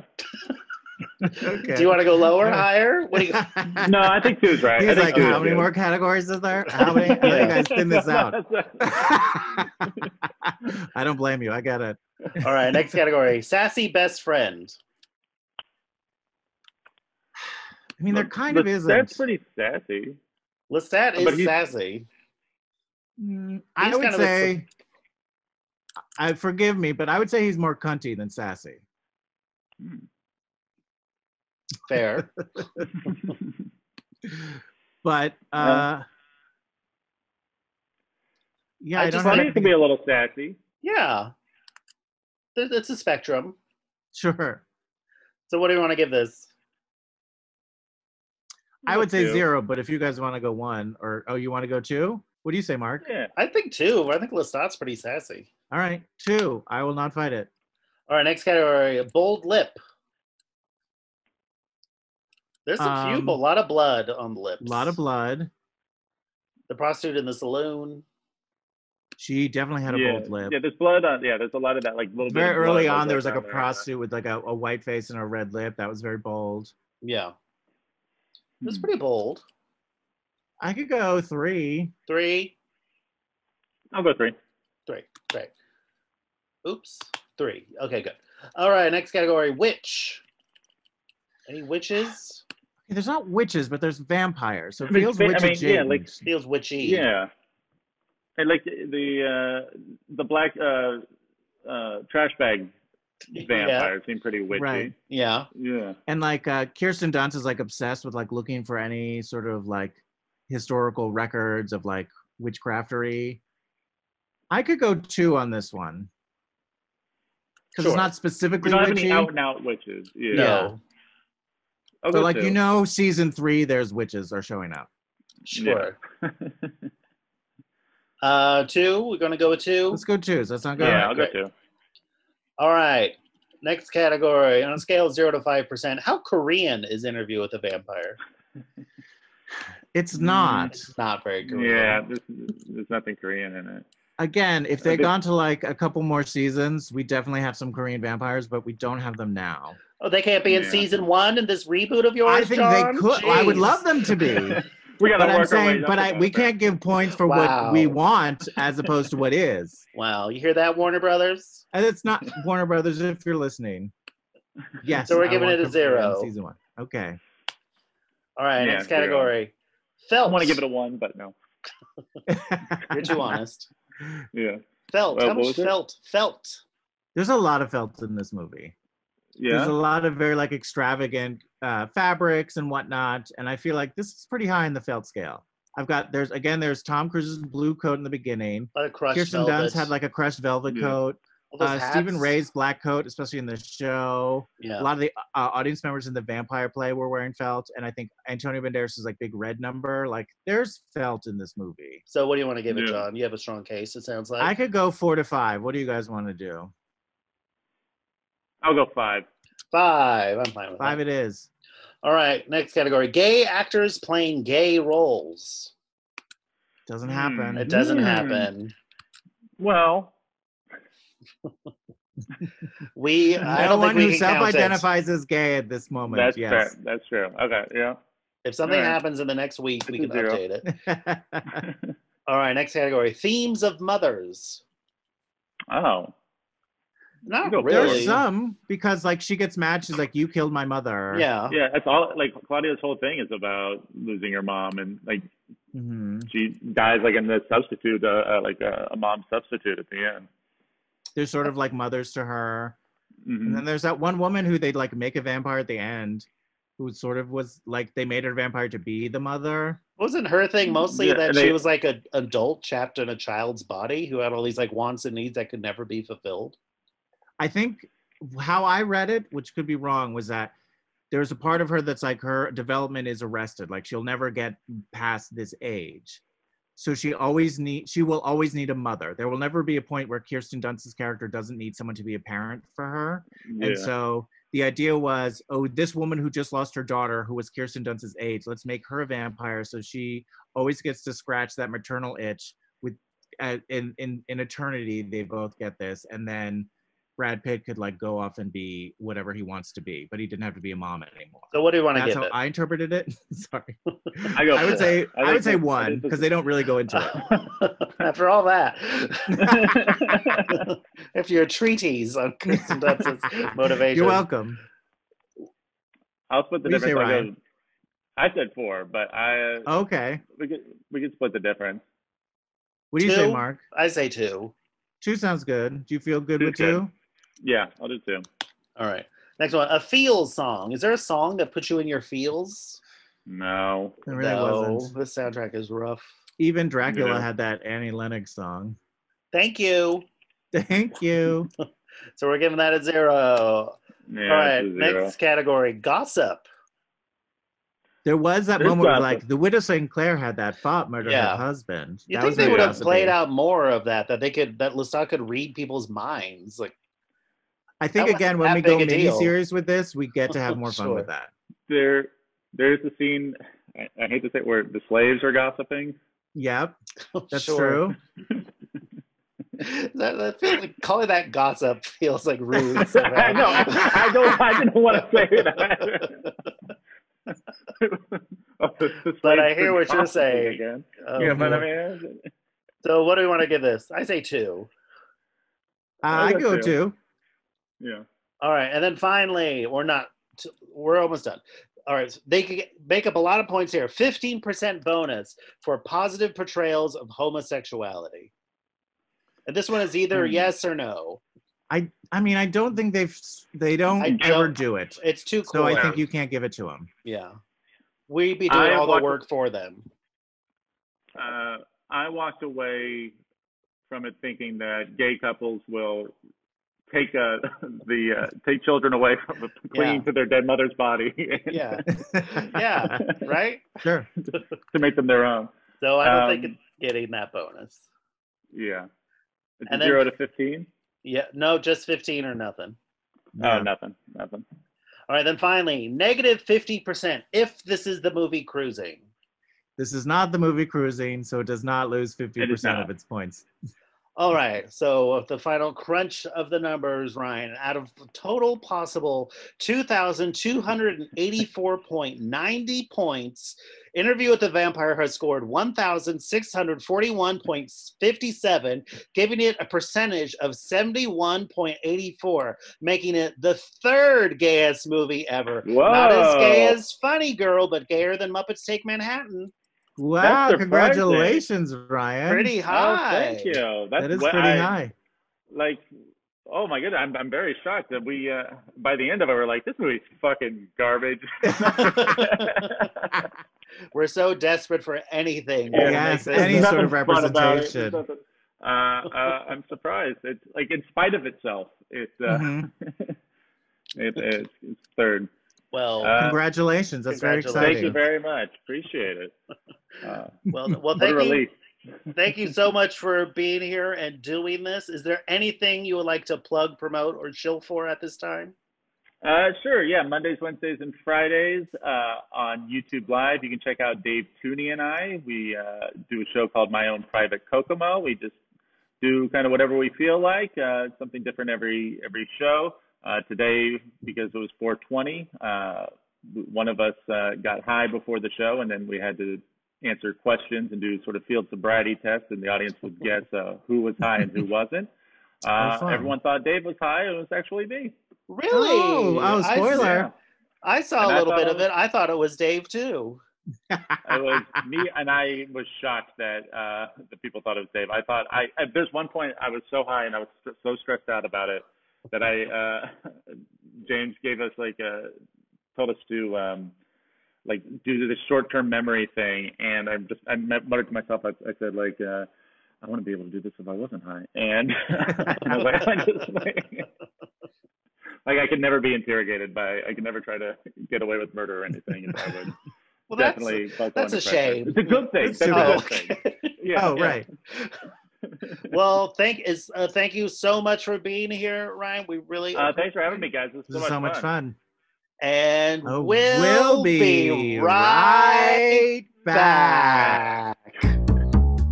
[SPEAKER 4] okay.
[SPEAKER 5] Do you want to go lower,
[SPEAKER 4] Yeah.
[SPEAKER 5] higher? What do you?
[SPEAKER 6] No, I think two's right. I
[SPEAKER 4] He's
[SPEAKER 6] think
[SPEAKER 4] like,
[SPEAKER 6] two is
[SPEAKER 4] how many
[SPEAKER 6] good.
[SPEAKER 4] more categories is there? How many? How do you guys thin this out? I don't blame you. I got it.
[SPEAKER 5] All right, next category: sassy best friend.
[SPEAKER 4] I mean, there kind of isn't.
[SPEAKER 6] That's pretty sassy.
[SPEAKER 5] Lestat
[SPEAKER 6] But
[SPEAKER 5] is
[SPEAKER 6] he's-
[SPEAKER 5] sassy.
[SPEAKER 4] Mm, I
[SPEAKER 5] He's
[SPEAKER 4] would
[SPEAKER 5] kind of a
[SPEAKER 4] say, I forgive me, but I would say he's more cunty than sassy.
[SPEAKER 5] Fair.
[SPEAKER 4] But uh, yeah,
[SPEAKER 5] I just
[SPEAKER 4] I,
[SPEAKER 5] wanted
[SPEAKER 4] don't
[SPEAKER 6] Funny
[SPEAKER 4] have
[SPEAKER 6] to be
[SPEAKER 4] any-
[SPEAKER 6] a little sassy.
[SPEAKER 5] yeah, There- it's a spectrum.
[SPEAKER 4] sure.
[SPEAKER 5] So what do you want to give this?
[SPEAKER 4] I would say
[SPEAKER 6] Two.
[SPEAKER 4] zero, but if you guys want to go one or oh, you want to go two? What do you say, Mark?
[SPEAKER 6] Yeah.
[SPEAKER 5] I think two. I think Lestat's pretty sassy.
[SPEAKER 4] All right, two. I will not fight it.
[SPEAKER 5] All right, next category: bold lip. There's a few,
[SPEAKER 4] Um,
[SPEAKER 5] but a lot of blood on the lips.
[SPEAKER 4] A lot of blood.
[SPEAKER 5] The prostitute in the saloon.
[SPEAKER 4] She definitely had a
[SPEAKER 6] yeah.
[SPEAKER 4] bold lip.
[SPEAKER 6] Yeah. There's blood on. Yeah. There's a lot of that. Like little.
[SPEAKER 4] very
[SPEAKER 6] bit of blood
[SPEAKER 4] early
[SPEAKER 6] goes
[SPEAKER 4] on, there was
[SPEAKER 6] up
[SPEAKER 4] like a
[SPEAKER 6] down
[SPEAKER 4] prostitute with like a, a white face and a red lip. That was very bold.
[SPEAKER 5] Yeah, it's
[SPEAKER 6] Hmm.
[SPEAKER 5] pretty bold.
[SPEAKER 4] I could go three.
[SPEAKER 5] Three,
[SPEAKER 6] I'll go three.
[SPEAKER 5] three, three. Oops, three. Okay, good. All right, next category: witch. Any witches?
[SPEAKER 4] There's not witches, but there's vampires. So it
[SPEAKER 6] I mean,
[SPEAKER 4] feels
[SPEAKER 6] fa- I
[SPEAKER 4] witch
[SPEAKER 6] mean, yeah, like-
[SPEAKER 4] adjacent.
[SPEAKER 5] Feels witchy.
[SPEAKER 6] Yeah. And like the uh, the black uh, uh, trash bag vampire seemed pretty witchy.
[SPEAKER 4] Right.
[SPEAKER 5] Yeah.
[SPEAKER 6] Yeah.
[SPEAKER 4] and like uh, Kirsten Dunst is like obsessed with like looking for any sort of like historical records of like witchcraftery. I could go two on this one because
[SPEAKER 5] Sure.
[SPEAKER 4] it's not
[SPEAKER 6] We
[SPEAKER 4] specifically
[SPEAKER 6] don't have
[SPEAKER 4] witchy.
[SPEAKER 6] any out and out witches. Yeah.
[SPEAKER 5] No.
[SPEAKER 6] I'll
[SPEAKER 4] but
[SPEAKER 6] go
[SPEAKER 4] like
[SPEAKER 6] two.
[SPEAKER 4] you know, season three, there's witches are showing up.
[SPEAKER 5] Sure. Uh, two. We're gonna go with two.
[SPEAKER 4] Let's go twos. Let's not go.
[SPEAKER 6] yeah, I'll
[SPEAKER 5] great.
[SPEAKER 6] go two.
[SPEAKER 5] All right. Next category on a scale of zero to five percent, how Korean is Interview with a Vampire?
[SPEAKER 6] Mm.
[SPEAKER 4] It's not.
[SPEAKER 5] It's not very Korean.
[SPEAKER 6] Yeah, there's, there's nothing Korean in it.
[SPEAKER 4] Again, if they'd
[SPEAKER 6] think-
[SPEAKER 4] gone to like a couple more seasons, we definitely have some Korean vampires, but we don't have them now.
[SPEAKER 5] Oh, they can't be in
[SPEAKER 6] Yeah.
[SPEAKER 5] season one in this reboot of yours.
[SPEAKER 4] I think
[SPEAKER 5] John?
[SPEAKER 4] they could. I would
[SPEAKER 5] Jeez.
[SPEAKER 4] love them to be.
[SPEAKER 6] We gotta
[SPEAKER 4] but
[SPEAKER 6] work
[SPEAKER 4] I'm
[SPEAKER 6] our way
[SPEAKER 4] saying,
[SPEAKER 6] up
[SPEAKER 4] but
[SPEAKER 6] to
[SPEAKER 4] I
[SPEAKER 6] that,
[SPEAKER 4] we
[SPEAKER 6] right?
[SPEAKER 4] can't give points for what we
[SPEAKER 5] Wow.
[SPEAKER 4] want as opposed to what is.
[SPEAKER 5] Wow, you hear that, Warner Brothers?
[SPEAKER 4] And it's not Warner Brothers if you're listening. Yes.
[SPEAKER 5] So we're
[SPEAKER 4] I
[SPEAKER 5] giving
[SPEAKER 4] want
[SPEAKER 5] it a
[SPEAKER 4] Cocoon
[SPEAKER 5] zero.
[SPEAKER 4] Season one. Okay.
[SPEAKER 5] All right,
[SPEAKER 6] Yeah,
[SPEAKER 5] next
[SPEAKER 6] zero.
[SPEAKER 5] category.
[SPEAKER 6] I
[SPEAKER 5] Phelps.
[SPEAKER 6] want to give it a one, but no.
[SPEAKER 5] You're too honest.
[SPEAKER 6] Yeah,
[SPEAKER 5] Felt.
[SPEAKER 6] Well,
[SPEAKER 5] how
[SPEAKER 6] what
[SPEAKER 5] much
[SPEAKER 6] was it?
[SPEAKER 5] felt? Felt.
[SPEAKER 4] There's a lot of felt in this movie. There's a
[SPEAKER 6] yeah.
[SPEAKER 4] lot of very like extravagant uh, fabrics and whatnot, and I feel like this is pretty high in the felt scale. I've got there's again there's Tom Cruise's blue coat in the beginning.
[SPEAKER 5] A lot of crushed
[SPEAKER 4] Kirsten
[SPEAKER 5] velvet.
[SPEAKER 4] Dunst had like a crushed velvet
[SPEAKER 6] Yeah.
[SPEAKER 4] coat.
[SPEAKER 5] a All
[SPEAKER 4] Uh,
[SPEAKER 5] those
[SPEAKER 4] Stephen
[SPEAKER 5] hats.
[SPEAKER 4] Ray's black coat, especially in the show.
[SPEAKER 5] Yeah.
[SPEAKER 4] A lot of the uh, audience members in the vampire play were wearing felt, and I think Antonio Banderas' like big red number. Like, there's felt in this movie.
[SPEAKER 5] So what do you want to give it,
[SPEAKER 6] Yeah.
[SPEAKER 5] John? You have a strong case. It sounds like.
[SPEAKER 4] I could go four to five. What do you guys want to do?
[SPEAKER 6] I'll go five.
[SPEAKER 5] Five. I'm fine with
[SPEAKER 4] Five
[SPEAKER 5] that.
[SPEAKER 4] it is.
[SPEAKER 5] All right. Next category: gay actors playing gay roles.
[SPEAKER 4] Doesn't
[SPEAKER 6] Hmm.
[SPEAKER 4] happen.
[SPEAKER 5] It doesn't
[SPEAKER 6] Hmm.
[SPEAKER 5] happen.
[SPEAKER 6] Well,
[SPEAKER 5] We. I
[SPEAKER 4] no
[SPEAKER 5] don't
[SPEAKER 4] one
[SPEAKER 5] think we
[SPEAKER 4] who
[SPEAKER 5] can count it.
[SPEAKER 4] self-identifies as gay at this moment.
[SPEAKER 6] that's
[SPEAKER 4] yes.
[SPEAKER 6] fair. That's true. Okay, yeah.
[SPEAKER 5] If something
[SPEAKER 6] All right.
[SPEAKER 5] happens in the next week, we
[SPEAKER 6] It's
[SPEAKER 5] can
[SPEAKER 6] a zero.
[SPEAKER 5] update it. All right. Next category: themes of mothers.
[SPEAKER 6] oh,
[SPEAKER 5] Not
[SPEAKER 6] Go for it.
[SPEAKER 5] really.
[SPEAKER 4] There's some Um, because like she gets mad. She's like, "You killed my mother."
[SPEAKER 5] Yeah.
[SPEAKER 6] yeah. That's all. Like Claudia's whole thing is about losing her mom, and like
[SPEAKER 4] Mhm.
[SPEAKER 6] she dies like in the substitute, uh, uh, like a, a mom substitute at the end.
[SPEAKER 4] There's sort of like mothers to her,
[SPEAKER 6] Mhm.
[SPEAKER 4] and
[SPEAKER 5] Mm-hmm.
[SPEAKER 4] then there's that one woman who they like make a vampire at the end, who sort of was like they made her a vampire to be the mother.
[SPEAKER 5] Wasn't her thing mostly
[SPEAKER 6] Yeah,
[SPEAKER 5] that
[SPEAKER 6] and
[SPEAKER 5] she
[SPEAKER 6] they-
[SPEAKER 5] was like an adult trapped in a child's body who had all these like wants and needs that could never be fulfilled?
[SPEAKER 4] I think how I read it, which could be wrong, was that there's a part of her that's like her development is arrested. Like she'll never get past this age. So she always need she will always need a mother. There will never be a point where Kirsten Dunst's character doesn't need someone to be a parent for her.
[SPEAKER 6] Mm-hmm. yeah.
[SPEAKER 4] And so the idea was, oh, this woman who just lost her daughter, who was Kirsten Dunst's age, let's make her a vampire so she always gets to scratch that maternal itch. With uh, in in in eternity, they both get this, and then Brad Pitt could like go off and be whatever he wants to be, but he didn't have to be a mom anymore.
[SPEAKER 5] So what do you want to
[SPEAKER 4] That's
[SPEAKER 5] give
[SPEAKER 4] how
[SPEAKER 5] it?
[SPEAKER 4] I interpreted it. Sorry,
[SPEAKER 6] I go.
[SPEAKER 4] I would
[SPEAKER 6] for
[SPEAKER 4] say
[SPEAKER 6] that.
[SPEAKER 4] I, would
[SPEAKER 6] think
[SPEAKER 4] say
[SPEAKER 6] that-
[SPEAKER 4] one because they don't really go into it.
[SPEAKER 5] After all that,
[SPEAKER 6] I
[SPEAKER 5] after your treatise on Kirsten Dunst's motivation,
[SPEAKER 4] You're welcome.
[SPEAKER 6] I'll split the
[SPEAKER 4] What do you say,
[SPEAKER 6] difference. I,
[SPEAKER 4] Ryan? Oh.
[SPEAKER 6] go, I said four, but I
[SPEAKER 4] Okay,
[SPEAKER 6] we could we could split the difference.
[SPEAKER 4] what do you say,
[SPEAKER 5] Two.
[SPEAKER 4] Mark?
[SPEAKER 5] I say two.
[SPEAKER 4] Two sounds good. Do you feel good
[SPEAKER 6] Two's
[SPEAKER 4] with
[SPEAKER 6] good.
[SPEAKER 4] two?
[SPEAKER 6] Yeah, I'll do two.
[SPEAKER 5] All right. Next one, a feels song. Is there a song that puts you in your feels?
[SPEAKER 6] No.
[SPEAKER 4] It really
[SPEAKER 5] no,
[SPEAKER 4] wasn't.
[SPEAKER 5] this soundtrack is rough.
[SPEAKER 4] Even Dracula
[SPEAKER 6] Yeah.
[SPEAKER 4] had that Annie Lennox song.
[SPEAKER 5] Thank you.
[SPEAKER 4] Thank you.
[SPEAKER 5] So we're giving that a zero.
[SPEAKER 6] Yeah,
[SPEAKER 5] all right,
[SPEAKER 6] it's a zero.
[SPEAKER 5] next category, gossip.
[SPEAKER 4] There was that
[SPEAKER 6] There's
[SPEAKER 4] moment where,
[SPEAKER 6] gossip.
[SPEAKER 4] like, the widow St. Clair had that fop murder
[SPEAKER 5] Yeah.
[SPEAKER 4] her husband.
[SPEAKER 5] You
[SPEAKER 4] that
[SPEAKER 5] think
[SPEAKER 4] was
[SPEAKER 5] they
[SPEAKER 4] very
[SPEAKER 5] would have
[SPEAKER 4] gossipy.
[SPEAKER 5] played out more of that? That they could, that Lestat could read people's minds. Like,
[SPEAKER 4] I think,
[SPEAKER 5] That
[SPEAKER 4] again,
[SPEAKER 5] wasn't
[SPEAKER 4] when
[SPEAKER 5] that
[SPEAKER 4] we go
[SPEAKER 5] big a
[SPEAKER 4] mini
[SPEAKER 5] deal.
[SPEAKER 4] series with this, we get to have more fun
[SPEAKER 5] Sure.
[SPEAKER 4] with that.
[SPEAKER 6] There, there's a scene. I, I hate to say it, where the slaves are gossiping.
[SPEAKER 4] Yep, that's
[SPEAKER 5] oh, sure.
[SPEAKER 4] true.
[SPEAKER 5] That, that feels like calling that gossip feels like rude.
[SPEAKER 6] I know. I, I don't. I didn't want to say Oh, that.
[SPEAKER 5] But I hear what you're saying.
[SPEAKER 6] Again. Oh,
[SPEAKER 5] Um,
[SPEAKER 6] yeah, but I mean,
[SPEAKER 5] So what do we want to give this? I say two.
[SPEAKER 4] Uh,
[SPEAKER 6] I
[SPEAKER 4] I
[SPEAKER 6] got
[SPEAKER 4] go
[SPEAKER 6] two.
[SPEAKER 4] to.
[SPEAKER 6] yeah.
[SPEAKER 5] All right, and then finally, we're not. T- we're almost done. All right, so they could make up a lot of points here. Fifteen percent bonus for positive portrayals of homosexuality. And this one is either
[SPEAKER 6] Hmm.
[SPEAKER 5] yes or no.
[SPEAKER 4] I I mean, I don't think they've s- they don't
[SPEAKER 5] I
[SPEAKER 4] ever
[SPEAKER 5] don't-
[SPEAKER 4] do it.
[SPEAKER 5] It's too
[SPEAKER 4] So
[SPEAKER 5] cool.
[SPEAKER 4] I think you can't give it to them.
[SPEAKER 5] yeah, we'd be
[SPEAKER 6] I
[SPEAKER 5] doing
[SPEAKER 6] am
[SPEAKER 5] all the
[SPEAKER 6] watching-
[SPEAKER 5] work for them.
[SPEAKER 6] Uh, I walked away from it thinking that gay couples will take uh, the uh, take children away from clinging
[SPEAKER 5] Yeah.
[SPEAKER 6] to their dead mother's body.
[SPEAKER 5] Yeah, yeah, right.
[SPEAKER 4] sure.
[SPEAKER 5] Oh,
[SPEAKER 6] to make them their own.
[SPEAKER 5] So I don't think
[SPEAKER 6] Um,
[SPEAKER 5] it's getting that bonus.
[SPEAKER 6] Yeah. It's
[SPEAKER 5] And then-
[SPEAKER 6] zero to fifteen.
[SPEAKER 5] Yeah, no, just fifteen or nothing.
[SPEAKER 4] Yeah.
[SPEAKER 6] Oh, nothing, nothing.
[SPEAKER 5] All right, then finally, negative fifty percent if this is the movie Cruising.
[SPEAKER 4] This is not the movie Cruising, so it does not lose 50% of
[SPEAKER 6] not.
[SPEAKER 4] its points.
[SPEAKER 5] All right, so the final crunch of the numbers, Ryan, out of total possible 2,284.90 points, Interview with the Vampire has scored 1,641.57, giving it a percentage of 71.84, making it the third gayest movie ever. Not as gay
[SPEAKER 6] Whoa.
[SPEAKER 5] as Funny Girl, but gayer than Muppets Take Manhattan.
[SPEAKER 4] Wow,
[SPEAKER 6] surprising.
[SPEAKER 4] congratulations, Ryan.
[SPEAKER 5] Pretty
[SPEAKER 6] Oh,
[SPEAKER 5] high.
[SPEAKER 6] thank you. That's
[SPEAKER 4] that is
[SPEAKER 6] what
[SPEAKER 4] pretty
[SPEAKER 6] I-
[SPEAKER 4] high.
[SPEAKER 6] Like, oh my goodness, I'm I'm very shocked that we uh, by the end of it we're like this movie's fucking garbage.
[SPEAKER 5] We're so desperate for anything.
[SPEAKER 6] Yeah.
[SPEAKER 5] to make
[SPEAKER 4] Yes,
[SPEAKER 5] this-
[SPEAKER 4] any
[SPEAKER 6] There's
[SPEAKER 4] sort of
[SPEAKER 6] nothing fun about it.
[SPEAKER 4] representation.
[SPEAKER 6] There's nothing- uh, uh, I'm surprised. It's like in spite of itself, it, uh,
[SPEAKER 4] Mhm.
[SPEAKER 6] it it's, it's third.
[SPEAKER 5] Well,
[SPEAKER 6] Uh,
[SPEAKER 4] Congratulations. That's very
[SPEAKER 5] Congratulations.
[SPEAKER 6] Thank you
[SPEAKER 4] exciting.
[SPEAKER 6] very much. Appreciate it. Uh,
[SPEAKER 5] well, well.
[SPEAKER 6] what a
[SPEAKER 5] Thank you,
[SPEAKER 6] relief.
[SPEAKER 5] thank you so much for being here and doing this. Is there anything you would like to plug, promote, or chill for at this time?
[SPEAKER 6] Uh, sure, yeah. Mondays, Wednesdays, and Fridays uh, on YouTube Live. You can check out Dave Tooney and I. We uh, do a show called My Own Private Kokomo. We just do kind of whatever we feel like, uh, something different every every show. Uh, today, because it was 420, uh, w- one of us uh, got high before the show, and then we had to answer questions and do sort of field sobriety tests, and the audience would guess uh, who was high and who wasn't. Uh,
[SPEAKER 4] fun.
[SPEAKER 6] everyone thought Dave was high, and it was actually me.
[SPEAKER 5] Really?
[SPEAKER 4] Oh, oh,
[SPEAKER 5] I-
[SPEAKER 4] spoiler.
[SPEAKER 5] I, saw
[SPEAKER 6] And
[SPEAKER 5] a
[SPEAKER 6] I
[SPEAKER 5] little bit
[SPEAKER 6] thought-
[SPEAKER 5] of it. I thought it was Dave too.
[SPEAKER 6] it was me and I was shocked that uh the people thought it was Dave. I thought I at there's one point I was so high and I was st- so stressed out about it that I uh James gave us like a told us to um like do the short term memory thing and I'm just I met- muttered to myself I, I said like uh I want to be able to do this if I wasn't high and I was like, I'm just like like I could never be interrogated by I could never try to get away with murder or anything if I would
[SPEAKER 5] Well, that's-
[SPEAKER 6] definitely felt
[SPEAKER 5] that's
[SPEAKER 6] under
[SPEAKER 5] a
[SPEAKER 6] pressure.
[SPEAKER 5] shame.
[SPEAKER 6] It's a good thing.
[SPEAKER 4] It's
[SPEAKER 6] That's a
[SPEAKER 4] too
[SPEAKER 6] good
[SPEAKER 4] bad.
[SPEAKER 6] thing.
[SPEAKER 5] okay.
[SPEAKER 6] Yeah.
[SPEAKER 4] oh,
[SPEAKER 6] yeah.
[SPEAKER 4] right.
[SPEAKER 5] well, thank is uh, thank you so much for being here, Ryan. We really
[SPEAKER 6] Uh, thanks for having me, guys. This is
[SPEAKER 4] This is so much fun.
[SPEAKER 5] and
[SPEAKER 4] Oh,
[SPEAKER 5] we'll,
[SPEAKER 4] we'll
[SPEAKER 5] be,
[SPEAKER 4] be
[SPEAKER 5] right
[SPEAKER 4] right back.
[SPEAKER 5] back.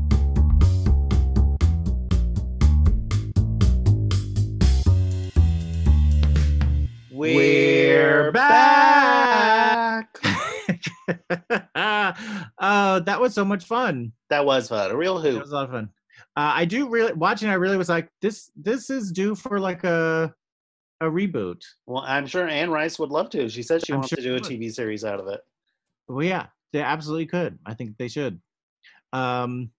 [SPEAKER 5] We're back.
[SPEAKER 4] uh, that was so much fun.
[SPEAKER 5] That was fun. A real
[SPEAKER 4] It
[SPEAKER 5] hoot.
[SPEAKER 4] was a lot of fun. Uh, I do really watching. I really was like this. This is due for like a a reboot.
[SPEAKER 5] Well, I'm sure Anne Rice would love to. She said she
[SPEAKER 4] I'm
[SPEAKER 5] wants
[SPEAKER 4] sure
[SPEAKER 5] to do a
[SPEAKER 4] she would.
[SPEAKER 5] TV series out of it.
[SPEAKER 4] Well, yeah, they absolutely could. I think they should. Um,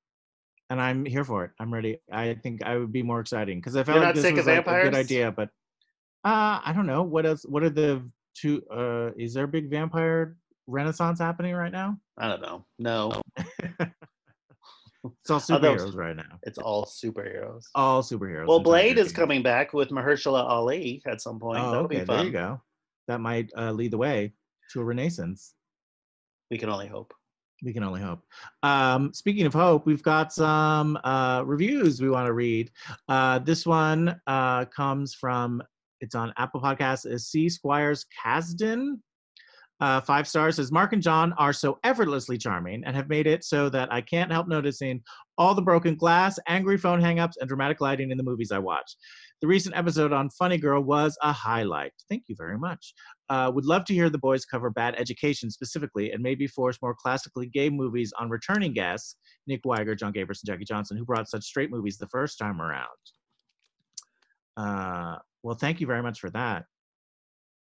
[SPEAKER 4] and I'm here for it. I'm ready. I think I would be more exciting because I felt
[SPEAKER 5] You're not
[SPEAKER 4] like this
[SPEAKER 5] sick of
[SPEAKER 4] was like, a good
[SPEAKER 5] vampires?
[SPEAKER 4] idea. But uh, I don't know what else. What are the two? Uh, is there a big vampire renaissance happening right now?
[SPEAKER 5] I don't know. No,
[SPEAKER 4] It's all
[SPEAKER 5] Oh, that was-
[SPEAKER 4] superheroes right now.
[SPEAKER 5] it's all superheroes.
[SPEAKER 4] All superheroes.
[SPEAKER 5] Well,
[SPEAKER 4] and Tiger
[SPEAKER 5] Blade is
[SPEAKER 4] King.
[SPEAKER 5] coming back with Mahershala Ali at some point.
[SPEAKER 4] Oh,
[SPEAKER 5] That'll
[SPEAKER 4] okay.
[SPEAKER 5] be
[SPEAKER 4] There you
[SPEAKER 5] fun.
[SPEAKER 4] go. That might uh, lead the way to a renaissance.
[SPEAKER 5] We can only hope.
[SPEAKER 4] We can only hope. Um, speaking of hope, we've got some uh, reviews we want to read. Uh, this one uh, comes from, it's on Apple Podcasts, is C. Squires Kasdan. Uh, five stars says, Mark and John are so effortlessly charming and have made it so that I can't help noticing all the broken glass, angry phone hangups, and dramatic lighting in the movies I watch. The recent episode on Funny Girl was a highlight. Thank you very much. Uh, would love to hear the boys cover Bad Education specifically and maybe force more classically gay movies on returning guests, Nick Weiger, John Gabers, and Jackie Johnson, who brought such straight movies the first time around. Uh, well, thank you very much for that.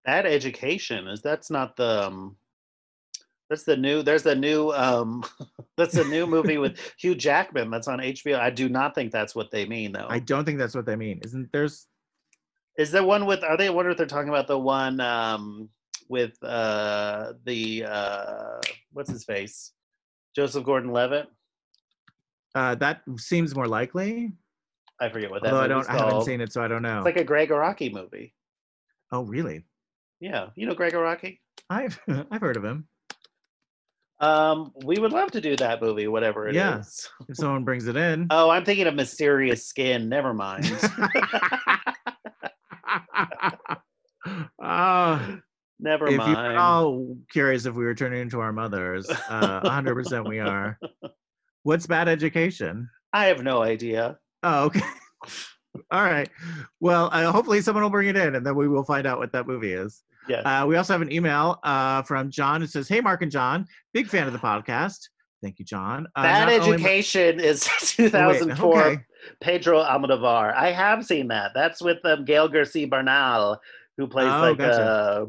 [SPEAKER 5] Bad education is that's not the um, that's the new there's the new um that's the new movie with Hugh Jackman that's on HBO. I do not think that's what they mean though.
[SPEAKER 4] I don't think that's what they mean. Isn't there's
[SPEAKER 5] Is there one with? Are they? I wonder if they're talking about the one um, with uh, the uh, what's his face, Joseph Gordon-Levitt.
[SPEAKER 4] uh, that seems more likely.
[SPEAKER 5] I forget what that.
[SPEAKER 4] Although I
[SPEAKER 5] movie's
[SPEAKER 4] don't, I haven't
[SPEAKER 5] called.
[SPEAKER 4] seen it, so I don't know.
[SPEAKER 5] It's like a Greg Araki movie.
[SPEAKER 4] oh, really?
[SPEAKER 5] Yeah, you know Greg Araki.
[SPEAKER 4] I've I've heard of him.
[SPEAKER 5] Um, we would love to do that movie, whatever it is.
[SPEAKER 4] Yeah. If someone brings it in,
[SPEAKER 5] Oh, I'm thinking of Mysterious Skin. Never mind.
[SPEAKER 4] Ah.
[SPEAKER 5] Never
[SPEAKER 4] if you're
[SPEAKER 5] mind.
[SPEAKER 4] at all curious if we were turning into our mothers, uh, 100% we are. What's bad education?
[SPEAKER 5] I have no idea.
[SPEAKER 4] Oh, okay. all right. Well, uh, hopefully someone will bring it in and then we will find out what that movie is.
[SPEAKER 5] Yes.
[SPEAKER 4] Uh, we also have an email uh, from John who says, Hey, Mark and John, big fan of the podcast. Thank you, John. Uh,
[SPEAKER 5] Bad
[SPEAKER 4] not only-
[SPEAKER 5] Education is
[SPEAKER 4] Oh, wait,
[SPEAKER 5] 2004
[SPEAKER 4] okay.
[SPEAKER 5] Pedro Almodovar. I have seen that. That's with um, Gail Garcia Bernal, who plays
[SPEAKER 4] Oh,
[SPEAKER 5] like
[SPEAKER 4] gotcha.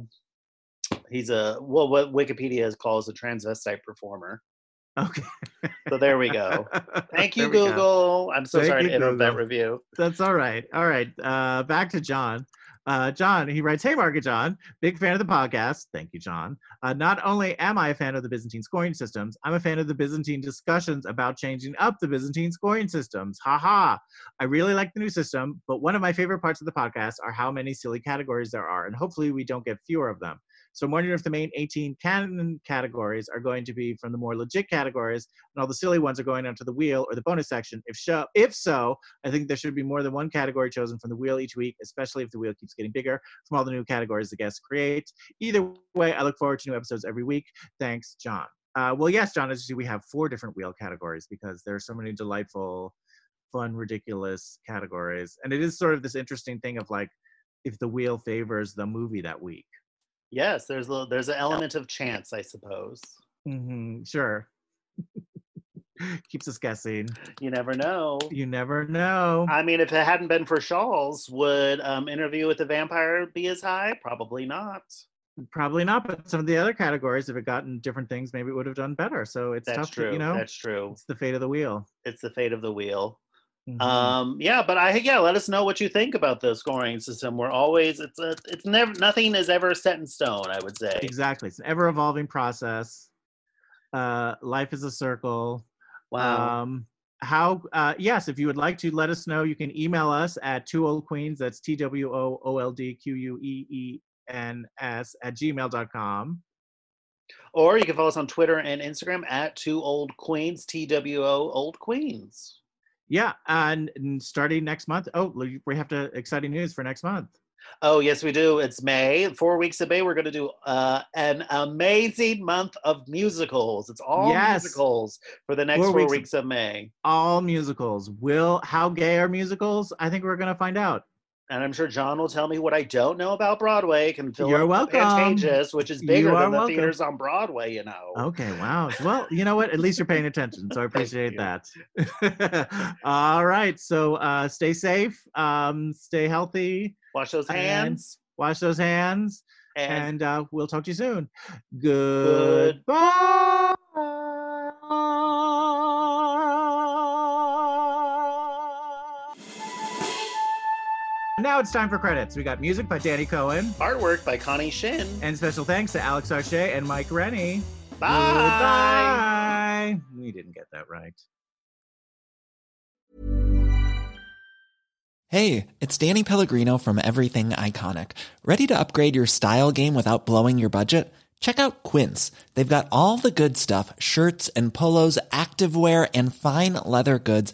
[SPEAKER 5] a he's a well what Wikipedia is calls a transvestite performer.
[SPEAKER 4] Okay.
[SPEAKER 5] So there we go. Thank you,
[SPEAKER 4] There we go.
[SPEAKER 5] Google. I'm so
[SPEAKER 4] Thank
[SPEAKER 5] sorry
[SPEAKER 4] you,
[SPEAKER 5] to interrupt that
[SPEAKER 4] Google.
[SPEAKER 5] review.
[SPEAKER 4] That's all right. All right. Uh, back to John. Uh, John, he writes, Hey, Market John, big fan of the podcast. Thank you, John. Uh, not only am I a fan of the Byzantine scoring systems, I'm a fan of the Byzantine discussions about changing up the Byzantine scoring systems. Ha ha. I really like the new system, but one of my favorite parts of the podcast are how many silly categories there are, and hopefully we don't get fewer of them. So I'm wondering if the main 18 canon categories are going to be from the more legit categories, and all the silly ones are going onto the wheel or the bonus section. If so, if so, I think there should be more than one category chosen from the wheel each week, especially if the wheel keeps getting bigger from all the new categories the guests create. Either way, I look forward to new episodes every week. Thanks, John. Uh, well, yes, John. As you see, we have four different wheel categories because there are so many delightful, fun, ridiculous categories, and it is sort of this interesting thing of like if the wheel favors the movie that week.
[SPEAKER 5] Yes, there's a, there's an element of chance, I suppose.
[SPEAKER 4] Mm-hmm, sure. Keeps us guessing.
[SPEAKER 5] You never know.
[SPEAKER 4] You never know.
[SPEAKER 5] I mean, if it hadn't been for Shawls, would um, Interview with the Vampire be as high? Probably not.
[SPEAKER 4] Probably not, but some of the other categories, if it gotten different things, maybe it would have done better. So it's
[SPEAKER 5] That's
[SPEAKER 4] tough,
[SPEAKER 5] true.
[SPEAKER 4] To, you know.
[SPEAKER 5] That's true.
[SPEAKER 4] It's the fate of the wheel.
[SPEAKER 5] It's the fate of the wheel.
[SPEAKER 4] Mhm.
[SPEAKER 5] Um, yeah, but I yeah, let us know what you think about the scoring system. We're always it's a, it's never nothing is ever set in stone. I would say
[SPEAKER 4] exactly. It's an ever evolving process. Uh, life is a circle.
[SPEAKER 5] Wow.
[SPEAKER 4] Um, how, uh, yes, if you would like to let us know, you can email us at two old queens. That's T W O O L D Q U E E N S at gmail.com.
[SPEAKER 5] or you can follow us on Twitter and Instagram at Two Old Queens T W O Old Queens.
[SPEAKER 4] Yeah. And, and starting next month, oh, we we have to exciting news for next month.
[SPEAKER 5] Oh yes, we do. It's May. Four weeks of May, we're going to do uh, an amazing month of musicals. It's all
[SPEAKER 4] Yes.
[SPEAKER 5] musicals for the next
[SPEAKER 4] Four
[SPEAKER 5] four,
[SPEAKER 4] weeks
[SPEAKER 5] weeks,
[SPEAKER 4] of-
[SPEAKER 5] of May,
[SPEAKER 4] All musicals. Will, how gay are musicals? I think we're going to find out.
[SPEAKER 5] and I'm sure John will tell me what I don't know about Broadway. Can fill
[SPEAKER 4] You're
[SPEAKER 5] up
[SPEAKER 4] welcome.
[SPEAKER 5] Pantages, which is bigger
[SPEAKER 4] You are
[SPEAKER 5] than the
[SPEAKER 4] welcome. Oh,
[SPEAKER 5] theaters on Broadway. You know.
[SPEAKER 4] Okay, wow. Well, you know what? At least you're paying attention, so I appreciate
[SPEAKER 5] you.
[SPEAKER 4] that. All right, so uh, stay safe, um, stay healthy,
[SPEAKER 5] Wash those
[SPEAKER 4] And-
[SPEAKER 5] hands.
[SPEAKER 4] wash those hands,
[SPEAKER 5] And,
[SPEAKER 4] and uh, we'll talk to you soon. Goodbye. Now it's time for credits. We got music by Danny Cohen,
[SPEAKER 5] artwork by Connie Shin.
[SPEAKER 4] and special thanks to Alex Arche and Mike Rennie.
[SPEAKER 5] Bye.
[SPEAKER 4] Goodbye. We didn't get that right.
[SPEAKER 7] Hey, it's Danny Pellegrino from Everything Iconic. Ready to upgrade your style game without blowing your budget? Check out Quince. They've got all the good stuff shirts and polos, activewear, and fine leather goods,